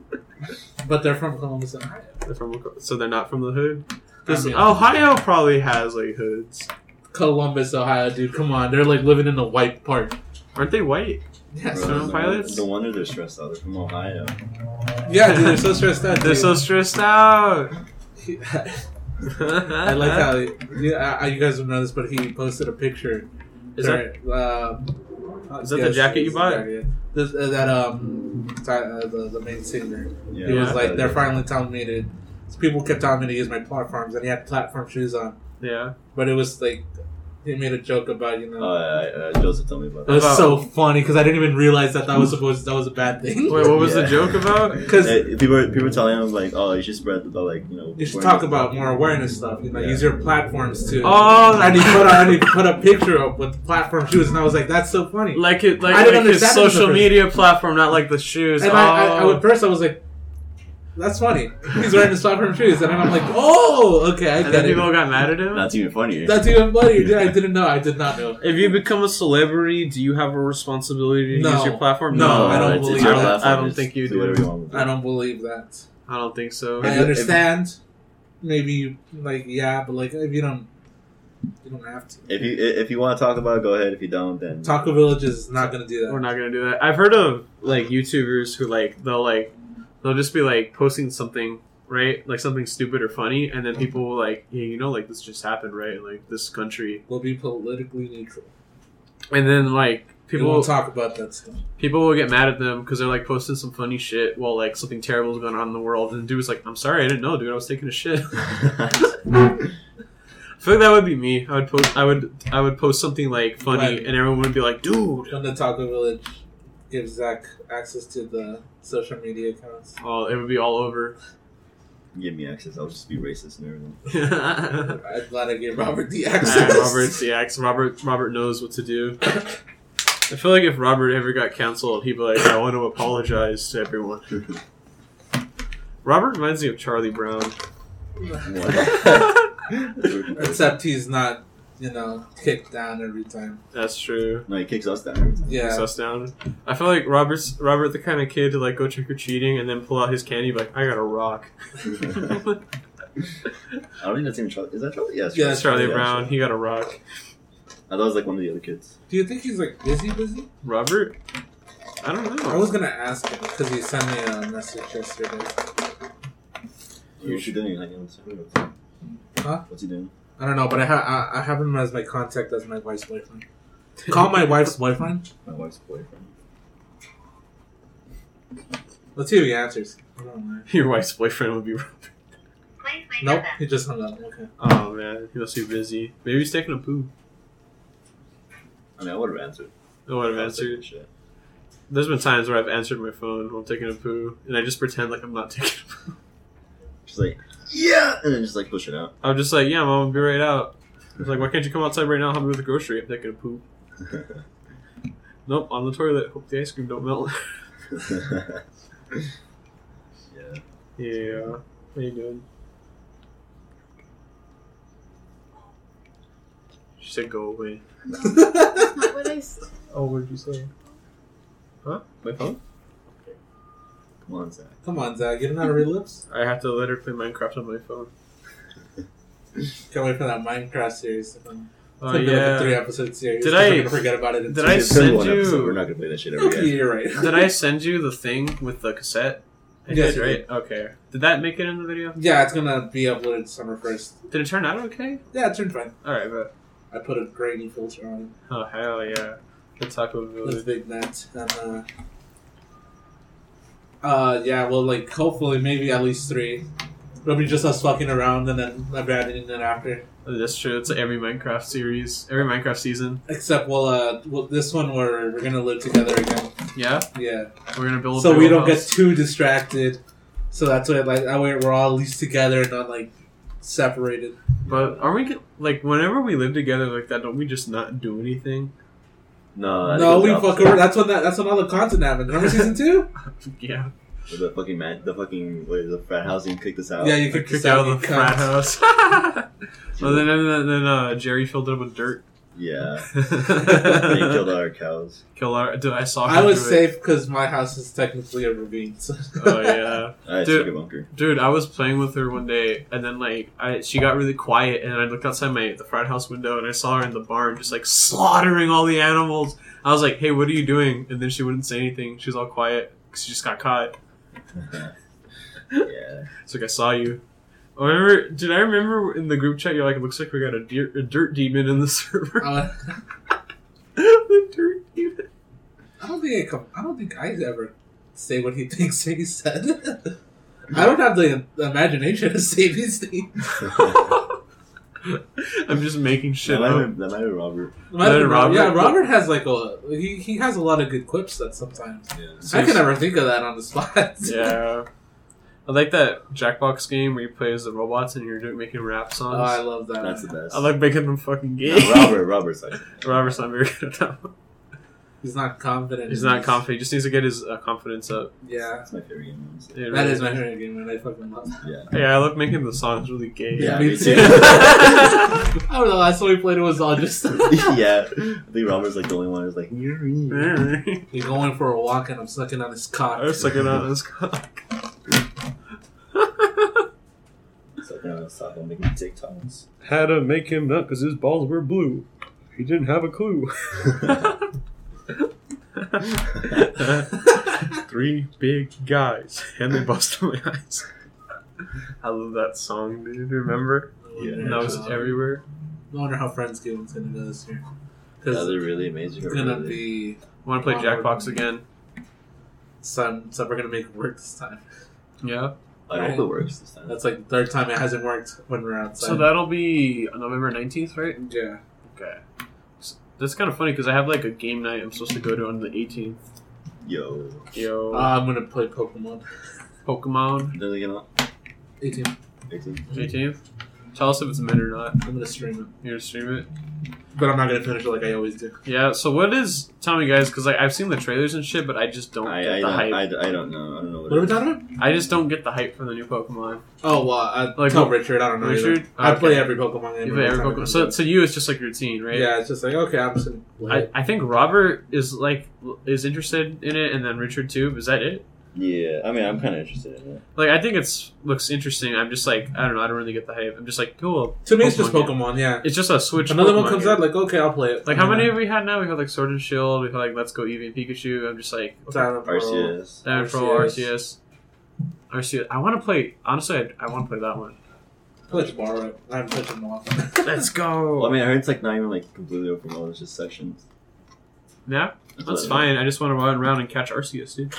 Speaker 2: But they're from Columbus, Ohio.
Speaker 3: they're from, so they're not from the hood. 'Cause
Speaker 2: I mean-
Speaker 3: Ohio probably has like hoods.
Speaker 2: Columbus, Ohio, dude. Come on. They're like living in the white part.
Speaker 3: Aren't they white?
Speaker 2: Yes.
Speaker 1: Bro,
Speaker 3: Storm
Speaker 1: no
Speaker 3: pilots?
Speaker 1: wonder- No wonder they're stressed out. They're from Ohio.
Speaker 2: Yeah, dude. They're so stressed out.
Speaker 3: They're
Speaker 2: Dude.
Speaker 3: so stressed out.
Speaker 2: I like how yeah, I, you guys don't know this, but he posted a picture.
Speaker 3: Is
Speaker 2: during, um,
Speaker 3: Is that the jacket you
Speaker 2: it's the
Speaker 3: bought?
Speaker 2: jacket, yeah. This, uh, that um, Ty- uh, the, the main singer.
Speaker 1: Yeah.
Speaker 2: It was
Speaker 3: Yeah.
Speaker 2: like they're finally telling me to. People kept telling me to use my platforms, and he had platform shoes on.
Speaker 3: Yeah.
Speaker 2: but it was like He made a joke about you know.
Speaker 1: Oh,
Speaker 2: uh,
Speaker 1: yeah, yeah, Joseph told me about
Speaker 2: That
Speaker 1: that.
Speaker 2: was so funny because I didn't even realize that that was supposed that was a bad thing.
Speaker 3: Wait, what was the
Speaker 1: Yeah.
Speaker 3: joke about?
Speaker 2: Because
Speaker 1: Uh, people, were- people were telling him like, oh, you should spread about like you know.
Speaker 2: you should
Speaker 1: awareness.
Speaker 2: talk about more awareness stuff. You know,
Speaker 1: Yeah.
Speaker 2: use your platforms to.
Speaker 3: Oh,
Speaker 2: and he put a, and he put a picture up with the platform shoes, and I was like, that's so funny.
Speaker 3: Like it, like,
Speaker 2: I didn't
Speaker 3: like his
Speaker 2: understand it at
Speaker 3: social
Speaker 2: first.
Speaker 3: media platform, not like the shoes.
Speaker 2: And
Speaker 3: oh.
Speaker 2: I, I, I at first I was like, that's funny. He's wearing his platform shoes, and then I'm like, oh, okay, I
Speaker 3: and
Speaker 2: get
Speaker 3: then
Speaker 2: it.
Speaker 3: people got mad at him.
Speaker 1: That's even funnier.
Speaker 2: That's even funnier. dude. I didn't know. I did not know.
Speaker 3: If you become a celebrity, do you have a responsibility to
Speaker 2: No.
Speaker 3: use your platform?
Speaker 2: No, I don't
Speaker 1: it's- it's
Speaker 2: believe
Speaker 1: your
Speaker 2: that.
Speaker 1: platform,
Speaker 3: I don't
Speaker 1: just
Speaker 3: think you do.
Speaker 1: whatever you want with it.
Speaker 2: I don't believe that.
Speaker 3: I don't think so.
Speaker 1: If
Speaker 2: I
Speaker 1: you- if-
Speaker 2: understand. Maybe you like yeah, but like if you don't, you don't have to.
Speaker 1: If you i- if you want to talk about it, go ahead. If you don't, then
Speaker 2: Taco Village is not gonna do that.
Speaker 3: We're not gonna do that. I've heard of like YouTubers who like they'll like they'll just be like posting something right, like something stupid or funny, and then people will like, yeah, you know, like this just happened, right? Like this country,
Speaker 2: We'll be politically neutral.
Speaker 3: and then like
Speaker 2: People
Speaker 3: people
Speaker 2: won't talk about that stuff.
Speaker 3: people will get mad at them because they're like posting some funny shit while like something terrible is going on in the world, and the dude's like, I'm sorry, I didn't know, dude, I was taking a shit. I feel like that would be me. I would post, I would, I would post something like funny,
Speaker 2: Right.
Speaker 3: and everyone would be like, dude.
Speaker 2: When the Taco Village gives Zach access to the social media accounts,
Speaker 3: Oh, it would be all over.
Speaker 1: give me access. I'll just be racist and everything.
Speaker 3: Alright,
Speaker 2: I'm glad I gave Robert the access.
Speaker 3: Robert's the axe. Robert, Robert knows what to do. I feel like if Robert ever got canceled, he'd be like, I want to apologize to everyone. Robert reminds me of Charlie Brown.
Speaker 2: Except he's not, you know, kicked down every time.
Speaker 3: That's true.
Speaker 1: no, he kicks us down. every time.
Speaker 3: Takes
Speaker 2: Yeah.
Speaker 3: us down. I feel like Robert's Robert the kind of kid to like go trick or treating and then pull out his candy like I got a rock.
Speaker 1: I don't think that's even Charlie. Is that Charlie? Yeah, it's
Speaker 2: Yeah,
Speaker 3: That's Charlie
Speaker 1: Yeah,
Speaker 3: Brown. He got a rock.
Speaker 1: I thought it was like one of the other kids.
Speaker 2: Do you think he's like busy, busy?
Speaker 3: Robert. I don't
Speaker 2: I
Speaker 3: know.
Speaker 2: was gonna ask him because he sent me a message yesterday.
Speaker 1: What's he doing? Hanging on the
Speaker 2: Huh?
Speaker 1: What's he doing?
Speaker 2: I don't know, but I, ha- I, I have him as my contact as my wife's boyfriend. Call my wife's boyfriend.
Speaker 1: My wife's boyfriend.
Speaker 2: Let's see if he answers. I don't know.
Speaker 3: Your wife's boyfriend would be. Robert.
Speaker 2: Nope, he just hung up. Okay.
Speaker 3: Oh man, he must be busy. Maybe he's taking a poo.
Speaker 1: I mean, I would have answered.
Speaker 3: I would have
Speaker 1: I was
Speaker 3: Oh, answered.
Speaker 1: taking a shit.
Speaker 3: There's been times where I've answered my phone while I'm taking a poo, and I just pretend like I'm not taking. a poo.
Speaker 1: She's like, yeah, and then just like push it out.
Speaker 3: I'm just like, yeah, mom, I'll be right out. I was like, why can't you come outside right now? and Help me with the grocery. I'm taking a poo. Nope, on the toilet. Hope the ice cream don't melt.
Speaker 1: yeah.
Speaker 3: Yeah. What are you doing? She said go away.
Speaker 6: That's not what I s-
Speaker 3: Oh, what did you say? Huh? My phone?
Speaker 1: Come on, Zach.
Speaker 2: Come on, Zach, get him out of your lips.
Speaker 3: I have to let her play Minecraft on my phone.
Speaker 2: Can't wait for that Minecraft series. Um,
Speaker 3: Oh,
Speaker 2: it's gonna be like a three
Speaker 3: yeah.
Speaker 2: episode series.
Speaker 3: Did
Speaker 2: 'cause
Speaker 3: I-
Speaker 2: we're gonna forget about it? in
Speaker 3: did
Speaker 2: two
Speaker 3: I
Speaker 2: years.
Speaker 1: It's been
Speaker 3: send
Speaker 1: one episode,
Speaker 3: you-
Speaker 1: We're not gonna play that shit ever
Speaker 2: Okay,
Speaker 1: again.
Speaker 2: you're right.
Speaker 3: Did I send you the thing with the cassette? I
Speaker 2: Yes,
Speaker 3: did,
Speaker 2: you
Speaker 3: right? Okay. Did that make it in the video?
Speaker 2: Yeah, it's gonna be uploaded summer first.
Speaker 3: Did it turn out okay?
Speaker 2: Yeah, it turned fine.
Speaker 3: Alright, but.
Speaker 2: I put a grainy filter on
Speaker 3: Oh, hell yeah. The Taco
Speaker 2: it with
Speaker 3: Village.
Speaker 2: Big Net. And, uh, uh, yeah, well, like, hopefully, maybe at least three. It'll be just us fucking around and then abandoning it after.
Speaker 3: Oh, That's true. It's every Minecraft series, every Minecraft season.
Speaker 2: Except, well, uh, well, this one where we're gonna live together again.
Speaker 3: Yeah?
Speaker 2: Yeah.
Speaker 3: We're gonna build
Speaker 2: so
Speaker 3: a
Speaker 2: we
Speaker 3: real
Speaker 2: don't get
Speaker 3: house.
Speaker 2: too distracted. So that's why, like, that way we're all at least together and not like separated.
Speaker 3: But are we get, like whenever we live together like that? Don't we just not do anything?
Speaker 1: No, I think
Speaker 2: no,
Speaker 1: it's
Speaker 2: we
Speaker 1: the
Speaker 2: fuck
Speaker 1: opposite.
Speaker 2: over. That's when that, that's when all the content happened. Remember season two?
Speaker 3: Yeah,
Speaker 1: With The fucking man, the fucking what is it, the frat housing kicked us out.
Speaker 2: yeah, you
Speaker 3: get
Speaker 2: could
Speaker 3: kicked out of the frat
Speaker 2: cunt.
Speaker 3: house. well, then then, then uh, Jerry filled it with dirt.
Speaker 1: yeah. They killed
Speaker 3: Kill
Speaker 1: all our cows.
Speaker 3: our. Dude, I saw.
Speaker 2: I
Speaker 3: him
Speaker 2: was
Speaker 3: do it.
Speaker 2: safe because my house is technically a ravine. So.
Speaker 3: Oh yeah,
Speaker 1: I
Speaker 3: Dude.
Speaker 1: took a bunker.
Speaker 3: dude. I was playing with her one day, and then like I, she got really quiet, and I looked outside my the frat house window, and I saw her in the barn just like slaughtering all the animals. I was like, "Hey, what are you doing?" And then she wouldn't say anything. She was all quiet 'cause she just got caught.
Speaker 1: yeah.
Speaker 3: It's like I saw you. I remember. Did I remember in the group chat? You're like, it looks like we got a, deer, a dirt demon in the server.
Speaker 2: Uh,
Speaker 3: the dirt demon.
Speaker 2: I don't think I come. I don't think I ever say what he thinks he said. I don't have the imagination to say these things.
Speaker 3: I'm just making
Speaker 1: That
Speaker 3: shit
Speaker 1: might,
Speaker 3: up.
Speaker 1: have, that might have been Robert.
Speaker 2: Might have been
Speaker 3: Robert-
Speaker 2: Yeah, Robert has like a he, he has a lot of good quips that sometimes
Speaker 1: Yeah.
Speaker 2: I can never think of that on the spot.
Speaker 3: Yeah. I like that Jackbox game where you play as the robots and you're doing, making rap
Speaker 2: Oh, I
Speaker 3: songs.
Speaker 2: love that.
Speaker 1: That's the
Speaker 2: one.
Speaker 1: best.
Speaker 3: I like making them fucking
Speaker 1: No,
Speaker 3: games.
Speaker 1: Robert, Robert's like,
Speaker 3: Robert's not very good at that.
Speaker 2: He's not confident.
Speaker 3: He's
Speaker 2: in
Speaker 3: not
Speaker 2: his-
Speaker 3: confident. He just needs to get his uh, confidence up.
Speaker 2: Yeah,
Speaker 1: that's my favorite game. honestly.
Speaker 3: Yeah,
Speaker 2: that is my favorite game, and I fucking love. It.
Speaker 1: Yeah.
Speaker 3: Yeah, I love making the songs really gay.
Speaker 1: Yeah,
Speaker 2: me
Speaker 1: me too.
Speaker 2: too. I don't know. Last time we played it was all just
Speaker 1: yeah. I think Robert's like the only one who's like, you're me."
Speaker 3: I
Speaker 2: You're going for a walk, and I'm sucking on his cock.
Speaker 3: was sucking on his cock.
Speaker 1: So I can stop on making TikToks.
Speaker 3: Had to make him nut because his balls were blue. He didn't have a clue. Three big guys, and they bust my eyes. I love that song, dude. Remember?
Speaker 1: Yeah.
Speaker 3: And that was
Speaker 2: Um,
Speaker 3: everywhere.
Speaker 2: I wonder how Friendsgiving's gonna go this year.
Speaker 1: yeah,
Speaker 2: Because
Speaker 1: they're really amazing.
Speaker 2: it's gonna
Speaker 1: really.
Speaker 2: be
Speaker 3: I want to play
Speaker 2: Onward
Speaker 3: Jackbox
Speaker 2: and-
Speaker 3: again.
Speaker 2: some. So we're gonna make it work this time.
Speaker 3: Yeah.
Speaker 1: I hope it works this time.
Speaker 2: That's like the third time it hasn't worked when we're outside.
Speaker 3: So that'll be on November 19th, right?
Speaker 2: yeah.
Speaker 3: Okay. S- That's kind of funny because I have like a game night I'm supposed to go to on the 18th.
Speaker 1: Yo.
Speaker 3: Yo,
Speaker 1: Ah.
Speaker 2: Uh, I'm gonna play Pokemon.
Speaker 3: Pokemon
Speaker 1: Does it get on?
Speaker 2: 18.
Speaker 1: 18?
Speaker 3: 18th. Tell us if it's mid or not.
Speaker 2: I'm gonna stream
Speaker 3: You're gonna stream it.
Speaker 2: it, but I'm not gonna finish it like I always do.
Speaker 3: Yeah. So what is? Tell me, guys, because like I've seen the trailers and shit, but I just don't
Speaker 1: I,
Speaker 3: get
Speaker 1: I,
Speaker 3: the
Speaker 1: don't,
Speaker 3: hype.
Speaker 1: I, I don't know. I don't know what,
Speaker 2: What are
Speaker 1: it
Speaker 2: we
Speaker 1: is.
Speaker 2: talking about?
Speaker 3: I just don't get the hype for the new Pokemon.
Speaker 2: Oh well, I
Speaker 3: Like,
Speaker 2: tell
Speaker 3: what-
Speaker 2: Richard. I don't know. either.
Speaker 3: Richard?
Speaker 2: I
Speaker 3: Okay.
Speaker 2: play every Pokemon game.
Speaker 3: You play every
Speaker 2: time I
Speaker 3: Pokemon.
Speaker 2: do
Speaker 3: So
Speaker 2: it.
Speaker 3: to you, it's just like routine, right?
Speaker 2: yeah, it's just like okay, I'm just gonna play
Speaker 3: I,
Speaker 2: it.
Speaker 3: I think Robert is like is interested in it, and then Richard too. Is that it?
Speaker 1: Yeah, I mean, I'm kind of interested in it.
Speaker 3: Like I think it's looks interesting. I'm just like I don't know. I don't really get the hype. I'm just like cool.
Speaker 2: To me, it's just
Speaker 3: Pokemon
Speaker 2: Pokemon. Yeah.
Speaker 3: It's just a Switch.
Speaker 2: Another one
Speaker 3: Pokemon
Speaker 2: comes
Speaker 3: game.
Speaker 2: out, like okay, I'll play it.
Speaker 3: Like how many have we had now? We had like Sword and Shield. We had like Let's Go Eevee and Pikachu. I'm just like okay.
Speaker 2: Silent Pearl.
Speaker 1: Arceus.
Speaker 3: Diamond Pearl,
Speaker 2: RCS.
Speaker 3: RCS, RCS. I want to play. Honestly, I, I want to play that one.
Speaker 2: Play tomorrow. I haven't played it in a while.
Speaker 3: Let's go.
Speaker 1: Well, I mean, I heard it's like not even like completely open world. It's just sections.
Speaker 3: yeah, that's
Speaker 1: what I heard.
Speaker 3: fine. I just want to run around and catch Arceus, dude.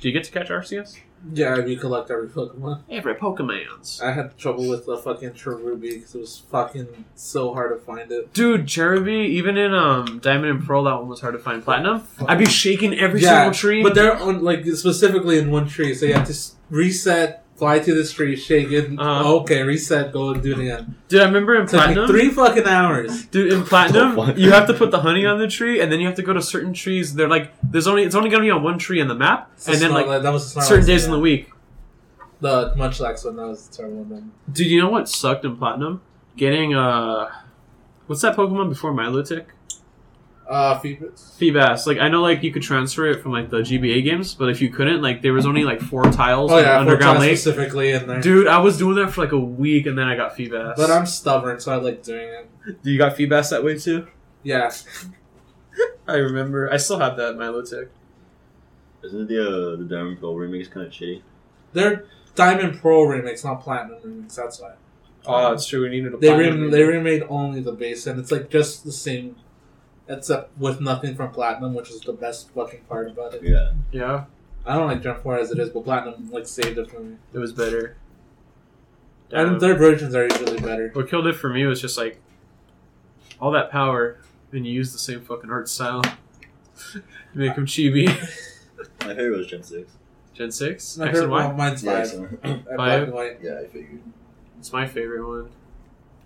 Speaker 3: Do you get to catch Arceus?
Speaker 2: yeah, if you collect every Pokemon.
Speaker 3: Every Pokemon's.
Speaker 2: I had trouble with the fucking Cherubi because it was fucking so hard to find it.
Speaker 3: Dude, Cherubi, even in um Diamond and Pearl, that one was hard to find. Platinum, I'd be shaking every
Speaker 2: Yeah,
Speaker 3: single tree.
Speaker 2: But they're on like specifically in one tree, so you have to s- reset, fly to this tree, shake it.
Speaker 3: Uh-huh.
Speaker 2: okay, reset, go and do it again.
Speaker 3: dude, I remember in
Speaker 2: It took me
Speaker 3: Platinum,
Speaker 2: three fucking hours.
Speaker 3: Dude, in platinum,
Speaker 1: Oh, fuck.
Speaker 3: you have to put the honey on the tree, and then you have to go to certain trees. They're like, there's only it's only gonna be on one tree on the map,
Speaker 2: It's a
Speaker 3: and then
Speaker 2: snarl-
Speaker 3: like
Speaker 2: that was a
Speaker 3: certain days in the week.
Speaker 2: The Munchlax one, that was a terrible one.
Speaker 3: Dude, you know what sucked in platinum? Getting uh, what's that Pokemon before Milotic?
Speaker 2: Uh, Phoebus.
Speaker 3: Feebas. Like I know, like you could transfer it from like the GBA games, but if you couldn't, like there was only like four tiles
Speaker 2: Oh
Speaker 3: in the
Speaker 2: yeah,
Speaker 3: underground
Speaker 2: Underground
Speaker 3: lake.
Speaker 2: specifically in there.
Speaker 3: Dude, I was doing that for like a week, and then I got Feebas.
Speaker 2: But I'm stubborn, so I like doing it.
Speaker 3: Do um, you got Feebas that way too?
Speaker 2: Yeah,
Speaker 3: I remember. I still have that Milotic.
Speaker 1: Isn't the uh, the Diamond Pearl remix kind of shitty?
Speaker 2: they're Diamond Pearl remix, not Platinum remix. That's why
Speaker 3: Oh, it's true. We needed a.
Speaker 2: they
Speaker 3: platinum
Speaker 2: rem-
Speaker 3: remake.
Speaker 2: they remade only the bass, and it's like just the same, except with nothing from Platinum, which is the best fucking part about it.
Speaker 1: Yeah.
Speaker 3: yeah.
Speaker 2: I don't like Gen Four as it is, but Platinum like saved it for me.
Speaker 3: It was better.
Speaker 2: And their versions are usually better.
Speaker 3: what killed it for me was just like all that power, and you use the same fucking art style. You Make him chibi.
Speaker 1: My favorite was Gen 6.
Speaker 3: Gen six,
Speaker 2: My
Speaker 3: X and
Speaker 2: favorite
Speaker 3: Y.
Speaker 2: one, mine's
Speaker 1: Yeah,
Speaker 2: five.
Speaker 1: so-
Speaker 2: And Black
Speaker 3: Five?
Speaker 2: and white.
Speaker 1: yeah, I figured.
Speaker 3: It's my favorite one.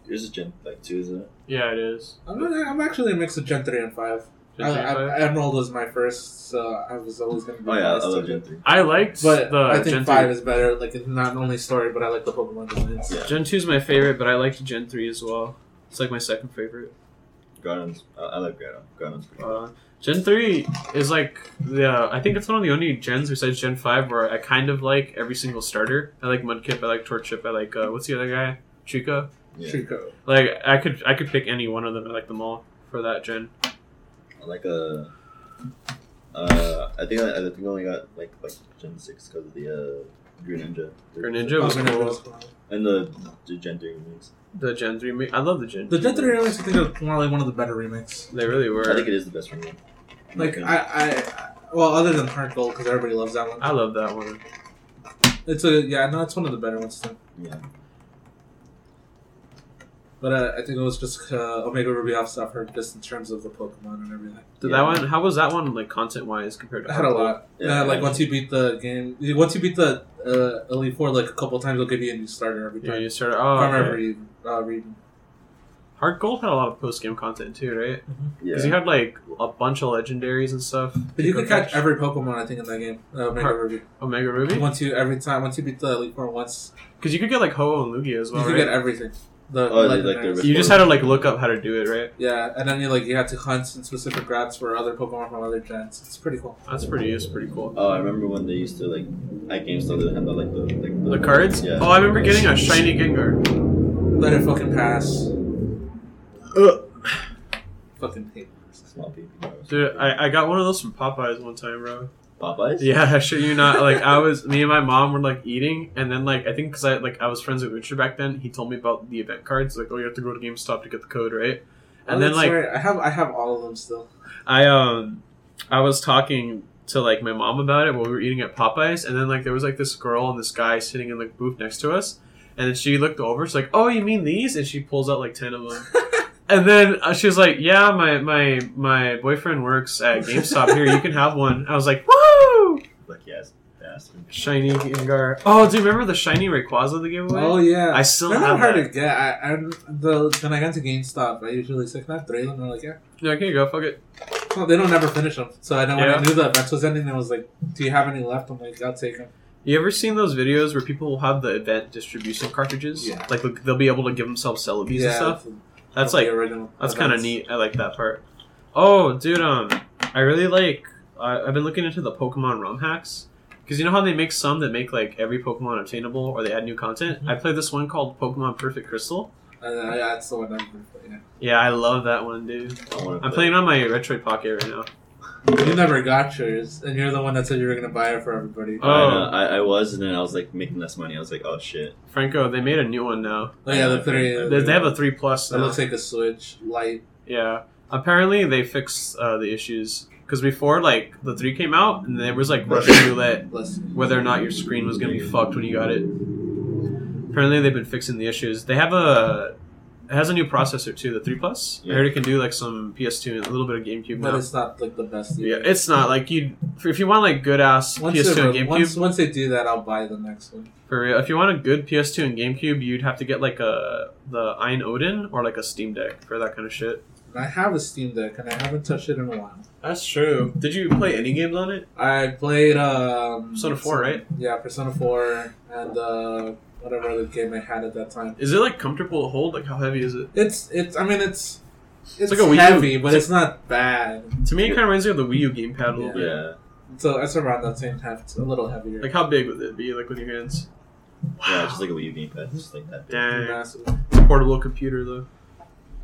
Speaker 1: Yours is Gen like 2, isn't it?
Speaker 3: Yeah, it is.
Speaker 2: I'm, gonna, I'm actually a mix of Gen three and five.
Speaker 3: Gen
Speaker 2: I-
Speaker 3: three and
Speaker 2: I-
Speaker 3: five?
Speaker 2: Emerald was my first, so I was always gonna be.
Speaker 1: Oh, yeah, I
Speaker 2: biased
Speaker 1: love
Speaker 2: to
Speaker 1: Gen
Speaker 2: it.
Speaker 1: 3.
Speaker 3: I liked
Speaker 2: But
Speaker 3: the
Speaker 2: I think
Speaker 3: Gen
Speaker 2: five
Speaker 3: three.
Speaker 2: is better. Like it's not only story, but I like the Pokemon designs.
Speaker 1: Yeah.
Speaker 3: Gen two is my favorite, but I liked Gen three as well. It's like my second favorite.
Speaker 1: Groudon's. uh, I I like Groudon. Groudon's pretty
Speaker 3: Uh, Gen three is like the I think it's one of the only gens besides Gen five where I kind of like every single starter. I like Mudkip, I like Torchip, I like uh, what's the other guy? Chica.
Speaker 1: Yeah.
Speaker 2: Trico.
Speaker 3: Like I could I could pick any one of them. I like them all for that gen.
Speaker 1: I like a. Uh, I think I, I think I only got like like Gen six because of the uh, Green Ninja.
Speaker 3: Greninja was
Speaker 2: Pokemon
Speaker 3: cool.
Speaker 2: designs.
Speaker 1: and the, the Gen three remix.
Speaker 3: The Gen three. ma- I love the Gen.
Speaker 2: The Gen 3 remakes, I think, are probably one of the better remakes.
Speaker 3: They really were.
Speaker 1: I think it is the best remix.
Speaker 2: Like, I, I, I- well, other than Heart Gold, because everybody loves that one.
Speaker 3: I love that one.
Speaker 2: It's a, yeah, no, it's one of the better ones, too.
Speaker 1: yeah.
Speaker 2: But uh, I think it was just uh, Omega Ruby off stuff her just in terms of the Pokemon and everything.
Speaker 3: Did
Speaker 1: Yeah.
Speaker 3: that one? How was that one like content wise compared to?
Speaker 2: I had a
Speaker 3: Arctic?
Speaker 2: lot. Yeah, Uh, like once you beat the game, once you beat the uh, Elite Four like a couple times, they'll give you a new starter every
Speaker 3: Yeah,
Speaker 2: time.
Speaker 3: you started.
Speaker 2: I
Speaker 3: Oh,
Speaker 2: don't remember
Speaker 3: okay.
Speaker 2: even, uh, reading.
Speaker 3: Hard Gold had a lot of post game content too, right? Because
Speaker 1: Yeah.
Speaker 3: you had like a bunch of legendaries and stuff.
Speaker 2: But you could catch every Pokemon I think in that game. Uh, Omega
Speaker 3: Har-
Speaker 2: Ruby.
Speaker 3: Omega Ruby.
Speaker 2: Once you every time, once you beat the Elite Four once,
Speaker 3: Because you could get like Ho and Lugia as
Speaker 2: you
Speaker 3: well,
Speaker 2: could
Speaker 3: right?
Speaker 2: get everything. The
Speaker 1: Oh, they, like,
Speaker 2: legendaries.
Speaker 1: they're-
Speaker 3: you just had to like look up how to do it, right?
Speaker 2: yeah, and then you like you had to hunt in specific routes for other Pokemon from other gens. It's pretty cool.
Speaker 3: That's pretty. It's pretty cool.
Speaker 1: Oh, I remember when they used to like at GameStop they had the, like the like
Speaker 3: The cards.
Speaker 1: Yeah.
Speaker 3: Oh, I remember getting a shiny Gengar.
Speaker 2: Let it fucking pass.
Speaker 1: Ugh.
Speaker 2: Fucking hate.
Speaker 1: Small people.
Speaker 3: Dude, I, I got one of those from Popeyes one time, bro.
Speaker 1: Popeyes.
Speaker 3: Yeah, I shit you not. Like I was, me and my mom were like eating, and then like I think because I like I was friends with Ucher back then. He told me about the event cards. Like, oh, you have to go to GameStop to get the code, right? And
Speaker 2: Oh,
Speaker 3: then
Speaker 2: that's
Speaker 3: like
Speaker 2: right. I have I have all of them still.
Speaker 3: I um I was talking to like my mom about it while we were eating at Popeyes, and then like there was like this girl and this guy sitting in the booth next to us, and then she looked over. She's like, "Oh, you mean these?" And she pulls out like ten of them. And then uh, she was like, "Yeah, my my my boyfriend works at GameStop. Here, you can have one." I was like, "Woo!"
Speaker 1: Like yes, bastard.
Speaker 3: Shiny Gengar. Oh, do you remember the shiny Rayquaza they gave away?
Speaker 2: Oh yeah.
Speaker 3: I still
Speaker 2: They're not
Speaker 3: have
Speaker 2: hard
Speaker 3: that.
Speaker 2: to get. I, I the when I got to GameStop, I usually say, "Can I have three of them?" They're like, "Yeah."
Speaker 3: No, here you go. Fuck it.
Speaker 2: So they don't ever finish them. So I know when
Speaker 3: Yeah.
Speaker 2: I knew the event was ending, I was like, "Do you have any left?" I'm like, "I'll take them."
Speaker 3: You ever seen those videos where people will have the event distribution cartridges?
Speaker 2: Yeah.
Speaker 3: Like look, they'll be able to give themselves Celebes and stuff. That's
Speaker 2: the
Speaker 3: like
Speaker 2: original.
Speaker 3: that's kind of
Speaker 2: events.
Speaker 3: neat. I like that part. Oh, dude, um, I really like. I I've been looking into the Pokemon ROM hacks because you know how they make some that make like every Pokemon obtainable or they add new content.
Speaker 2: Mm-hmm.
Speaker 3: I played this one called Pokemon Perfect Crystal.
Speaker 2: And, uh, yeah, that's the one. I'm,
Speaker 3: Yeah, I love that one, dude.
Speaker 1: I wanna play.
Speaker 3: I'm playing on my Retroid Pocket right now.
Speaker 2: yeah. You never got yours, and you're the one that said you were gonna buy it for everybody.
Speaker 3: Oh.
Speaker 2: Oh,
Speaker 1: I, know, I, I was, and then I was like making less money. I was like, oh shit.
Speaker 3: Franco, they made a new one now.
Speaker 2: Oh, yeah, the three.
Speaker 3: They, they have a three plus.
Speaker 2: That
Speaker 3: now.
Speaker 2: looks like a Switch light.
Speaker 3: Yeah. Apparently, they fixed uh, the issues because before, like, the three came out, and there was like Russian roulette
Speaker 2: Less.
Speaker 3: whether or not your screen was gonna be fucked when you got it. Apparently, they've been fixing the issues. They have a it has a new processor too, the three plus. I heard it can do like some PS2 and a little bit of GameCube
Speaker 2: But
Speaker 3: now.
Speaker 2: it's not like the best.
Speaker 3: Yeah,
Speaker 2: either.
Speaker 3: it's not like you if you want like good ass
Speaker 2: Once,
Speaker 3: PS2
Speaker 2: they,
Speaker 3: and GameCube
Speaker 2: once, once they do that, I'll buy the next one.
Speaker 3: for real. If you want a good PS2 and GameCube, you'd have to get like a the Ein Odin or like a Steam Deck for that kind of shit.
Speaker 2: And I have a Steam Deck, and I haven't touched it in a while.
Speaker 3: That's true. Did you play any games on it?
Speaker 2: I played um,
Speaker 3: Persona 4, right?
Speaker 2: Yeah, Persona Four, and uh, whatever other game I had at that time.
Speaker 3: Is it like comfortable to hold? Like how heavy is it?
Speaker 2: It's it's. I mean, it's it's,
Speaker 3: like a Wii U.
Speaker 2: heavy, but
Speaker 3: It's
Speaker 2: it's not bad.
Speaker 3: To me, it kind of reminds me of the Wii U gamepad a little bit.
Speaker 1: Yeah,
Speaker 2: So it's around that same time. It's a little heavier.
Speaker 3: Like how big would it be? Like with your hands?
Speaker 1: yeah, just like a Wii U gamepad, just like that. Big.
Speaker 3: Dang.
Speaker 2: Massive.
Speaker 3: portable computer though.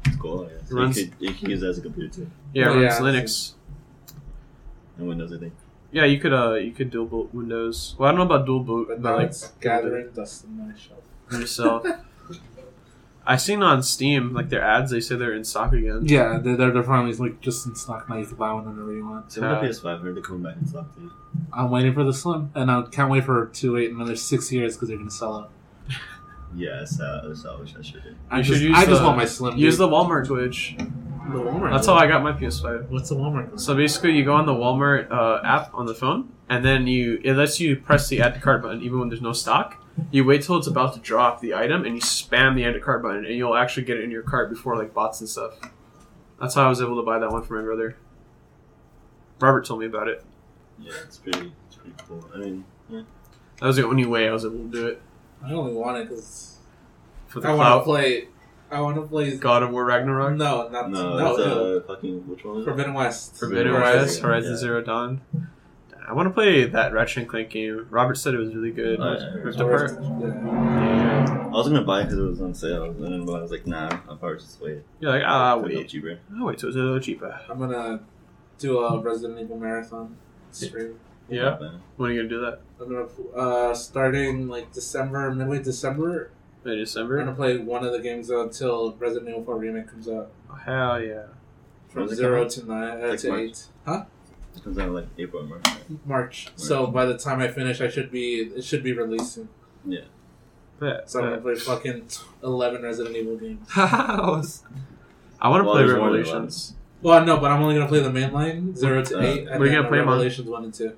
Speaker 1: It's cool. I guess.
Speaker 3: Runs-
Speaker 1: You could you could use that as a computer too,
Speaker 3: Yeah, it
Speaker 2: Oh,
Speaker 3: runs
Speaker 2: yeah.
Speaker 3: Linux.
Speaker 1: and Windows I think.
Speaker 3: Yeah, you could uh you could dual boot Windows. Well, I don't know about dual boot,
Speaker 2: But
Speaker 3: but,
Speaker 2: now
Speaker 3: eh. like
Speaker 2: it's gathering dust in my shelf.
Speaker 3: yourself. I seen on Steam like their ads. They say they're in stock again.
Speaker 2: Yeah, they're, they're finally like just in stock now. You can buy one whenever you want.
Speaker 1: So yeah. the
Speaker 3: Yeah.
Speaker 1: PS5 heard they coming back in stock too.
Speaker 2: I'm waiting for the Slim, and I can't wait for to wait another six years because they're gonna sell out.
Speaker 1: Yeah, I saw, I saw which I should do.
Speaker 2: I
Speaker 3: You should
Speaker 2: just,
Speaker 3: use
Speaker 2: I just
Speaker 3: the-
Speaker 2: want my Slim.
Speaker 3: Use
Speaker 2: dude.
Speaker 3: the Walmart glitch.
Speaker 2: the Walmart.
Speaker 3: That's how I got my PS5.
Speaker 2: What's the Walmart?
Speaker 3: So basically, you go on the Walmart uh, app on the phone, and then you it lets you press the add to cart button even when there's no stock. You wait till it's about to drop the item, and you spam the add to cart button, and you'll actually get it in your cart before like bots and stuff. That's how I was able to buy that one for my brother. Robert told me about it.
Speaker 1: Yeah, it's pretty, it's pretty cool. I mean,
Speaker 3: That was the only way I was able to do it
Speaker 2: I only want it because
Speaker 3: for the
Speaker 2: I want to
Speaker 3: clout.
Speaker 2: play. I want to play.
Speaker 3: God of War Ragnarok,
Speaker 2: No, not
Speaker 1: no,
Speaker 2: no.
Speaker 1: it's
Speaker 2: no.
Speaker 1: uh, fucking which one was it?
Speaker 2: Forbidden West.
Speaker 3: Forbidden
Speaker 1: Forbidden
Speaker 3: West,
Speaker 1: West,
Speaker 3: Horizon
Speaker 1: yeah.
Speaker 3: Zero Dawn. I want to play that Ratchet and Clank game. Robert said it was really good.
Speaker 1: Oh, yeah.
Speaker 3: Ripped
Speaker 2: Or-
Speaker 3: apart.
Speaker 2: yeah.
Speaker 1: I was gonna buy it because it was on sale, and then but I was like, nah, I'll probably just wait.
Speaker 3: You're like, ah,
Speaker 1: It's a little
Speaker 3: wait,
Speaker 1: cheaper.
Speaker 3: ah, wait till it's a little cheaper.
Speaker 2: I'm gonna do a Resident Evil marathon stream.
Speaker 3: Yeah.
Speaker 1: Man.
Speaker 3: When are you gonna do that?
Speaker 2: I'm gonna uh, starting like December, midway December.
Speaker 3: In
Speaker 2: We're
Speaker 3: December?
Speaker 2: gonna play one of the games until Resident Evil 4 remake comes out.
Speaker 3: Oh, hell yeah.
Speaker 2: From
Speaker 1: When's it
Speaker 2: zero
Speaker 1: come out?
Speaker 2: to nine uh,
Speaker 1: Like
Speaker 2: to
Speaker 1: March?
Speaker 2: eight. Huh?
Speaker 1: It comes out in, like April, or March.
Speaker 2: March. So by the time I finish, I should be it should be releasing.
Speaker 1: Yeah.
Speaker 3: Bet.
Speaker 2: So I'm gonna
Speaker 1: Uh,
Speaker 3: bet.
Speaker 2: play fucking eleven Resident Evil games.
Speaker 3: I was- I want to
Speaker 1: Well,
Speaker 3: play
Speaker 1: there's more than
Speaker 3: Revelations.
Speaker 2: Well, no, but I'm only gonna play the main line zero to
Speaker 1: Uh,
Speaker 2: eight. and
Speaker 3: what are you
Speaker 2: then
Speaker 3: gonna play 'em on?
Speaker 2: Revelations one and two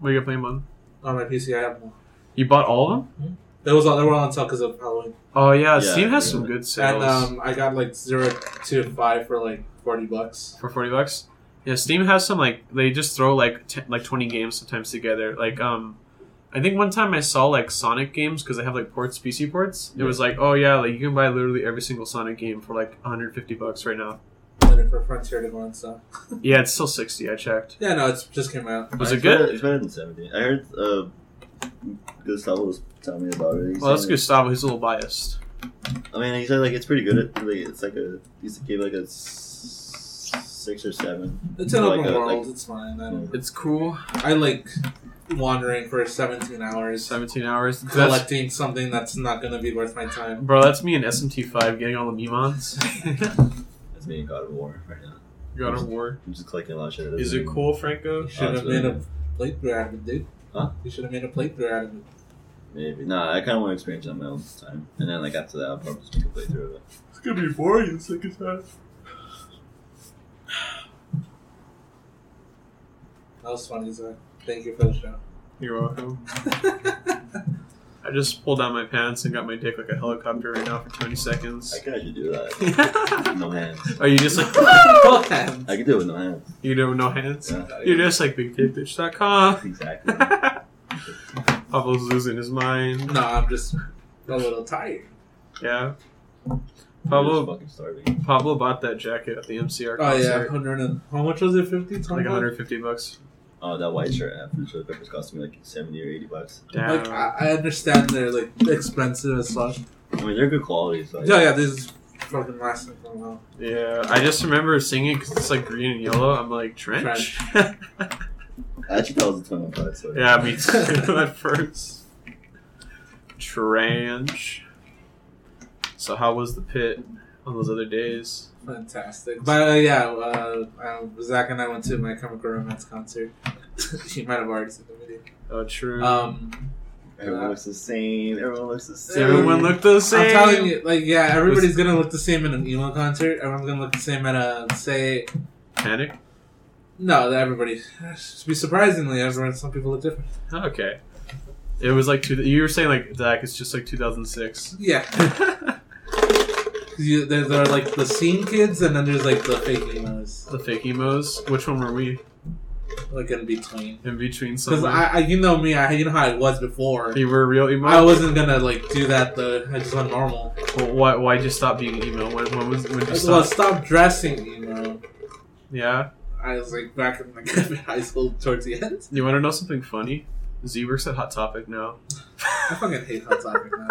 Speaker 3: What are you gonna play them on?
Speaker 2: on my PC. I have one.
Speaker 3: You bought all of them?
Speaker 2: That was all. They were all on sale because of Halloween.
Speaker 3: Oh yeah,
Speaker 1: Yeah,
Speaker 3: Steam has
Speaker 1: yeah.
Speaker 3: some good sales
Speaker 2: And um, I got like zero to five for like forty bucks.
Speaker 3: for forty bucks. Yeah, Steam has some like they just throw like t- like twenty games sometimes together. Like um, I think one time I saw like Sonic games because they have like ports, PC ports. It
Speaker 1: Yeah.
Speaker 3: was like oh yeah, like you can buy literally every single Sonic game for like one hundred fifty bucks right now.
Speaker 2: And then for Frontier to go on sale.
Speaker 3: Yeah, it's still sixty. I checked.
Speaker 2: Yeah, no, it's just came out.
Speaker 3: Was
Speaker 1: It's
Speaker 3: it good?
Speaker 1: better- it's better than 17. I heard uh, Gustavo was telling me about it. He
Speaker 3: Well, that's
Speaker 1: said-
Speaker 3: Gustavo. He's a little biased.
Speaker 1: I mean, he said like it's pretty good. At, like, it's like a he said gave like a s- six or seven.
Speaker 2: It's an
Speaker 1: Like
Speaker 2: open
Speaker 1: a-
Speaker 2: world.
Speaker 1: like-
Speaker 2: it's fine. I don't.
Speaker 3: It's cool.
Speaker 2: I like wandering for seventeen hours,
Speaker 3: Seventeen hours. That's,
Speaker 2: collecting something that's not gonna be worth my time.
Speaker 3: bro, that's me and SMT five getting all the Mimons.
Speaker 1: That's me and God of War right now.
Speaker 3: God of War.
Speaker 1: I'm just collecting a lot of shit.
Speaker 3: Is it cool, Franco?
Speaker 2: You should have
Speaker 1: Awesome.
Speaker 2: made a playthrough out of it, dude.
Speaker 1: Huh?
Speaker 2: You should have made a playthrough out of it.
Speaker 1: Maybe. Nah, I kind of want to experience it on my own this time, and then like after that, I'll probably just make a playthrough of it.
Speaker 2: It's gonna be boring the second time. That was funny, Zach. Thank you for the show.
Speaker 3: You're welcome. I just pulled down my pants and got my dick like a helicopter right now for 20
Speaker 1: I
Speaker 3: seconds.
Speaker 1: kind of should do that. No hands.
Speaker 3: Are you just like,
Speaker 1: I could do it with no hands.
Speaker 3: you do no hands?
Speaker 1: Yeah.
Speaker 3: You're just like bigdickbitch.com.
Speaker 1: Exactly.
Speaker 3: Pablo's losing his mind.
Speaker 2: No, I'm just a little tired.
Speaker 3: Yeah.
Speaker 1: I'm
Speaker 3: Pablo
Speaker 1: just fucking starving.
Speaker 3: Pablo bought that jacket at the MCR
Speaker 2: Oh yeah,
Speaker 3: concert.
Speaker 2: 100 and, how much was it? 50? 20?
Speaker 3: Like 150 bucks.
Speaker 1: Oh, that white shirt after the Chili Peppers cost me like seventy or eighty bucks.
Speaker 3: Damn.
Speaker 2: Like I, I understand they're like expensive as such.
Speaker 1: I mean, they're good quality. So
Speaker 2: Yeah, yeah, this is fucking lasting for a while.
Speaker 3: yeah. I just remember singing because it's like green and yellow. I'm like, trench?
Speaker 1: Actually, that was a twenty five. So
Speaker 3: Yeah, me too at first. Tranch. So how was the pit on those other days?
Speaker 2: Fantastic. But uh, yeah, uh, um, Zach and I went to my Chemical Romance concert. you might have already seen the video.
Speaker 3: Oh, true.
Speaker 2: Um,
Speaker 1: Everyone looks the same. Everyone looks the same.
Speaker 3: Everyone looked the same.
Speaker 2: I'm telling you, like, yeah, everybody's gonna look the same in an emo concert. Everyone's gonna look the same at a say.
Speaker 3: Panic.
Speaker 2: No, everybody. Be surprisingly, everyone. Some people look different.
Speaker 3: Okay. It was like two. You were saying like Zach. It's just like 2006.
Speaker 2: Yeah,
Speaker 3: the
Speaker 2: you, there, there are like the scene kids, and then there's like the fake emos,
Speaker 3: fake emos. Which one were we
Speaker 2: like in between.
Speaker 3: in between?
Speaker 2: Because
Speaker 3: Somewhere.
Speaker 2: I, I, you know me, I, you know how I was before.
Speaker 3: you were a real emo.
Speaker 2: I wasn't gonna like do that though. I just went normal.
Speaker 3: Well, why? Why would you stop being emo? When, when was? When did you
Speaker 2: Well,
Speaker 3: stop?
Speaker 2: stop dressing emo.
Speaker 3: Yeah.
Speaker 2: I was like back in like high school towards the end.
Speaker 3: You want to know something funny? Z works at Hot Topic now.
Speaker 2: I fucking hate Hot Topic now.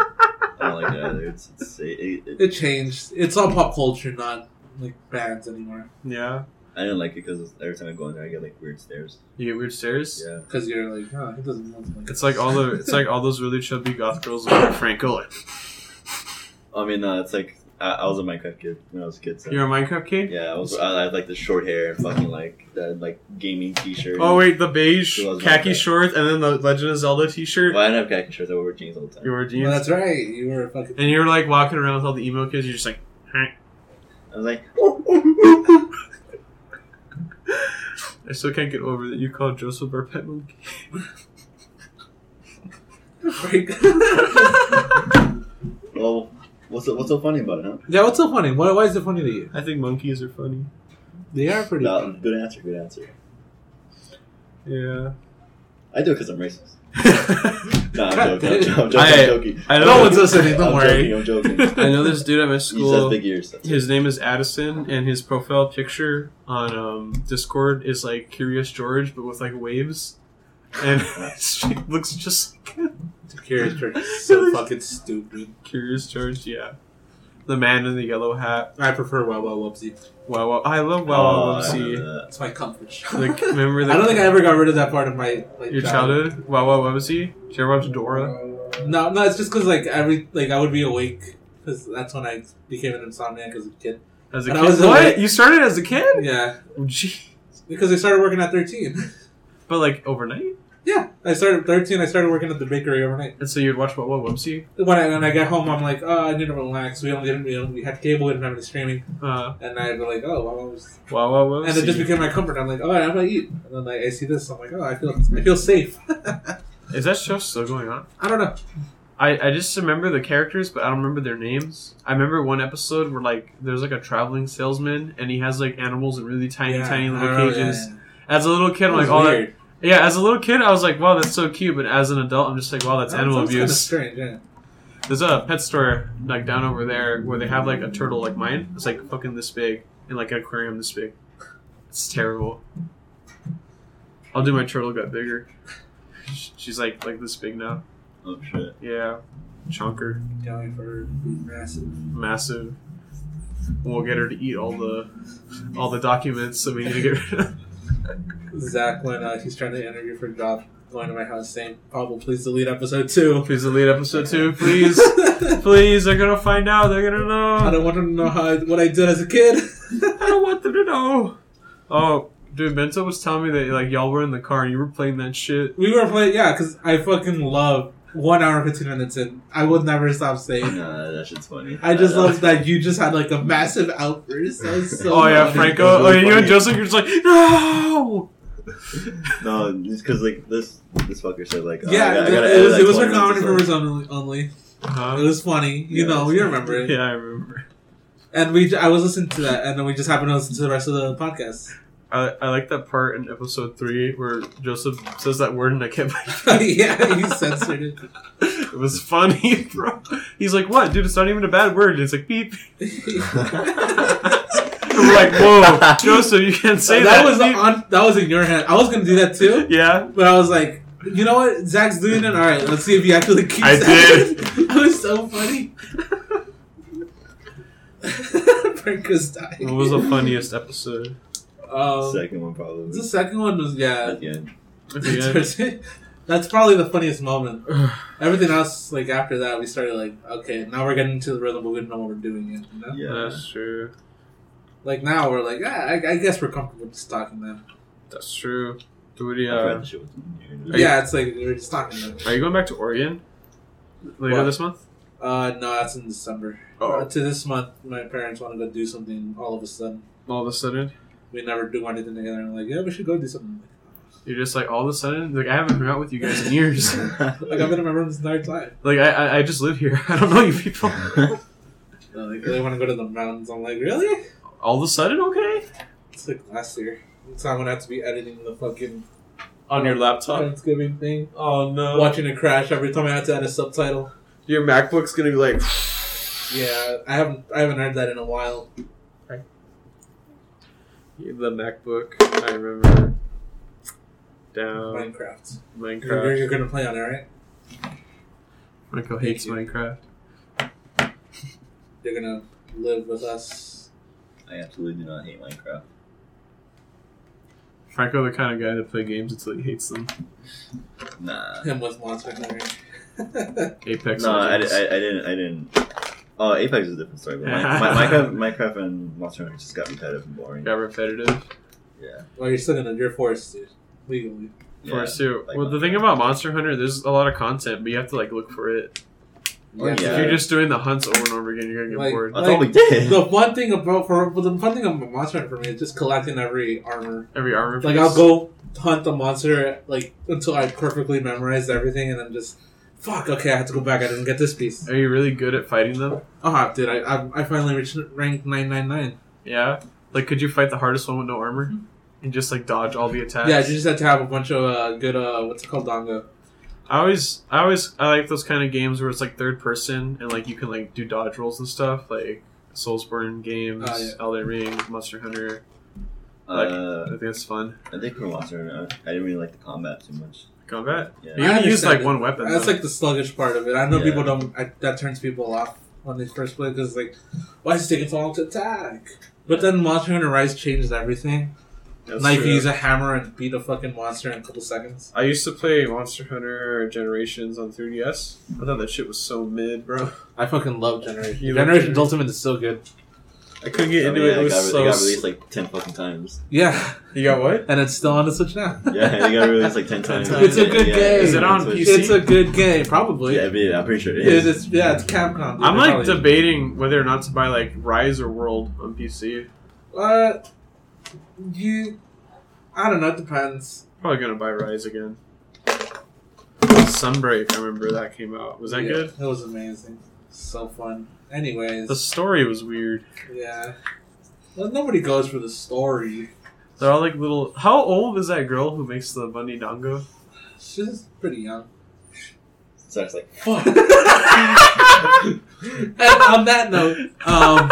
Speaker 1: I don't like that either. Oh It's, it's, it, it,
Speaker 2: It changed. It's all pop culture, not like bands anymore.
Speaker 3: Yeah.
Speaker 1: I didn't like it because every time I go in there, I get like weird stares.
Speaker 3: You get weird stares.
Speaker 1: Yeah.
Speaker 2: Because you're like, oh, it doesn't look like.
Speaker 3: It's like all the it's like all those really chubby goth girls like Franco. Like,
Speaker 1: I mean, no, it's like I, I was a Minecraft kid when I was a kid. So.
Speaker 3: You're a Minecraft kid.
Speaker 1: yeah, I was. I, I had like the short hair and fucking like that like gaming T-shirt.
Speaker 3: Oh wait, the beige
Speaker 1: She was
Speaker 3: khaki
Speaker 1: Minecraft.
Speaker 3: shorts and then the Legend of Zelda T-shirt.
Speaker 1: Well, I didn't have khaki shirts. I wore jeans all the time.
Speaker 3: You were
Speaker 2: No,
Speaker 3: jeans,
Speaker 2: that's right. You were fucking.
Speaker 3: and you were like walking around with all the emo kids. You're just like,
Speaker 1: I was like,
Speaker 3: I still can't get over that you called Joseph our pet monkey.
Speaker 2: Freak.
Speaker 1: well, what's so, what's so funny about it, huh?
Speaker 2: yeah, what's so funny? Why, why is it funny to you?
Speaker 3: I think monkeys are funny.
Speaker 2: They are pretty.
Speaker 1: No, good answer. Good answer.
Speaker 3: Yeah.
Speaker 1: I do it because I'm racist.
Speaker 3: I
Speaker 1: No, I'm joking. I'm, joking, I'm joking.
Speaker 3: I-
Speaker 1: I'm joking.
Speaker 3: know.
Speaker 2: No one's listening. Don't
Speaker 1: I'm
Speaker 2: worry.
Speaker 1: Joking, I'm joking.
Speaker 3: I know this dude at my
Speaker 1: He says
Speaker 3: school.
Speaker 1: big ears. That's
Speaker 3: His name is Addison, and his profile picture on um, Discord is like Curious George, but with like waves, and it looks just like
Speaker 2: Curious George is so fucking stupid.
Speaker 3: Curious George. Yeah, the man in the yellow hat.
Speaker 2: I prefer Wow Wow Whoopsie.
Speaker 3: Wow, wow. I love
Speaker 1: it.
Speaker 3: Wow Wow
Speaker 1: Oh, I
Speaker 3: Wubsy.
Speaker 1: know that.
Speaker 2: That's my comfort. show.
Speaker 3: Like, remember the,
Speaker 2: I don't think I ever got rid of that part of my like,
Speaker 3: your childhood. Wow Wow Wubsy. Did you ever watch Dora?
Speaker 2: No, no, it's just because like every like I would be awake because that's when I became an insomniac as a kid.
Speaker 3: As a
Speaker 2: And I
Speaker 3: kid,
Speaker 2: was
Speaker 3: what
Speaker 2: awake.
Speaker 3: you started as a kid?
Speaker 2: Yeah,
Speaker 3: Gee.
Speaker 2: because I started working at thirteen.
Speaker 3: But like overnight?
Speaker 2: Yeah, I started 13. I started working at the bakery overnight.
Speaker 3: And so you'd watch what what whoopsie?
Speaker 2: When I when I got home, I'm like, oh, I need to relax. We only didn't we, only, we had cable. We didn't have any streaming.
Speaker 3: Uh,
Speaker 2: And I'd be like, oh, well, I was,
Speaker 3: wow wow whoopsie.
Speaker 2: and it just became my comfort. I'm like, oh, I'm gonna eat. And then like, I see this. I'm like, oh, I feel I feel safe. I
Speaker 3: Is that show still going on?
Speaker 2: don't know.
Speaker 3: I, I just remember the characters, but I don't remember their names. I remember one episode where like there's like a traveling salesman and he has like animals in really tiny,
Speaker 2: Yeah,
Speaker 3: tiny
Speaker 2: I
Speaker 3: little
Speaker 2: don't know,
Speaker 3: cages.
Speaker 2: yeah.
Speaker 3: As a little kid, I'm like,
Speaker 2: It
Speaker 3: oh,
Speaker 2: was
Speaker 3: that,
Speaker 2: weird.
Speaker 3: yeah. As a little kid, I was like, wow, that's so cute. But as an adult, I'm just like, wow, that's
Speaker 2: That
Speaker 3: animal
Speaker 2: sounds kinda
Speaker 3: abuse.
Speaker 2: strange, yeah.
Speaker 3: There's a pet store like down over there where they have like a turtle like mine. It's like fucking this big and like an aquarium this big. It's terrible. I'll do my turtle got bigger. Sh- She's like like this big now.
Speaker 1: Oh shit.
Speaker 3: Yeah, chunker,
Speaker 2: Going for massive.
Speaker 3: massive. We'll get her to eat all the all the documents that we need to get rid of.
Speaker 2: Zach, when uh, he's trying to interview for a job, going to my house saying, "Pablo, please delete episode two.
Speaker 3: Please delete episode two, please, please. They're gonna find out. They're gonna know.
Speaker 2: I don't want them to know how I, what I did as a kid.
Speaker 3: I don't want them to know. Oh, dude, Bento was telling me that like y'all were in the car and you were playing that shit.
Speaker 2: we were playing, yeah, because I fucking love one hour and fifteen minutes in. I will never stop saying.
Speaker 1: Nah, that shit's funny.
Speaker 2: I just
Speaker 1: know.
Speaker 2: love that you just had like a massive outburst. That was so
Speaker 3: oh yeah,
Speaker 2: funny.
Speaker 3: Franco.
Speaker 1: Really
Speaker 3: oh, you and
Speaker 1: funny.
Speaker 3: Joseph, you're just like no.
Speaker 1: No, just because like this this fucker said like oh,
Speaker 2: Yeah,
Speaker 1: I gotta, I gotta
Speaker 2: it
Speaker 1: edit,
Speaker 2: was,
Speaker 1: like,
Speaker 2: it was for
Speaker 1: 20 minutes
Speaker 2: comedy
Speaker 1: or
Speaker 2: purposes only, only. It
Speaker 3: Uh-huh.
Speaker 2: was funny, you
Speaker 1: Yeah,
Speaker 2: know,
Speaker 1: it's
Speaker 2: you
Speaker 1: funny.
Speaker 2: remember it.
Speaker 3: Yeah, I remember.
Speaker 2: And we, I was listening to that, and then we just happened to listen to the rest of the podcast.
Speaker 3: I, I like that part in episode three where Joseph says that word and I can't.
Speaker 2: yeah, you censored it.
Speaker 3: it was funny, bro. He's like, "What, dude? It's not even a bad word." And it's like beep. We're like, "Whoa, Joseph, you can't say
Speaker 2: that,
Speaker 3: that."
Speaker 2: was
Speaker 3: beep."
Speaker 2: on. That was in your hand. I was gonna do that too,
Speaker 3: yeah.
Speaker 2: but I was like, you know what? Zach's doing it. All right, let's see if he actually keeps.
Speaker 3: I
Speaker 2: it. It was so funny. Franco's dying.
Speaker 3: What was the funniest episode?
Speaker 2: Um,
Speaker 1: Second one probably.
Speaker 2: the second one was yeah.
Speaker 1: at the end.
Speaker 3: At the end.
Speaker 2: That's probably the funniest moment. Everything else, like after that, we started like, okay, now we're getting into the rhythm, but we don't know what we're doing yet. You know?
Speaker 1: Yeah.
Speaker 3: That's true.
Speaker 2: Like now, we're like, ah, I, I guess we're comfortable just talking now.
Speaker 3: That's true. Dude,
Speaker 1: I forgot
Speaker 3: yeah.
Speaker 1: the shit was in
Speaker 3: Are
Speaker 1: here.
Speaker 3: you-
Speaker 2: yeah, it's like we're just talking now.
Speaker 3: Are you going back to Oregon later
Speaker 2: What?
Speaker 3: this month?
Speaker 2: Uh, no, that's in December.
Speaker 3: Oh.
Speaker 2: Uh, to this month, my parents want to go do something. All of a sudden,
Speaker 3: All of a sudden,
Speaker 2: we never do anything together. I'm like, yeah, we should go do something.
Speaker 3: you're just like all of a sudden, like I haven't hung out with you guys in years.
Speaker 2: Like I've been in my room this entire time.
Speaker 3: like I, I, I just live here. I don't know you people.
Speaker 2: Uh, like they want to go to the mountains. I'm like, really?
Speaker 3: All of a sudden, okay.
Speaker 2: It's like last year. So I'm gonna have to be editing the fucking
Speaker 3: On your laptop.
Speaker 2: Thanksgiving thing,
Speaker 3: Oh no.
Speaker 2: watching it crash every time I had to add a subtitle.
Speaker 3: Your MacBook's gonna be like.
Speaker 2: Yeah, I haven't I haven't heard that in a while.
Speaker 3: The MacBook. I remember. Down
Speaker 2: Minecraft. You're, you're,
Speaker 3: Uh, Minecraft.
Speaker 2: you're gonna play on it, right?
Speaker 3: Michael hates Minecraft.
Speaker 2: You're gonna live with us.
Speaker 1: I absolutely do not hate Minecraft.
Speaker 3: Franco, the kind of guy that play games until he hates them.
Speaker 1: Nah.
Speaker 2: Him with Monster Hunter.
Speaker 3: Apex.
Speaker 1: No, I, I, I
Speaker 3: Legends.
Speaker 1: didn't. I didn't. Oh, Apex is a different story. But Mi- Mi- Minecraft, Minecraft and Monster Hunter just got repetitive and boring.
Speaker 3: Got repetitive.
Speaker 1: Yeah.
Speaker 2: well, you're still gonna. You're forced to legally.
Speaker 1: Yeah.
Speaker 3: For us too.
Speaker 1: like
Speaker 3: well, the
Speaker 1: Monster
Speaker 3: thing
Speaker 1: Hunter.
Speaker 3: about Monster Hunter, there's a lot of content, but you have to like look for it.
Speaker 1: Yeah.
Speaker 3: If you're just doing the hunts over and over again, you're gonna get
Speaker 2: Like-
Speaker 3: bored.
Speaker 1: That's all we
Speaker 2: like,
Speaker 1: did.
Speaker 2: The fun thing about for well, the fun thing about Monster Hunter for me is just collecting every armor.
Speaker 3: Every armor.
Speaker 2: Like
Speaker 3: piece.
Speaker 2: I'll go hunt the monster like until I perfectly memorized everything, and then just fuck. Okay, I have to go back. I didn't get this piece.
Speaker 3: Are you really good at fighting them?
Speaker 2: Oh, dude, I I, I finally reached rank nine nine nine.
Speaker 3: Yeah. Like, could you fight the hardest one with no armor and just like dodge all the attacks?
Speaker 2: Yeah, you just have to have a bunch of uh, good uh, what's it called, dongo.
Speaker 3: I always, I always, I like those kind of games where it's like third person and like you can like do dodge rolls and stuff, like Soulsborne games,
Speaker 2: Oh, yeah.
Speaker 3: Elden Ring, Monster Hunter. like-
Speaker 1: Uh,
Speaker 3: I think that's fun.
Speaker 1: I think for Monster Hunter, I didn't really like the combat too much.
Speaker 3: Combat.
Speaker 1: Yeah.
Speaker 3: You can use
Speaker 2: understand
Speaker 3: like
Speaker 2: it.
Speaker 3: one weapon.
Speaker 2: That's
Speaker 3: though.
Speaker 2: like the sluggish part of it. I know
Speaker 1: Yeah.
Speaker 2: people don't. I, that turns people off when they first play because like, why is it taking so long to attack? But then Monster Hunter Rise changes everything.
Speaker 3: That's
Speaker 2: like
Speaker 3: true.
Speaker 2: you use a hammer and beat a fucking monster in a couple seconds.
Speaker 3: I used to play Monster Hunter Generations on 3DS. I thought that shit was so mid, bro.
Speaker 2: I fucking love Generation.
Speaker 3: You
Speaker 2: Generations
Speaker 3: love Generations.
Speaker 2: Ultimate is so good.
Speaker 3: I couldn't get
Speaker 1: I
Speaker 3: into
Speaker 1: mean,
Speaker 3: it. It
Speaker 1: I
Speaker 3: was
Speaker 1: got,
Speaker 3: so.
Speaker 1: it got
Speaker 3: s-
Speaker 1: released like ten fucking times.
Speaker 2: Yeah,
Speaker 3: you got what?
Speaker 2: and it's still on the Switch now.
Speaker 1: Yeah, it got released like ten times.
Speaker 3: times. It's
Speaker 2: a good
Speaker 1: yeah,
Speaker 2: game.
Speaker 1: yeah,
Speaker 2: Is it
Speaker 1: yeah,
Speaker 3: on
Speaker 1: Switch.
Speaker 3: PC?
Speaker 2: It's a good game, probably.
Speaker 1: Yeah, I mean, I'm pretty sure it
Speaker 2: It
Speaker 1: is.
Speaker 2: is- yeah, it's Capcom. dude.
Speaker 3: I'm
Speaker 2: It
Speaker 3: like
Speaker 2: probably-
Speaker 3: debating whether or not to buy like Rise or World on PC.
Speaker 2: Uh, you, I don't know. It depends.
Speaker 3: Probably gonna buy Rise again. Sunbreak, I remember that came out. Was that
Speaker 2: Yeah,
Speaker 3: good?
Speaker 2: It was amazing. So fun.
Speaker 3: The
Speaker 2: Anyways,
Speaker 3: story was weird.
Speaker 2: yeah. Well, nobody goes for the story.
Speaker 3: They're all like little. How old is that girl who makes the bunny dango?
Speaker 2: She's pretty young.
Speaker 1: So it's like,
Speaker 2: Fuck. and on that note, um,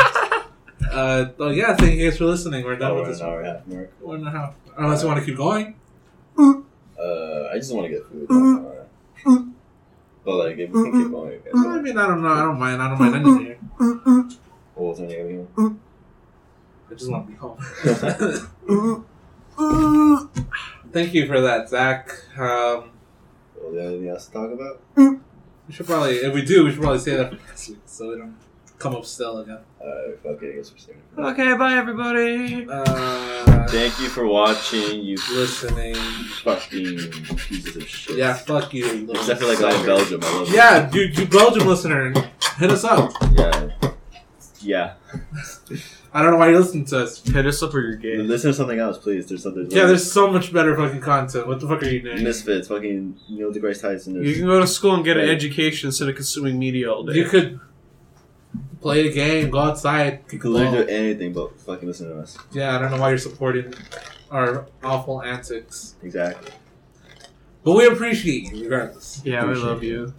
Speaker 2: uh, well, yeah, thank you guys for listening. We're done
Speaker 1: oh,
Speaker 2: with
Speaker 1: we're
Speaker 2: this
Speaker 1: an hour and a half mark.
Speaker 2: one and a half. Unless you want to keep going.
Speaker 1: Uh, I just want to get food. Alright. but like, if we can keep going, okay,
Speaker 2: I
Speaker 1: so-
Speaker 2: mean, I don't know. I don't mind. I don't mind ending here.
Speaker 1: what was my name again?
Speaker 2: I just want to be home. Thank you for that, Zach. Um,
Speaker 1: Was there anything else to talk about?
Speaker 2: we should probably, if we do, we should probably say that for next week so we don't come up still again.
Speaker 1: Uh, fuck it, I guess we're starting.
Speaker 3: Okay, bye everybody.
Speaker 2: Uh,
Speaker 1: Thank you for watching, you
Speaker 2: listening.
Speaker 1: fucking pieces of shit.
Speaker 2: Yeah, fuck you. little
Speaker 1: Except for like I'm
Speaker 2: sucker.
Speaker 1: in Belgium, I love
Speaker 2: Yeah, you, you Belgium listener, hit us up.
Speaker 1: it. Yeah.
Speaker 2: I don't know why you listen to us.
Speaker 3: Hit us up or you're
Speaker 1: Yeah.
Speaker 3: gay.
Speaker 1: Listen to something else, please. There's something.
Speaker 2: Yeah, there's so much better fucking content. What the fuck are you doing?
Speaker 1: Misfits, fucking Neil deGrasse Tyson.
Speaker 3: You
Speaker 1: There's,
Speaker 3: can go to school and get an education instead of consuming media all day.
Speaker 2: You could play a game, go outside,
Speaker 1: you
Speaker 2: kick a
Speaker 1: can literally
Speaker 2: ball.
Speaker 1: do anything but fucking listen to us.
Speaker 2: Yeah, I don't know why you're supporting our awful antics.
Speaker 1: Exactly.
Speaker 2: But we appreciate you regardless.
Speaker 3: yeah, we love you.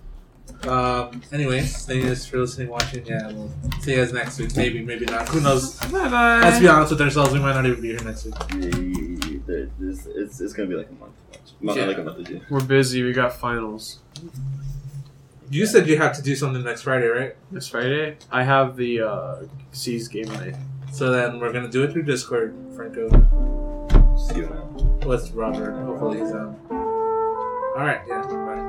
Speaker 2: Um, anyways, thank you guys for listening, watching. Yeah, we'll see you guys next week. Maybe, maybe not. Who knows?
Speaker 3: Bye bye.
Speaker 2: Let's be honest with ourselves. We might not even be here next week.
Speaker 1: Yeah, there- It's, it's, it's gonna be like a month. Not
Speaker 2: Yeah.
Speaker 1: like a month or two.
Speaker 3: We're busy. We got finals
Speaker 2: You said you have to do something next Friday, right?
Speaker 3: this Friday. I have the uh, C's game night.
Speaker 2: So then we're gonna do it through Discord, Franco.
Speaker 1: Just give it out.
Speaker 2: What's Robert? Hopefully he's on. um, All right. Yeah. Bye.